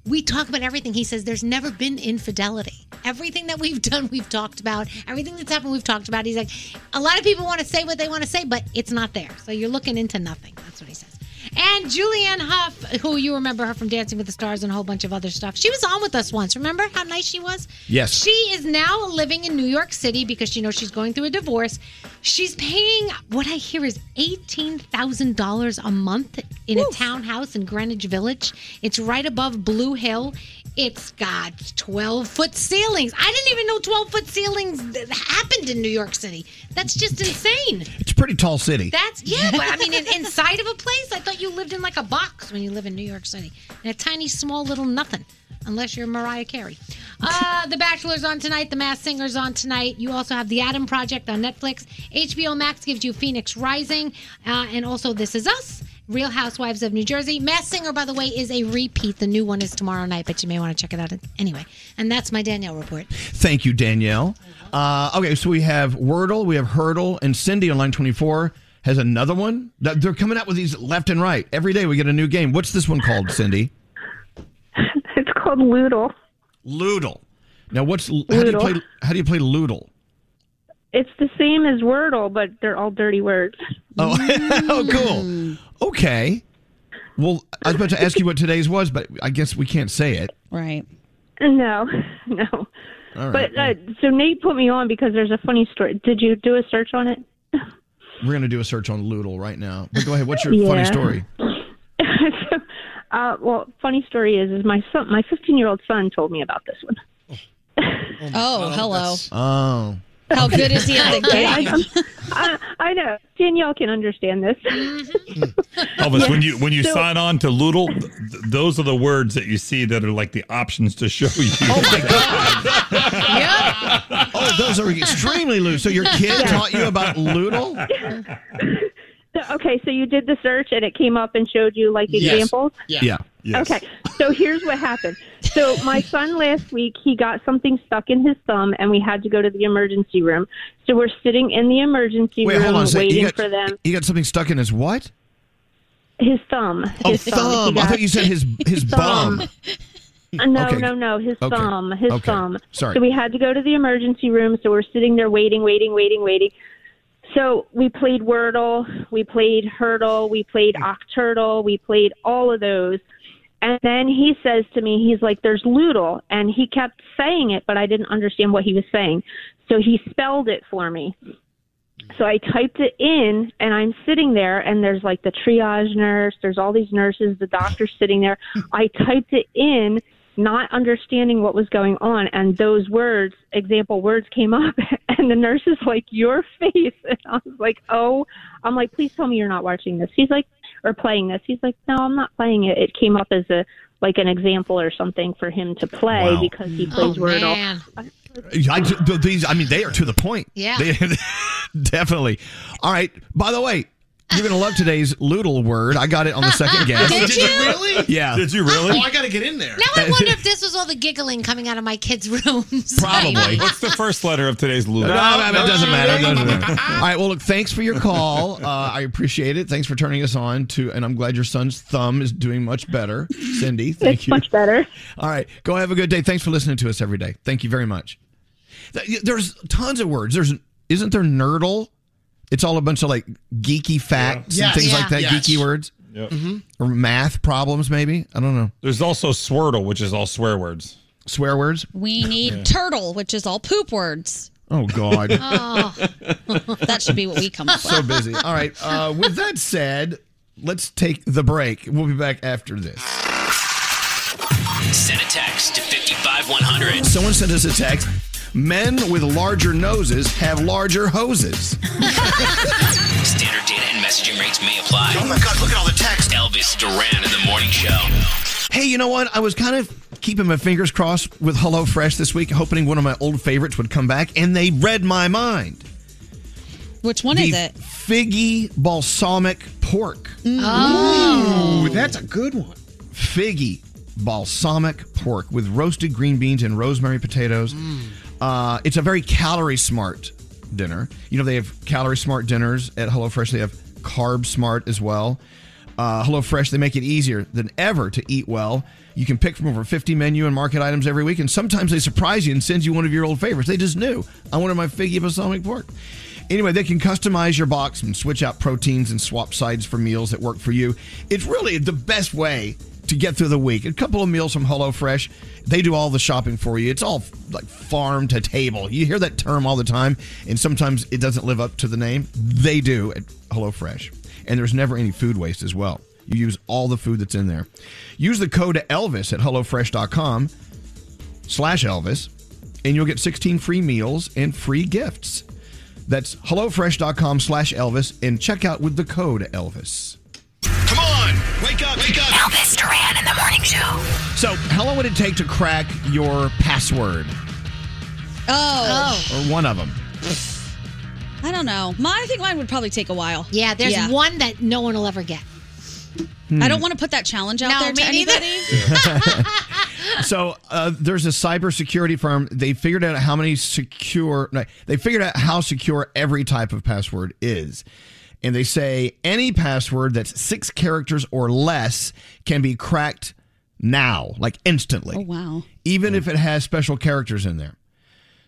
S5: We talk about everything. He says there's never been infidelity. Everything that we've done, we've talked about. Everything that's happened, we've talked about. He's like, a lot of people want to say what they want to say, but it's not there. So you're looking into nothing. That's what he says. And Julianne Hough, who you remember her from Dancing with the Stars and a whole bunch of other stuff. She was on with us once. Remember how nice she was?
S4: Yes.
S5: She is now living in New York City because you know she's going through a divorce. She's paying what I hear is eighteen thousand dollars a month in a townhouse in Greenwich Village. It's right above Blue Hill. It's got twelve foot ceilings. I didn't even know twelve foot ceilings th- happened in New York City. That's just insane.
S4: It's a pretty tall city.
S5: That's yeah, but I mean, in, inside of a place, I thought you lived in like a box when you live in New York City, in a tiny, small, little nothing. unless you're Mariah Carey. Uh, the Bachelor's on tonight. The Masked Singer's on tonight. You also have The Adam Project on Netflix. HBO Max gives you Phoenix Rising, uh, and also This Is Us. Real Housewives of New Jersey. Masked Singer, by the way, is a repeat. The new one is tomorrow night, but you may want to check it out anyway. And that's my Danielle report.
S4: Thank you, Danielle. Uh, okay, so we have Wordle, we have Hurdle, and Cindy on line 24 has another one. Th- They're coming out with these left and right. Every day we get a new game. What's this one called, Cindy?
S23: It's called Loodle.
S4: Loodle. Now, what's how do you
S23: Loodle.
S4: play? How do you play Loodle?
S23: It's the same as Wordle, but they're all dirty words.
S4: Oh,
S23: Mm.
S4: oh, cool. Okay. Well, I was about to ask you what today's was, but I guess we can't say it.
S23: Right. No, no.
S4: All right.
S23: But uh, so Nate put me on because there's a funny story. Did you do a search on it?
S4: We're gonna do a search on Loodle right now. But go ahead. What's your funny
S23: Yeah.
S4: story?
S23: Uh, well, funny story is is my son, my 15 year old son, told me about this one.
S7: Oh, hello.
S4: Oh.
S7: How good is he at the
S23: I,
S7: game?
S23: I, I know Danielle can understand this.
S7: Mm.
S9: Elvis, when you when you
S23: So-
S9: sign on to Loodle, th- th- those are the words that you see that are like the options to show you.
S4: Oh, those are extremely loose. So your kid
S23: Yeah.
S4: taught you about Loodle?
S23: So, okay, so you did the search and it came up and showed you like
S4: Yes.
S23: examples.
S4: Yeah.
S23: Okay, so here's what happened. So my son last week he got something stuck in his thumb, and we had to go to the emergency room. So we're sitting in the emergency
S4: Wait,
S23: room
S4: hold on a second.
S23: waiting
S4: You got,
S23: for them.
S4: you got something stuck in his what?
S23: His thumb.
S4: Oh,
S23: his
S4: thumb.
S23: He
S4: I
S23: got-
S4: thought you said his his
S23: Thumb.
S4: bum.
S23: Uh, no,
S4: Okay.
S23: no, no. His
S4: Okay.
S23: thumb. His
S4: Okay.
S23: thumb.
S4: Sorry.
S23: So we had to go to the emergency room. So we're sitting there waiting, waiting, waiting, waiting. So we played Wordle, we played Hurdle, we played Octurtle, we played all of those. And then he says to me, he's like, there's Loodle. And he kept saying it, but I didn't understand what he was saying. So he spelled it for me. So I typed it in, and I'm sitting there, and there's like the triage nurse, there's all these nurses, the doctor's sitting there. I typed it in, not understanding what was going on, and those words, example words, came up, and the nurse is like, "Your face," and I was like, "Oh," I'm like, "Please tell me you're not watching this." He's like, "Or playing this?" He's like, "No, I'm not playing it. It came up as a like an example or something for him to play
S4: Wow.
S23: because he plays Wordle."
S4: I, ju- th- these, I mean, they are to the point.
S23: Yeah.
S4: They- definitely. All right. By the way, you're going to love today's Loodle word. I got it on the second guess.
S5: Did you?
S19: really?
S4: Yeah. Did you really?
S19: Oh, I got to get in there.
S5: Now I wonder if this was all the giggling coming out of my kids' rooms.
S9: What's the first letter of today's Loodle?
S4: No, no, no, it doesn't matter. It doesn't matter. All right. Well, look, thanks for your call. Uh, I appreciate it. Thanks for turning us on to, and I'm glad your son's thumb is doing much better, Cindy. Thank you. Much
S23: better.
S4: All right. Go have a good day. Thanks for listening to us every day. Thank you very much. Th- There's tons of words. There's isn't there nerdle? It's all a bunch of like geeky facts
S9: Yes.
S4: and things
S9: Yeah.
S4: like that.
S9: Yes.
S4: Geeky words.
S1: Mm-hmm.
S4: Or math problems, maybe. I don't know.
S9: There's also Swirtle, which is all swear words.
S4: Swear words.
S7: We need
S9: Yeah.
S7: turtle, which is all poop words.
S4: Oh God.
S7: Oh. that should be what we come up with.
S4: so busy. All right. Uh, with that said, let's take the break. We'll be back after this.
S1: Send a text to 55100.
S4: Someone sent us a text. Men with larger noses have larger hoses.
S1: Standard data and messaging rates may apply. Oh my God, look at all the text. Elvis Duran in the morning show.
S4: Hey, you know what? I was kind of keeping my fingers crossed with HelloFresh this week, hoping one of my old favorites would come back, and they read my mind.
S7: Which one
S4: the
S7: is it?
S4: Figgy balsamic pork.
S7: Oh.
S4: Ooh, that's a good one. Figgy balsamic pork with roasted green beans and rosemary potatoes. Uh, it's a very calorie smart dinner. You know, they have calorie smart dinners at HelloFresh, they have carb smart as well. Uh, HelloFresh, they make it easier than ever to eat well. You can pick from over 50 menu and market items every week, and sometimes they surprise you and send you one of your old favorites. They just knew. I wanted my figgy balsamic pork. Anyway, they can customize your box and switch out proteins and swap sides for meals that work for you. It's really the best way to get through the week. A couple of meals from HelloFresh, they do all the shopping for you. It's all f- like farm to table. You hear that term all the time, and sometimes it doesn't live up to the name. They do at HelloFresh. And there's never any food waste as well. You use all the food that's in there. Use the code Elvis at HelloFresh.com slash Elvis, and you'll get 16 free meals and free gifts. That's HelloFresh.com slash Elvis, and check out with the code Elvis.
S1: Wake up, wake up. Elvis Duran in the morning show.
S4: So, how long would it take to crack your password
S7: Oh.
S4: or one of them?
S7: I don't know. Mine, I think mine would probably take a while.
S5: Yeah, there's one that no one will ever get.
S4: Hmm.
S7: I don't want to put that challenge out
S5: No,
S7: there to
S5: me neither.
S7: anybody.
S4: so uh, there's a cybersecurity firm. They figured out how many secure. No, they figured out how secure every type of password is, and they say any password that's six characters or less can be cracked now, like instantly.
S7: Oh, wow.
S4: Even if it has special characters in there.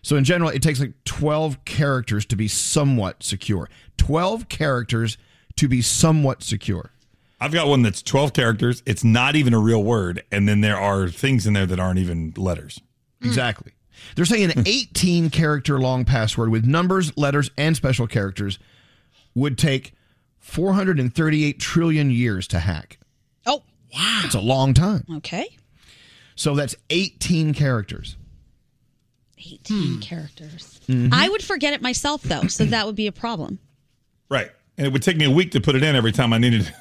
S4: So in general, it takes like 12 characters to be somewhat secure. 12 characters to be somewhat secure.
S9: I've got one that's 12 characters. It's not even a real word. And then there are things in there that aren't even letters.
S4: Exactly. They're saying an 18 character long password with numbers, letters, and special characters would take 438 trillion years to hack.
S7: Oh,
S4: wow. It's a long time.
S7: Okay.
S4: So that's 18 characters. Hmm.
S7: 18 characters.
S9: Mhm.
S7: I would forget it myself, though, so that would be a problem.
S9: Right. And it would take me a week to put it in every time I needed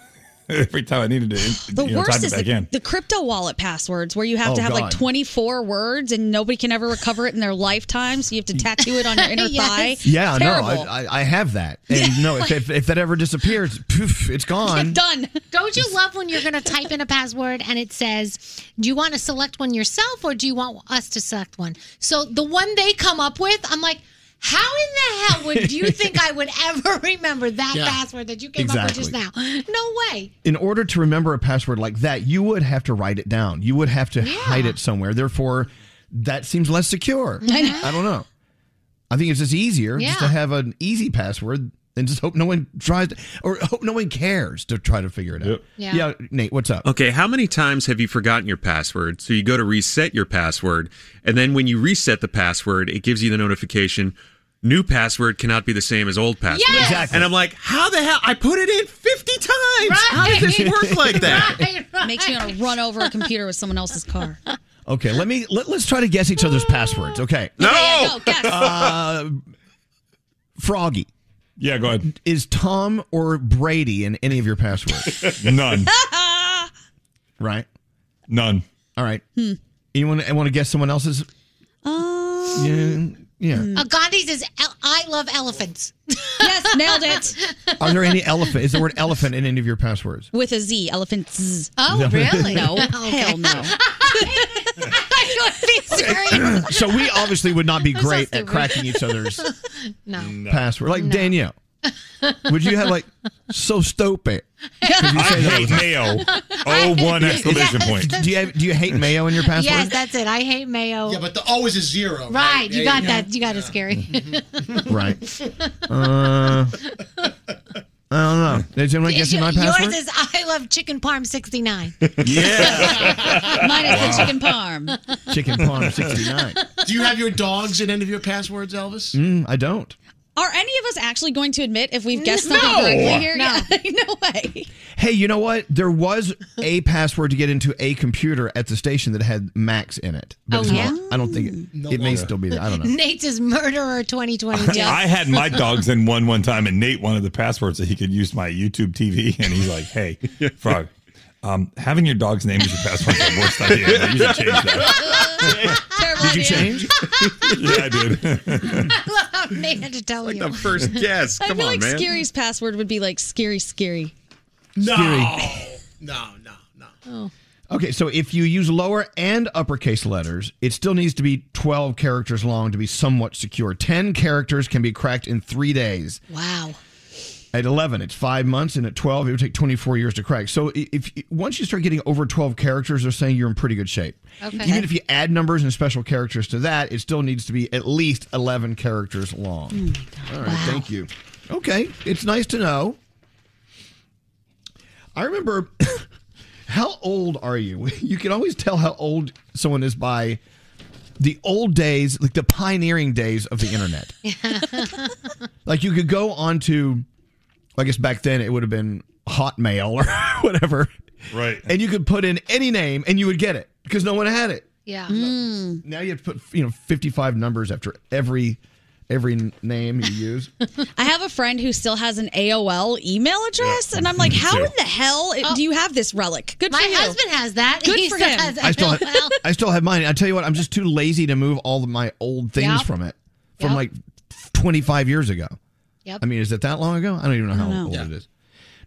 S9: every time I needed to
S7: The
S9: you know,
S7: worst
S9: type
S7: is
S9: it back
S7: the,
S9: in.
S7: the crypto wallet passwords where you have
S9: Oh,
S7: to have like
S9: God.
S7: 24 words and nobody can ever recover it in their lifetime. So you have to tattoo it on your inner
S4: Yes.
S7: thigh.
S4: Yeah,
S7: Terrible.
S4: no, I, I, I have that. And no, if, if, if that ever disappears, poof, it's gone.
S7: Done.
S5: Don't you love when you're going to type in a password and it says, "Do you want to select one yourself or do you want us to select one?" So the one they come up with, I'm like, "How in the hell would you think I would ever remember that
S4: Yeah.
S5: password that you came up with just now?" No way.
S4: In order to remember a password like that, you would have to write it down. You would have to
S5: Yeah.
S4: hide it somewhere. Therefore, that seems less secure.
S5: I know.
S4: I don't know. I think it's just easier just to
S5: Yeah.
S4: have an easy password and just hope no one tries to, or hope no one cares to try to figure it out.
S5: Yeah.
S4: Nate, what's up?
S6: Okay, how many times have you forgotten your password? So you go to reset your password, and then when you reset the password, it gives you the notification new password cannot be the same as old password.
S17: Yes! Exactly.
S6: And I'm like, how the hell? I put it in 50 times. How does this work like that?
S7: Makes me want to run over a computer with someone else's car.
S4: Okay, let me let, let's try to guess each other's passwords. Okay.
S7: No! Okay, yeah, go, guess.
S4: Uh, Froggy.
S9: Yeah, go ahead.
S4: Is Tom or Brady in any of your passwords?
S9: None.
S4: Right?
S9: None.
S4: All right.
S5: Hmm.
S4: Anyone want to guess someone else's? Um, yeah. yeah.
S5: Uh, Gandhi's is "El- I love elephants.
S7: yes, nailed it.
S4: Are there any elephant? Is the word elephant in any of your passwords?
S7: With a Z, elephant Z.
S4: No. Oh, really?
S7: No,
S4: Okay.
S7: hell no.
S4: so we obviously would not be great at
S5: stupid.
S4: cracking each other's
S5: no.
S4: password. Like Danielle, would you have like so stupid?
S9: I hate mayo. Oh, one exclamation point.
S4: Do you have, do you hate mayo in your password?
S5: Yes, that's it. I hate mayo. Yeah,
S19: but the always is zero.
S5: Right, you got that. You got it, scary.
S19: Mm-hmm.
S4: Right. Uh, I don't know. Did anyone guess my password?
S5: Yours is I love chicken parm 69.
S4: yeah.
S5: Mine is the
S4: Wow.
S5: chicken
S7: parm.
S4: Chicken parm 69.
S19: Do you have your dogs in any of your passwords, Elvis?
S4: Mm, I don't.
S7: Are any of us actually going to admit if we've guessed
S19: No.
S7: something correctly here?
S19: No.
S7: Yeah, no way.
S4: Hey, you know what? There was a password to get into a computer at the station that had Max in it.
S5: Oh,
S4: it's not-
S5: yeah? Mm.
S4: I don't think it, it may still be there. I don't know.
S5: Nate's is murderer 2022.
S9: I had my dogs in one one time, and Nate wanted the passwords that he could use my YouTube TV, and he's like, "Hey, Frog, um, having your dog's name as your password is the worst idea. ever. You should change that."
S6: Did you change?
S9: yeah, I did.
S5: I love how Nate had to tell
S6: like
S5: you.
S6: the first guess.
S7: I
S6: Come
S7: feel
S6: on,
S7: like
S6: man.
S7: Scary's password would be like scary, scary.
S19: No.
S7: No, no, no. Oh.
S4: Okay, so if you use lower and uppercase letters, it still needs to be 12 characters long to be somewhat secure. 10 characters can be cracked in three days.
S5: Wow.
S4: At 11, it's five months, and at 12, it would take 24 years to crack. So i- if once you start getting over 12 characters, they're saying you're in pretty good shape.
S5: Okay.
S4: Even if you add numbers and special characters to that, it still needs to be at least 11 characters long. All right, thank you. Okay, it's nice to know. I remember how old are you? You can always tell how old someone is by the old days, like the pioneering days of the internet. like you could go onto, I guess back then it would have been Hotmail or whatever,
S9: right?
S4: And you could put in any name and you would get it because no one had it. Mm.
S5: Yeah.
S4: Now you have to put you know fifty five numbers after every every n- name you use.
S7: I have a friend who still has an AOL email address, and I'm like,
S4: Me
S7: how
S4: too.
S7: in the hell do you have this relic? Good for
S5: Oh. My
S7: you.
S5: husband has that.
S7: Good
S5: He
S7: for
S5: still
S7: him.
S5: has
S4: I still, have, I still have mine. I tell you what, I'm just too lazy to move all of my old things
S5: Yep.
S4: from it from
S5: Yep.
S4: like 25 years ago.
S5: Yep.
S4: I mean, is it that long ago? I don't even know how
S5: I don't
S4: old
S5: know.
S4: it is.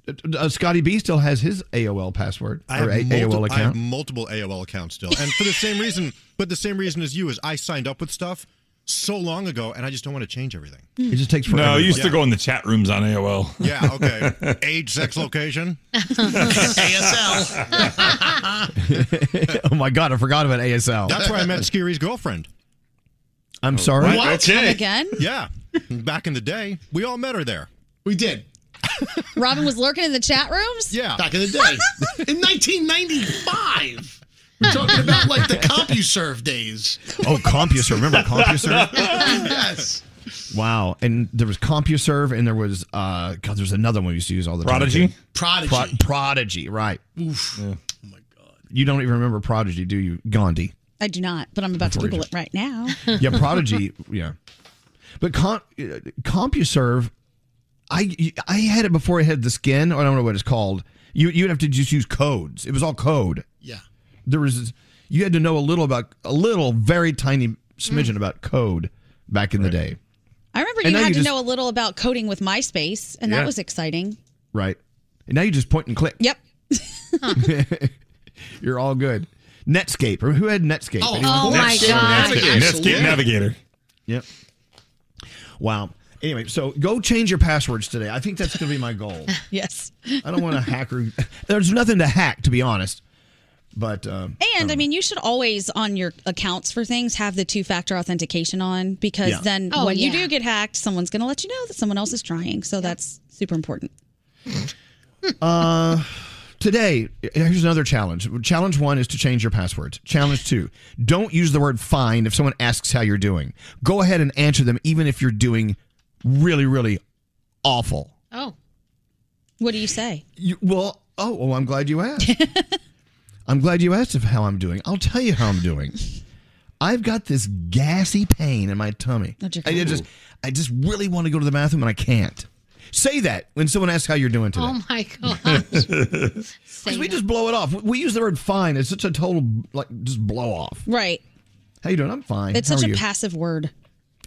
S4: Uh, uh, Scotty B still has his AOL password
S2: I
S4: or
S2: have,
S4: A-
S2: multi-
S4: AOL
S2: I have
S4: account.
S2: multiple AOL accounts still, and for the same reason. But the same reason as you is I signed up with stuff so long ago, and I just don't want to change everything.
S4: It just takes
S9: No,
S4: forever.
S9: you used to
S2: Yeah.
S9: go in the chat rooms on AOL.
S2: Yeah. Okay. Age, sex, location.
S4: oh my god, I forgot about ASL.
S2: That's where I met Scary's girlfriend.
S4: I'm sorry.
S7: again?
S2: Yeah. Back in the day, we all met her there.
S19: We did.
S7: Robin was lurking in the chat rooms.
S2: Yeah.
S19: Back in the day. In 1995. We're talking about like the CompuServe days.
S4: Oh, CompuServe. Remember CompuServe?
S19: yes.
S4: wow. And there was CompuServe, and there was uh, God. There's another one we used to use all the
S9: Prodigy?
S4: time. Prodigy. Prodigy. Prodigy. Right.
S7: Oof.
S2: Oh
S4: You don't even remember Prodigy, do you? Gandhi.
S7: I do not, but I'm about to
S4: Before you
S7: Google it right now.
S4: Yeah, Prodigy. yeah, but Com- uh, CompuServe, I I had it before I had the skin, or I don't know what it's called. You you'd have to just use codes. It was all code.
S19: Yeah.
S4: There was you had to know a little about a little very tiny smidgen
S7: Mm.
S4: about code back in the day,
S7: I remember
S4: And
S7: you
S4: now
S7: had
S4: you
S7: to
S4: just-
S7: know a little about coding with MySpace, and
S4: Yeah.
S7: that was exciting.
S4: right? And now you just point and click.
S7: Yep.
S4: You're all good. Netscape. Or who had Netscape?
S7: Oh,
S4: Anyone?
S7: oh my Netscape God. Navigator. Absolutely.
S9: Netscape Navigator.
S4: Yep. Wow. Anyway, so go change your passwords today. I think that's going to be my goal.
S7: yes.
S4: I don't want to hacker. There's nothing to hack, to be honest. But um,
S7: And I mean, you should always on your accounts for things have the two factor authentication on because
S4: Yeah.
S7: then
S5: Oh,
S7: when you
S5: yeah.
S7: do get hacked, someone's going to let you know that someone else is trying. So that's super important.
S4: uh, today, here's another challenge. Challenge one is to change your passwords. Challenge two: don't use the word "fine" if someone asks how you're doing. Go ahead and answer them, even if you're doing really, really awful.
S5: Oh.
S7: What do you say?
S4: You, well, oh, well, I'm glad you asked. I'm glad you asked if how I'm doing. I'll tell you how I'm doing. I've got this gassy pain in my tummy.
S7: Oh, dear
S4: I
S7: God.
S4: just, I just really want to go to the bathroom and I can't. Say that when someone asks how you're doing today.
S5: Oh my god.
S4: Because we just blow it off. We use the word "fine." It's such a total like just blow off.
S7: Right.
S4: How you doing? I'm fine.
S7: It's
S4: How
S7: such
S4: are
S7: a
S4: you?
S7: passive word.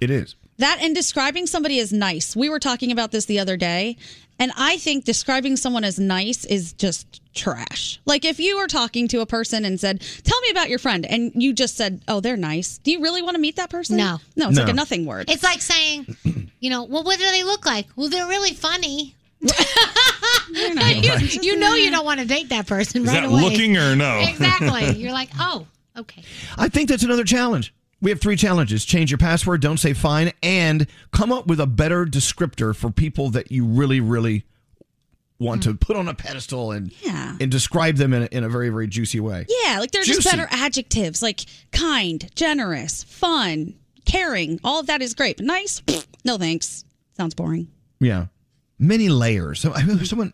S4: It is.
S7: That and describing somebody as nice. We were talking about this the other day, and I think describing someone as nice is just trash. Like if you were talking to a person and said, "Tell me about your friend," and you just said, "Oh, they're nice." Do you really want to meet that person?
S5: No.
S7: No, it's like
S5: No.
S7: a nothing word.
S5: It's like saying, you know, well, what do they look like? Well, they're really funny. you, you know you don't want to date that person
S4: Is
S5: right
S4: that
S5: away.
S4: looking or no?
S5: Exactly. You're like, oh, okay.
S4: I think that's another challenge. We have three challenges: change your password, don't say "fine," and come up with a better descriptor for people that you really, really want to put on a pedestal and
S7: Yeah.
S4: and describe them in a, in a very, very juicy way.
S7: yeah, like they're just
S4: Juicy.
S7: better adjectives, like kind, generous, fun, caring. All of that is great, but nice? No thanks. Sounds boring.
S4: Yeah, many layers. So I remember someone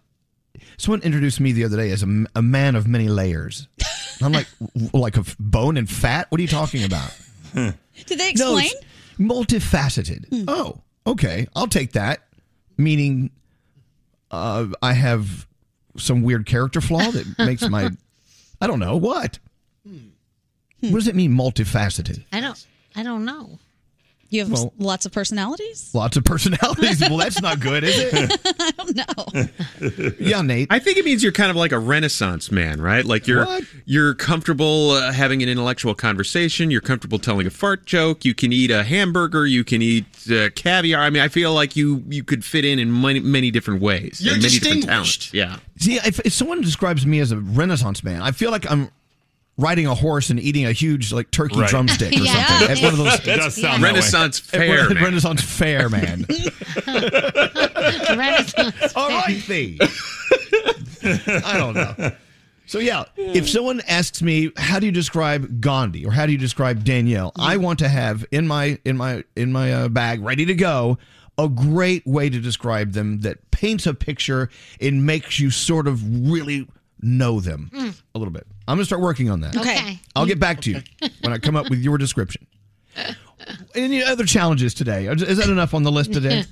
S4: someone introduced me the other day as a, m- a man of many layers. I'm like, w- like a f- bone and fat. What are you talking about?
S7: Did they
S4: No,
S7: explain?
S4: it's multifaceted. Oh, okay. I'll take that. Meaning, uh, I have some weird character flaw that makes my, I don't know what. What does it mean, multifaceted?
S5: I don't. I don't know.
S7: You have
S4: Well-
S7: lots of personalities.
S4: Lots of personalities. well, that's not good, is it? yeah, Nate.
S6: I think it means you're kind of like a Renaissance man, right? Like you're
S4: What?
S6: you're comfortable uh, having an intellectual conversation. You're comfortable telling a fart joke. You can eat a hamburger. You can eat uh, caviar. I mean, I feel like you you could fit in in many many different ways.
S4: You're
S6: and many different
S4: distinguished.
S6: talents. Yeah.
S4: See, if, if someone describes me as a Renaissance man, I feel like I'm riding a horse and eating a huge like turkey
S6: Right.
S4: drumstick or
S6: Yeah.
S4: something. At one of those
S6: It does sound that way. Renaissance
S4: At one-
S6: fair man.
S4: Renaissance fair man. All right, thee. I don't know. So yeah, if someone asks me how do you describe Gandhi or how do you describe Danielle, I want to have in my in my in my uh, bag ready to go a great way to describe them that paints a picture and makes you sort of really know them
S17: Mm.
S4: a little bit. I'm gonna start working on that.
S17: Okay.
S4: I'll get back to you when I come up with your description. Any other challenges today? Is is that enough on the list today?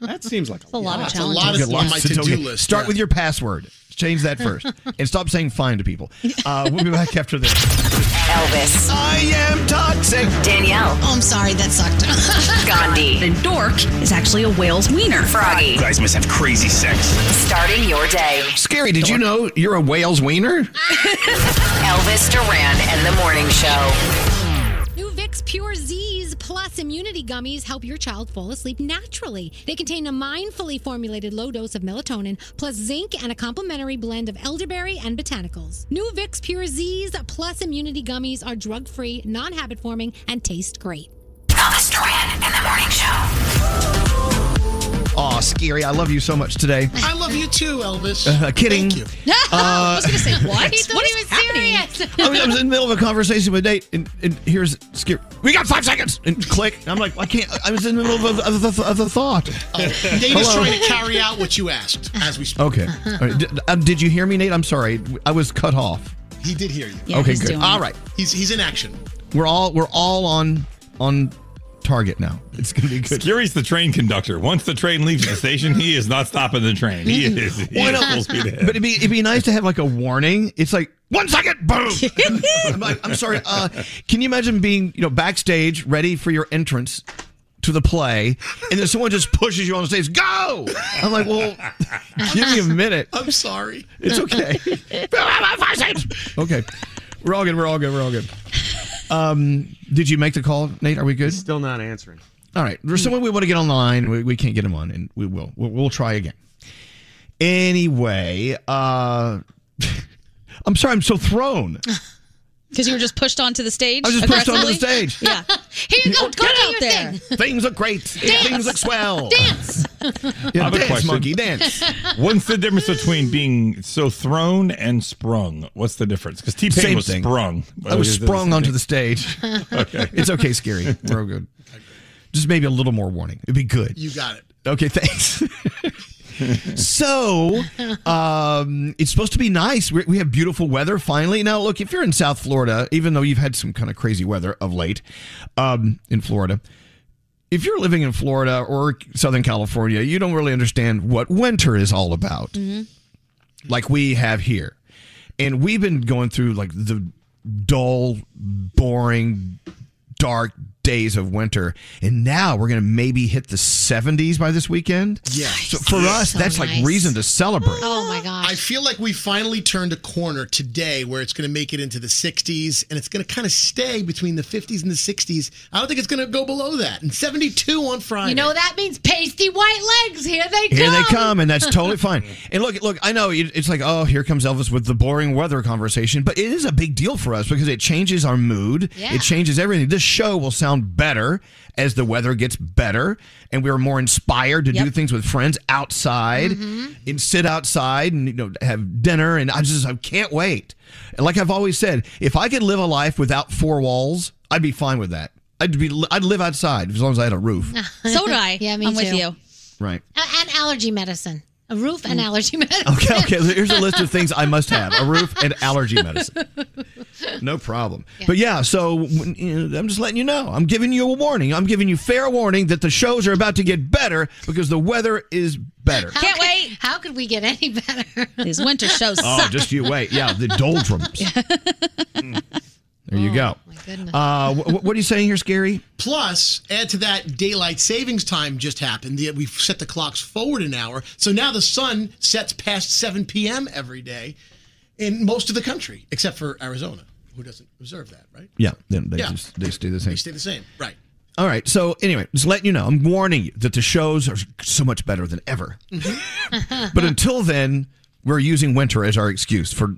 S6: that seems like a,
S7: lot,
S19: of
S7: of
S19: That's a lot
S7: challenges.
S19: of
S4: Good luck.
S19: on my to-do
S4: Okay,
S19: list,
S4: Start
S19: yeah.
S4: with your password. Change that first, and stop saying "fine" to people. Uh, we'll be back after this.
S3: Elvis.
S4: I am toxic.
S3: Danielle.
S7: Oh, I'm sorry, that sucked.
S3: Gandhi.
S7: The dork is actually a whale's wiener.
S3: Froggy.
S10: guys must have crazy sex.
S3: Starting your day.
S4: Scary. Did you know you're a whale's wiener?
S3: Elvis Duran and the Morning Show.
S8: New Vicks Pure Z's Plus Immunity Gummies help your child fall asleep naturally. They contain a mindfully formulated low dose of melatonin, plus zinc and a complementary blend of elderberry and botanicals. New Vicks Pure Z's Plus Immunity Gummies are drug free, non habit forming, and taste great.
S3: Elvis Duran and the Morning Show.
S4: Aw, Scary. I love you so much today.
S19: I love you too, Elvis.
S4: Uh, kidding.
S19: I was gonna say,
S5: He
S19: what?
S5: thought
S19: What
S5: he was serious.
S4: I was, I was in the middle of a conversation with Nate, and, and here's Scary. We got five seconds, and click. And I'm like, I can't. I was in the middle of a, of a, of a thought.
S19: Nate is
S4: Hello.
S19: trying to carry out what you asked as we speak.
S4: Okay. All right. Did, um, did you hear me, Nate? I'm sorry. I was cut off.
S19: He did hear you.
S4: Yeah, Okay, he's good. doing All it. right.
S19: He's he's in action.
S4: We're all we're all on on target now. It's gonna be good.
S9: Scary's the train conductor. Once the train leaves the station, he is not stopping the train. He is. He
S4: Well, I
S9: is
S4: know-
S9: full speed ahead.
S4: but it'd be it'd be nice to have like a warning. It's like one second, boom. I'm like, I'm sorry. Uh, can you imagine being you know backstage, ready for your entrance to the play, and then someone just pushes you on the stage. Go! I'm like, well, give me a minute.
S19: I'm sorry.
S4: It's okay. Okay, we're all good. We're all good. We're all good. Um, did you make the call, Nate? Are we good?
S6: Still not answering.
S4: All right. There's someone we want to get online. We, we can't get him on, and we will. We'll, we'll try again. Anyway, uh, I'm sorry. I'm so thrown.
S7: Because you were just pushed onto the stage.
S4: I was just pushed onto the
S7: aggressively?
S4: stage.
S7: Yeah. Here you go. Go
S5: do
S7: out
S5: your
S7: there.
S4: Things look great. Things look swell.
S5: Dance.
S9: I
S4: Yeah,
S9: have a
S4: dance,
S9: question.
S4: monkey, dance.
S9: What's the difference between being so thrown and sprung? What's the difference? Because T Pain
S4: Same
S9: was
S4: thing.
S9: sprung.
S4: I was sprung onto the stage.
S9: Okay.
S4: It's okay, scary. We're all good. Just maybe a little more warning. It'd be good.
S19: You got it.
S4: Okay, thanks. so, um, it's supposed to be nice. we we have beautiful weather finally. Now, look, if you're in South Florida, even though you've had some kind of crazy weather of late um, in Florida, if you're living in Florida or Southern California, you don't really understand what winter is all about like we have here. And we've been going through like the dull, boring, dark days of winter. And now we're going to maybe hit the 70s by this weekend.
S19: Yeah.
S4: So for us,
S19: So
S4: that's
S19: nice.
S4: like reason to celebrate.
S5: Oh my gosh.
S19: I feel like we finally turned a corner today where it's going to make it into the 60s and it's going to kind of stay between the 50s and the 60s. I don't think it's going to go below that. And 72 on Friday.
S5: You know that means pasty white legs. Here they
S4: Here
S5: come.
S4: they come, and that's totally fine. And look, look, I know it- it's like, oh, here comes Elvis with the boring weather conversation, but it is a big deal for us because it changes our mood.
S5: Yeah.
S4: It changes everything. This show will sound better as the weather gets better, and we're more inspired to do
S7: Yep.
S4: things with friends outside
S5: Mm-hmm.
S7: Mhm.
S4: and sit outside and you know have dinner. And I just I can't wait. And like I've always said, if I could live a life without four walls, I'd be fine with that. I'd be I'd live outside as long as I had a roof.
S5: So do I. yeah, me
S7: I'm
S5: too.
S7: with you.
S4: Right.
S5: A- and allergy medicine. A roof and allergy medicine.
S4: Okay, okay. Here's a list of things I must have: a roof and allergy medicine. No problem. But yeah, so when- you know, I'm just letting you know. I'm giving you a warning. I'm giving you fair warning that the shows are about to get better because the weather is better.
S5: Can't wait. How could we get any better?
S7: These winter shows
S4: Oh,
S7: suck.
S4: just you wait. Yeah, the doldrums. There you go.
S5: goodness.
S4: Uh, wh- what are you saying here, Scary?
S19: Plus, add to that, daylight savings time just happened. The- We've set the clocks forward an hour. So now the sun sets past 7 p.m. every day in most of the country, except for Arizona, who doesn't observe that, right?
S4: Yeah, they, they
S19: Yeah.
S4: just they stay the same.
S19: They stay the same. Right.
S4: All right. So anyway, just letting you know, I'm warning you that the shows are so much better than ever.
S7: Uh-huh.
S13: Uh-huh.
S4: but until then, we're using winter as our excuse for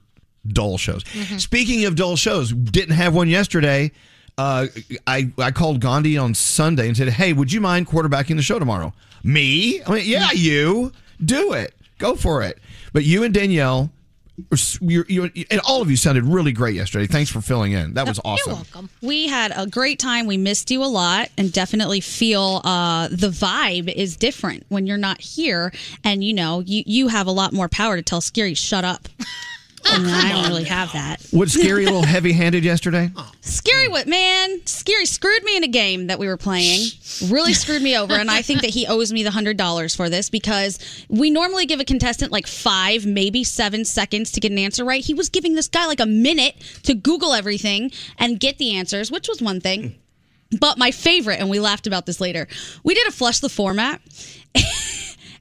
S4: dull shows. Speaking of dull shows, didn't have one yesterday. Uh, I I called Gandhi on Sunday and said, "Hey, would you mind quarterbacking the show tomorrow?" Me? I mean, yeah, you do it. Go for it. But you and Danielle, were s- you're, you're, and all of you sounded really great yesterday. Thanks for filling in. That was awesome.
S7: We had a great time. We missed you a lot and definitely feel uh, the vibe is different when you're not here. And, you know, you, you have a lot more power to tell Scary, shut up. And I don't really have that.
S4: What scary little heavy-handed yesterday?
S7: Scary what man? Scary screwed me in a game that we were playing. Really screwed me over, and I think that he owes me the hundred dollars for this because we normally give a contestant like five, maybe seven seconds to get an answer right. He was giving this guy like a minute to Google everything and get the answers, which was one thing. But my favorite, and we laughed about this later, we did a flush the format.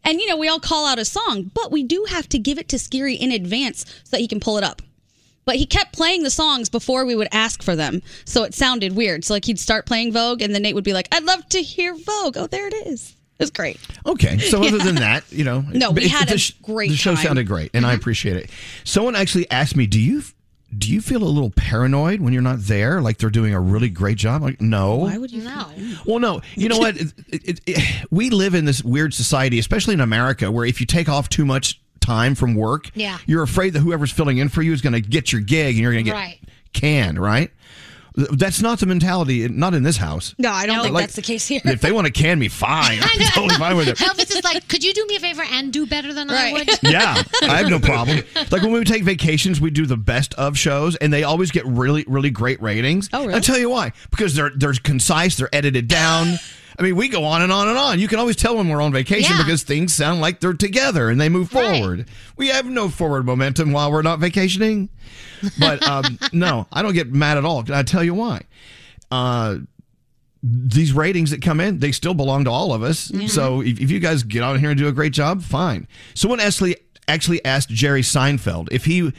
S7: And you know, we all call out a song, but we do have to give it to Skiri in advance so that he can pull it up. But he kept playing the songs before we would ask for them. So it sounded weird. So like he'd start playing Vogue and then Nate would be like, I'd love to hear Vogue. Oh, there it is. It was great.
S4: Okay. So other
S7: Yeah.
S4: than that, you know,
S7: No, we
S4: it-
S7: had
S4: the
S7: a
S4: sh-
S7: great
S4: The show
S7: time. Mm-hmm.
S4: sounded great, and I appreciate it. Someone actually asked me, "Do you do you feel a little paranoid when you're not there? Like they're doing a really great job?" Like, no.
S7: would you know?
S4: Well, no. You know what? It, it, it, we live in this weird society, especially in America, where if you take off too much time from work,
S17: Yeah.
S4: you're afraid that whoever's filling in for you is going to get your gig and you're going to get
S17: Right.
S4: canned, right? Th- That's not the mentality, not in this house.
S7: No, I don't think
S4: Like,
S7: that's the case here.
S4: If they want to can me, fine. I'm totally fine with it.
S5: Elvis is like, could you do me a favor and do better than I would?
S4: Yeah, I have no problem. Like when we take vacations, we do the best of shows, and they always get really, really great ratings. Oh, really? I'll tell you why. Because they're they're concise, they're edited down. I mean, we go on and on and on. You can always tell when we're on vacation because things sound like they're together and they move forward. We have no forward momentum while we're not vacationing. But um, no, I don't get mad at all. I tell you why. Uh, these ratings that come in, they still belong to all of us.
S17: Yeah.
S4: So if, if you guys get on here and do a great job, fine. Someone actually actually asked Jerry Seinfeld if he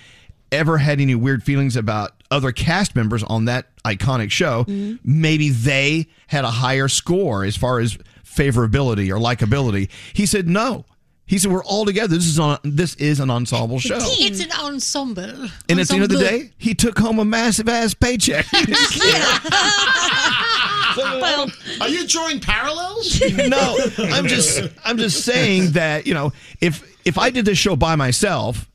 S4: ever had any weird feelings about other cast members on that iconic show. Maybe they had a higher score as far as favorability or likability. He said no. He said we're all together. This is on this is an ensemble show.
S5: It's an ensemble.
S4: And at the end of the
S5: Ensemble.
S4: day, he took home a massive ass paycheck.
S19: um, Are you drawing parallels?
S4: no, I'm just I'm just saying that you know if if I did this show by myself.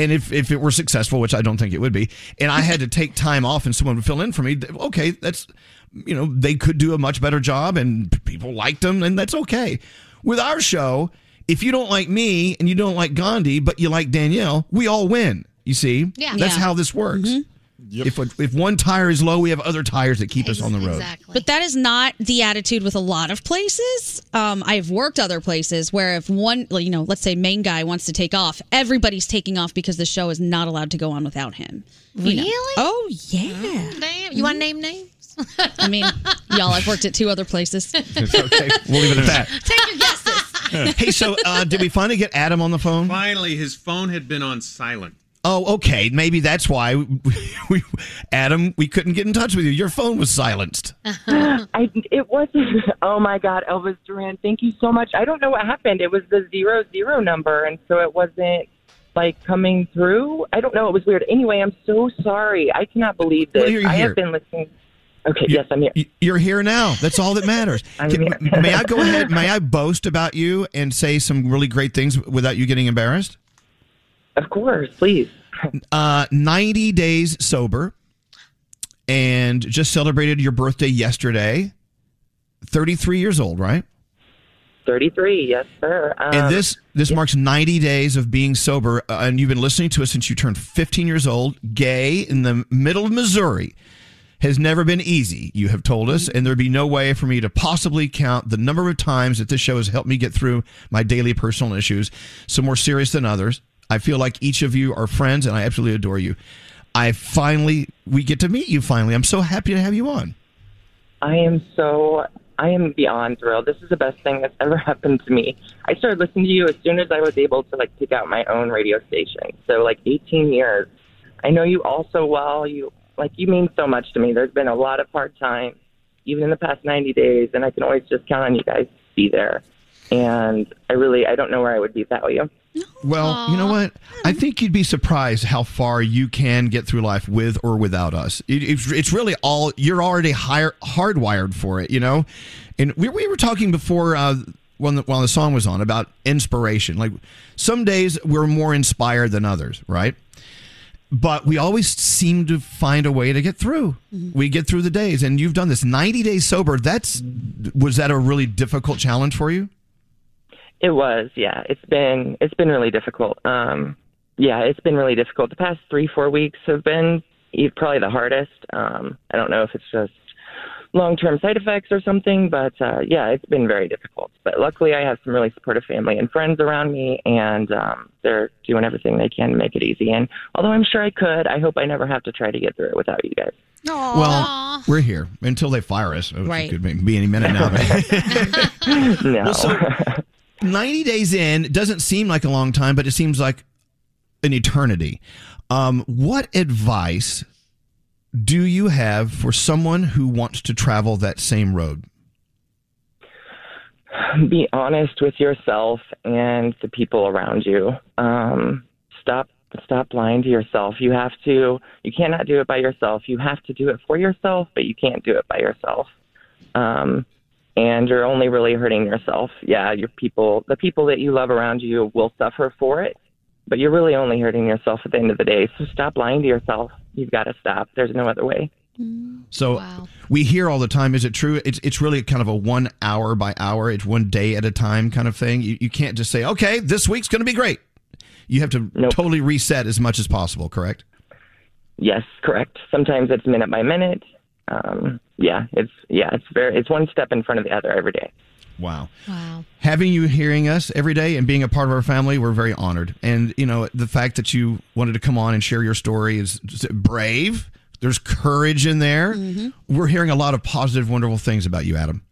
S4: And if, if it were successful, which I don't think it would be, and I had to take time off and someone would fill in for me, th- okay, that's, you know, they could do a much better job and p- people liked them and that's okay. With our show, if you don't like me and you don't like Gandhi, but you like Danielle, we all win. You see?
S17: Yeah.
S4: That's
S17: Yeah. Mm-hmm.
S4: how this works. If, if one tire is low, we have other tires that keep us on the road.
S7: But that is not the attitude with a lot of places. Um, I've worked other places where if one, like, you know, let's say main guy wants to take off, everybody's taking off because the show is not allowed to go on without him. You know?
S5: Really?
S7: Oh yeah. Mm-hmm.
S5: Damn. You want to name names?
S7: I mean, y'all, I've worked at two other places.
S4: okay. We'll leave it at that.
S5: Take your guesses.
S4: hey, so uh, did we finally get Adam on the phone?
S6: Finally, his phone had been on silent.
S4: Oh, okay. Maybe that's why we, we Adam, we couldn't get in touch with you. Your phone was silenced.
S11: I, it wasn't. Oh my God, Elvis Duran! Thank you so much. I don't know what happened. It was the zero zero number, and so it wasn't like coming through. I don't know. It was weird. Anyway, I'm so sorry. I cannot believe this.
S4: Well, you're
S11: I
S4: here.
S11: have been listening. Okay, yes, I'm here.
S4: You're here now. That's all that matters. Can- may I go ahead? May I boast about you and say some really great things without you getting embarrassed?
S11: Of course, please.
S4: Uh, 90 days sober and just celebrated your birthday yesterday. 33 years old, right?
S11: Thirty three. Yes, sir. Um,
S4: and this this marks 90 days of being sober uh, and you've been listening to us since you turned 15 years old gay in the middle of missouri has never been easy you have told us and there'd be no way for me to possibly count the number of times that this show has helped me get through my daily personal issues some more serious than others i feel like each of you are friends and i absolutely adore you i finally we get to meet you finally i'm so happy to have you on
S11: I am so. I am beyond thrilled. This is the best thing that's ever happened to me. I started listening to you as soon as I was able to like pick out my own radio station. So like 18 years. I know you all so well. You like you mean so much to me. There's been a lot of hard times, even in the past 90 days, and I can always just count on you guys to be there. And I really, I don't know where I would be without you.
S4: Well, you know what? I think you'd be surprised how far you can get through life with or without us. It, it's, it's really all you're already hire, hardwired for it, you know. And we, we were talking before uh, when the, while the song was on about inspiration. Like some days we're more inspired than others, right? But we always seem to find a way to get through. We get through the days, and you've done this 90 days sober. That's was that a really difficult challenge for you?
S11: It was, yeah. It's been it's been really difficult. Um, yeah, it's been really difficult. The past three, four weeks have been e- probably the hardest. Um, I don't know if it's just long term side effects or something, but uh, yeah, it's been very difficult. But luckily, I have some really supportive family and friends around me, and um, they're doing everything they can to make it easy. And although I'm sure I could, I hope I never have to try to get through it without you guys.
S4: Well, we're here until they fire us. It
S11: Right.
S4: could be- be any minute now.
S11: no.
S4: Well, so 90 days in doesn't seem like a long time, but it seems like an eternity. Um, what advice do you have for someone who wants to travel that same road?
S11: be honest with yourself and the people around you. Um, stop stop lying to yourself. You have to you cannot do it by yourself. You have to do it for yourself, but you can't do it by yourself. Um, and you're only really hurting yourself. Yeah, your people the people that you love around you will suffer for it, but you're really only hurting yourself at the end of the day. So stop lying to yourself. You've got to stop. There's no other way.
S4: So we hear all the time. Is it true? It's it's really kind of a one hour by hour, it's one day at a time kind of thing. You, you can't just say, okay, this week's going to be great. You have to totally reset as much as possible. Correct.
S11: Yes, correct. Sometimes it's minute by minute. Um, yeah, it's yeah, it's very it's one step in front of the other every day.
S4: Wow.
S5: Wow.
S4: Having you hearing us every day and being a part of our family, we're very honored. And you know the fact that you wanted to come on and share your story is just brave. There's courage in there.
S5: Mm-hmm.
S4: We're hearing a lot of positive, wonderful things about you, Adam.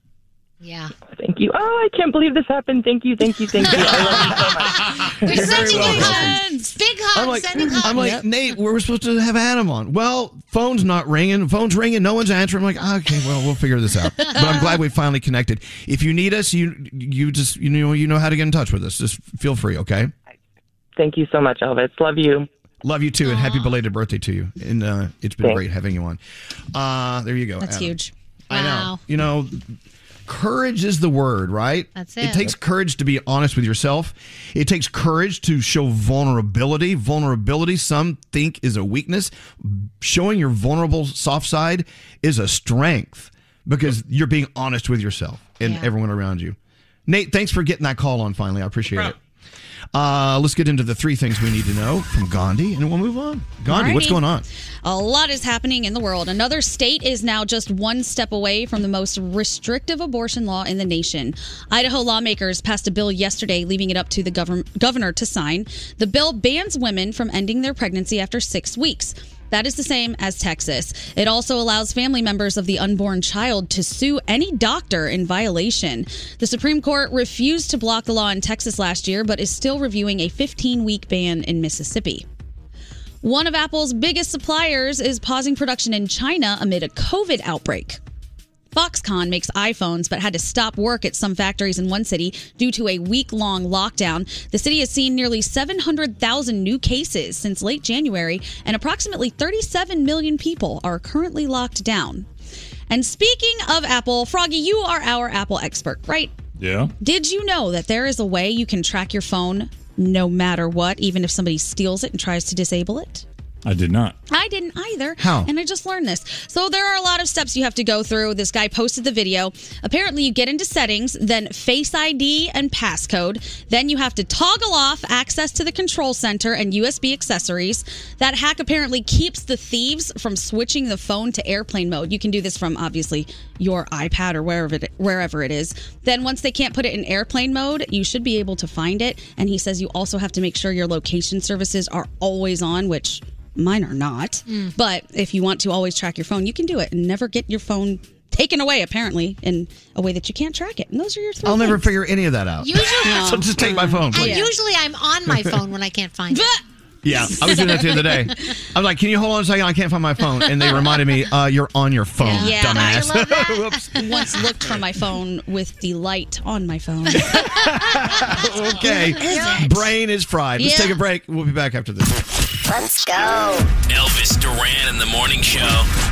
S5: Yeah.
S11: Thank you. Oh, I can't believe this happened. Thank you, thank you, thank you. I love you so much.
S5: We're
S4: You're very
S5: sending you
S4: welcome.
S5: hugs. Big hugs.
S4: I'm like,
S5: sending hugs.
S4: I'm like Nate, we're supposed to have Adam on. Well, phone's not ringing. Phone's ringing. No one's answering. I'm like, "Ah, okay, well, we'll figure this out. But I'm glad we finally connected. If you need us, you you just you know you know how to get in touch with us. Just feel free, okay?
S11: Thank you so much, Elvis. Love you.
S4: Love you too, and happy belated birthday to you. And uh, it's been
S11: Thanks.
S4: great having you on. Uh, there you go.
S7: That's
S4: Adam.
S7: huge.
S4: I know.
S7: Wow.
S4: You know, courage is the word, right?
S7: That's
S4: It
S7: it.
S4: takes courage to be honest with yourself. It takes courage to show vulnerability. Vulnerability, some think, is a weakness. Showing your vulnerable soft side is a strength because you're being honest with yourself and everyone around you. Nate, thanks for getting that call on finally. I appreciate it. Uh, let's get into the three things we need to know from Gandhi, and we'll move on. Gandhi, what's
S7: Alrighty.
S4: going on?
S7: A lot is happening in the world. Another state is now just one step away from the most restrictive abortion law in the nation. Idaho lawmakers passed a bill yesterday, leaving it up to the govern- governor to sign. The bill bans women from ending their pregnancy after six weeks. That is the same as Texas. It also allows family members of the unborn child to sue any doctor in violation. The Supreme Court refused to block the law in Texas last year, but is still reviewing a 15 week ban in Mississippi. One of Apple's biggest suppliers is pausing production in China amid a COVID outbreak. Foxconn makes iPhones but had to stop work at some factories in one city due to a week long lockdown. The city has seen nearly 700,000 new cases since late January, and approximately 37 million people are currently locked down. And speaking of Apple, Froggy, you are our Apple expert, right?
S9: Yeah.
S7: Did you know that there is a way you can track your phone no matter what, even if somebody steals it and tries to disable it?
S9: I did not.
S7: I didn't either.
S9: How?
S7: And I just learned this. So there are a lot of steps you have to go through. This guy posted the video. Apparently, you get into settings, then Face ID and passcode. Then you have to toggle off access to the control center and USB accessories. That hack apparently keeps the thieves from switching the phone to airplane mode. You can do this from obviously your iPad or wherever it, wherever it is. Then once they can't put it in airplane mode, you should be able to find it. And he says you also have to make sure your location services are always on, which Mine are not. But if you want to always track your phone, you can do it and never get your phone taken away, apparently, in a way that you can't track it. And those are your three
S4: I'll never
S7: things.
S4: figure any of that out.
S7: Usually-
S4: so just take my phone,
S5: And
S4: please.
S5: usually I'm on my phone when I can't find it.
S4: Yeah, I was doing that the other day. I was like, "Can you hold on a second? I can't find my phone." And they reminded me, uh, "You're on your phone,
S7: Yeah.
S4: dumbass."
S7: Once looked for my phone with the light on my phone.
S4: okay, brain is fried. Let's
S7: Yeah.
S4: take a break. We'll be back after this.
S3: Let's go.
S1: Elvis Duran in the morning show.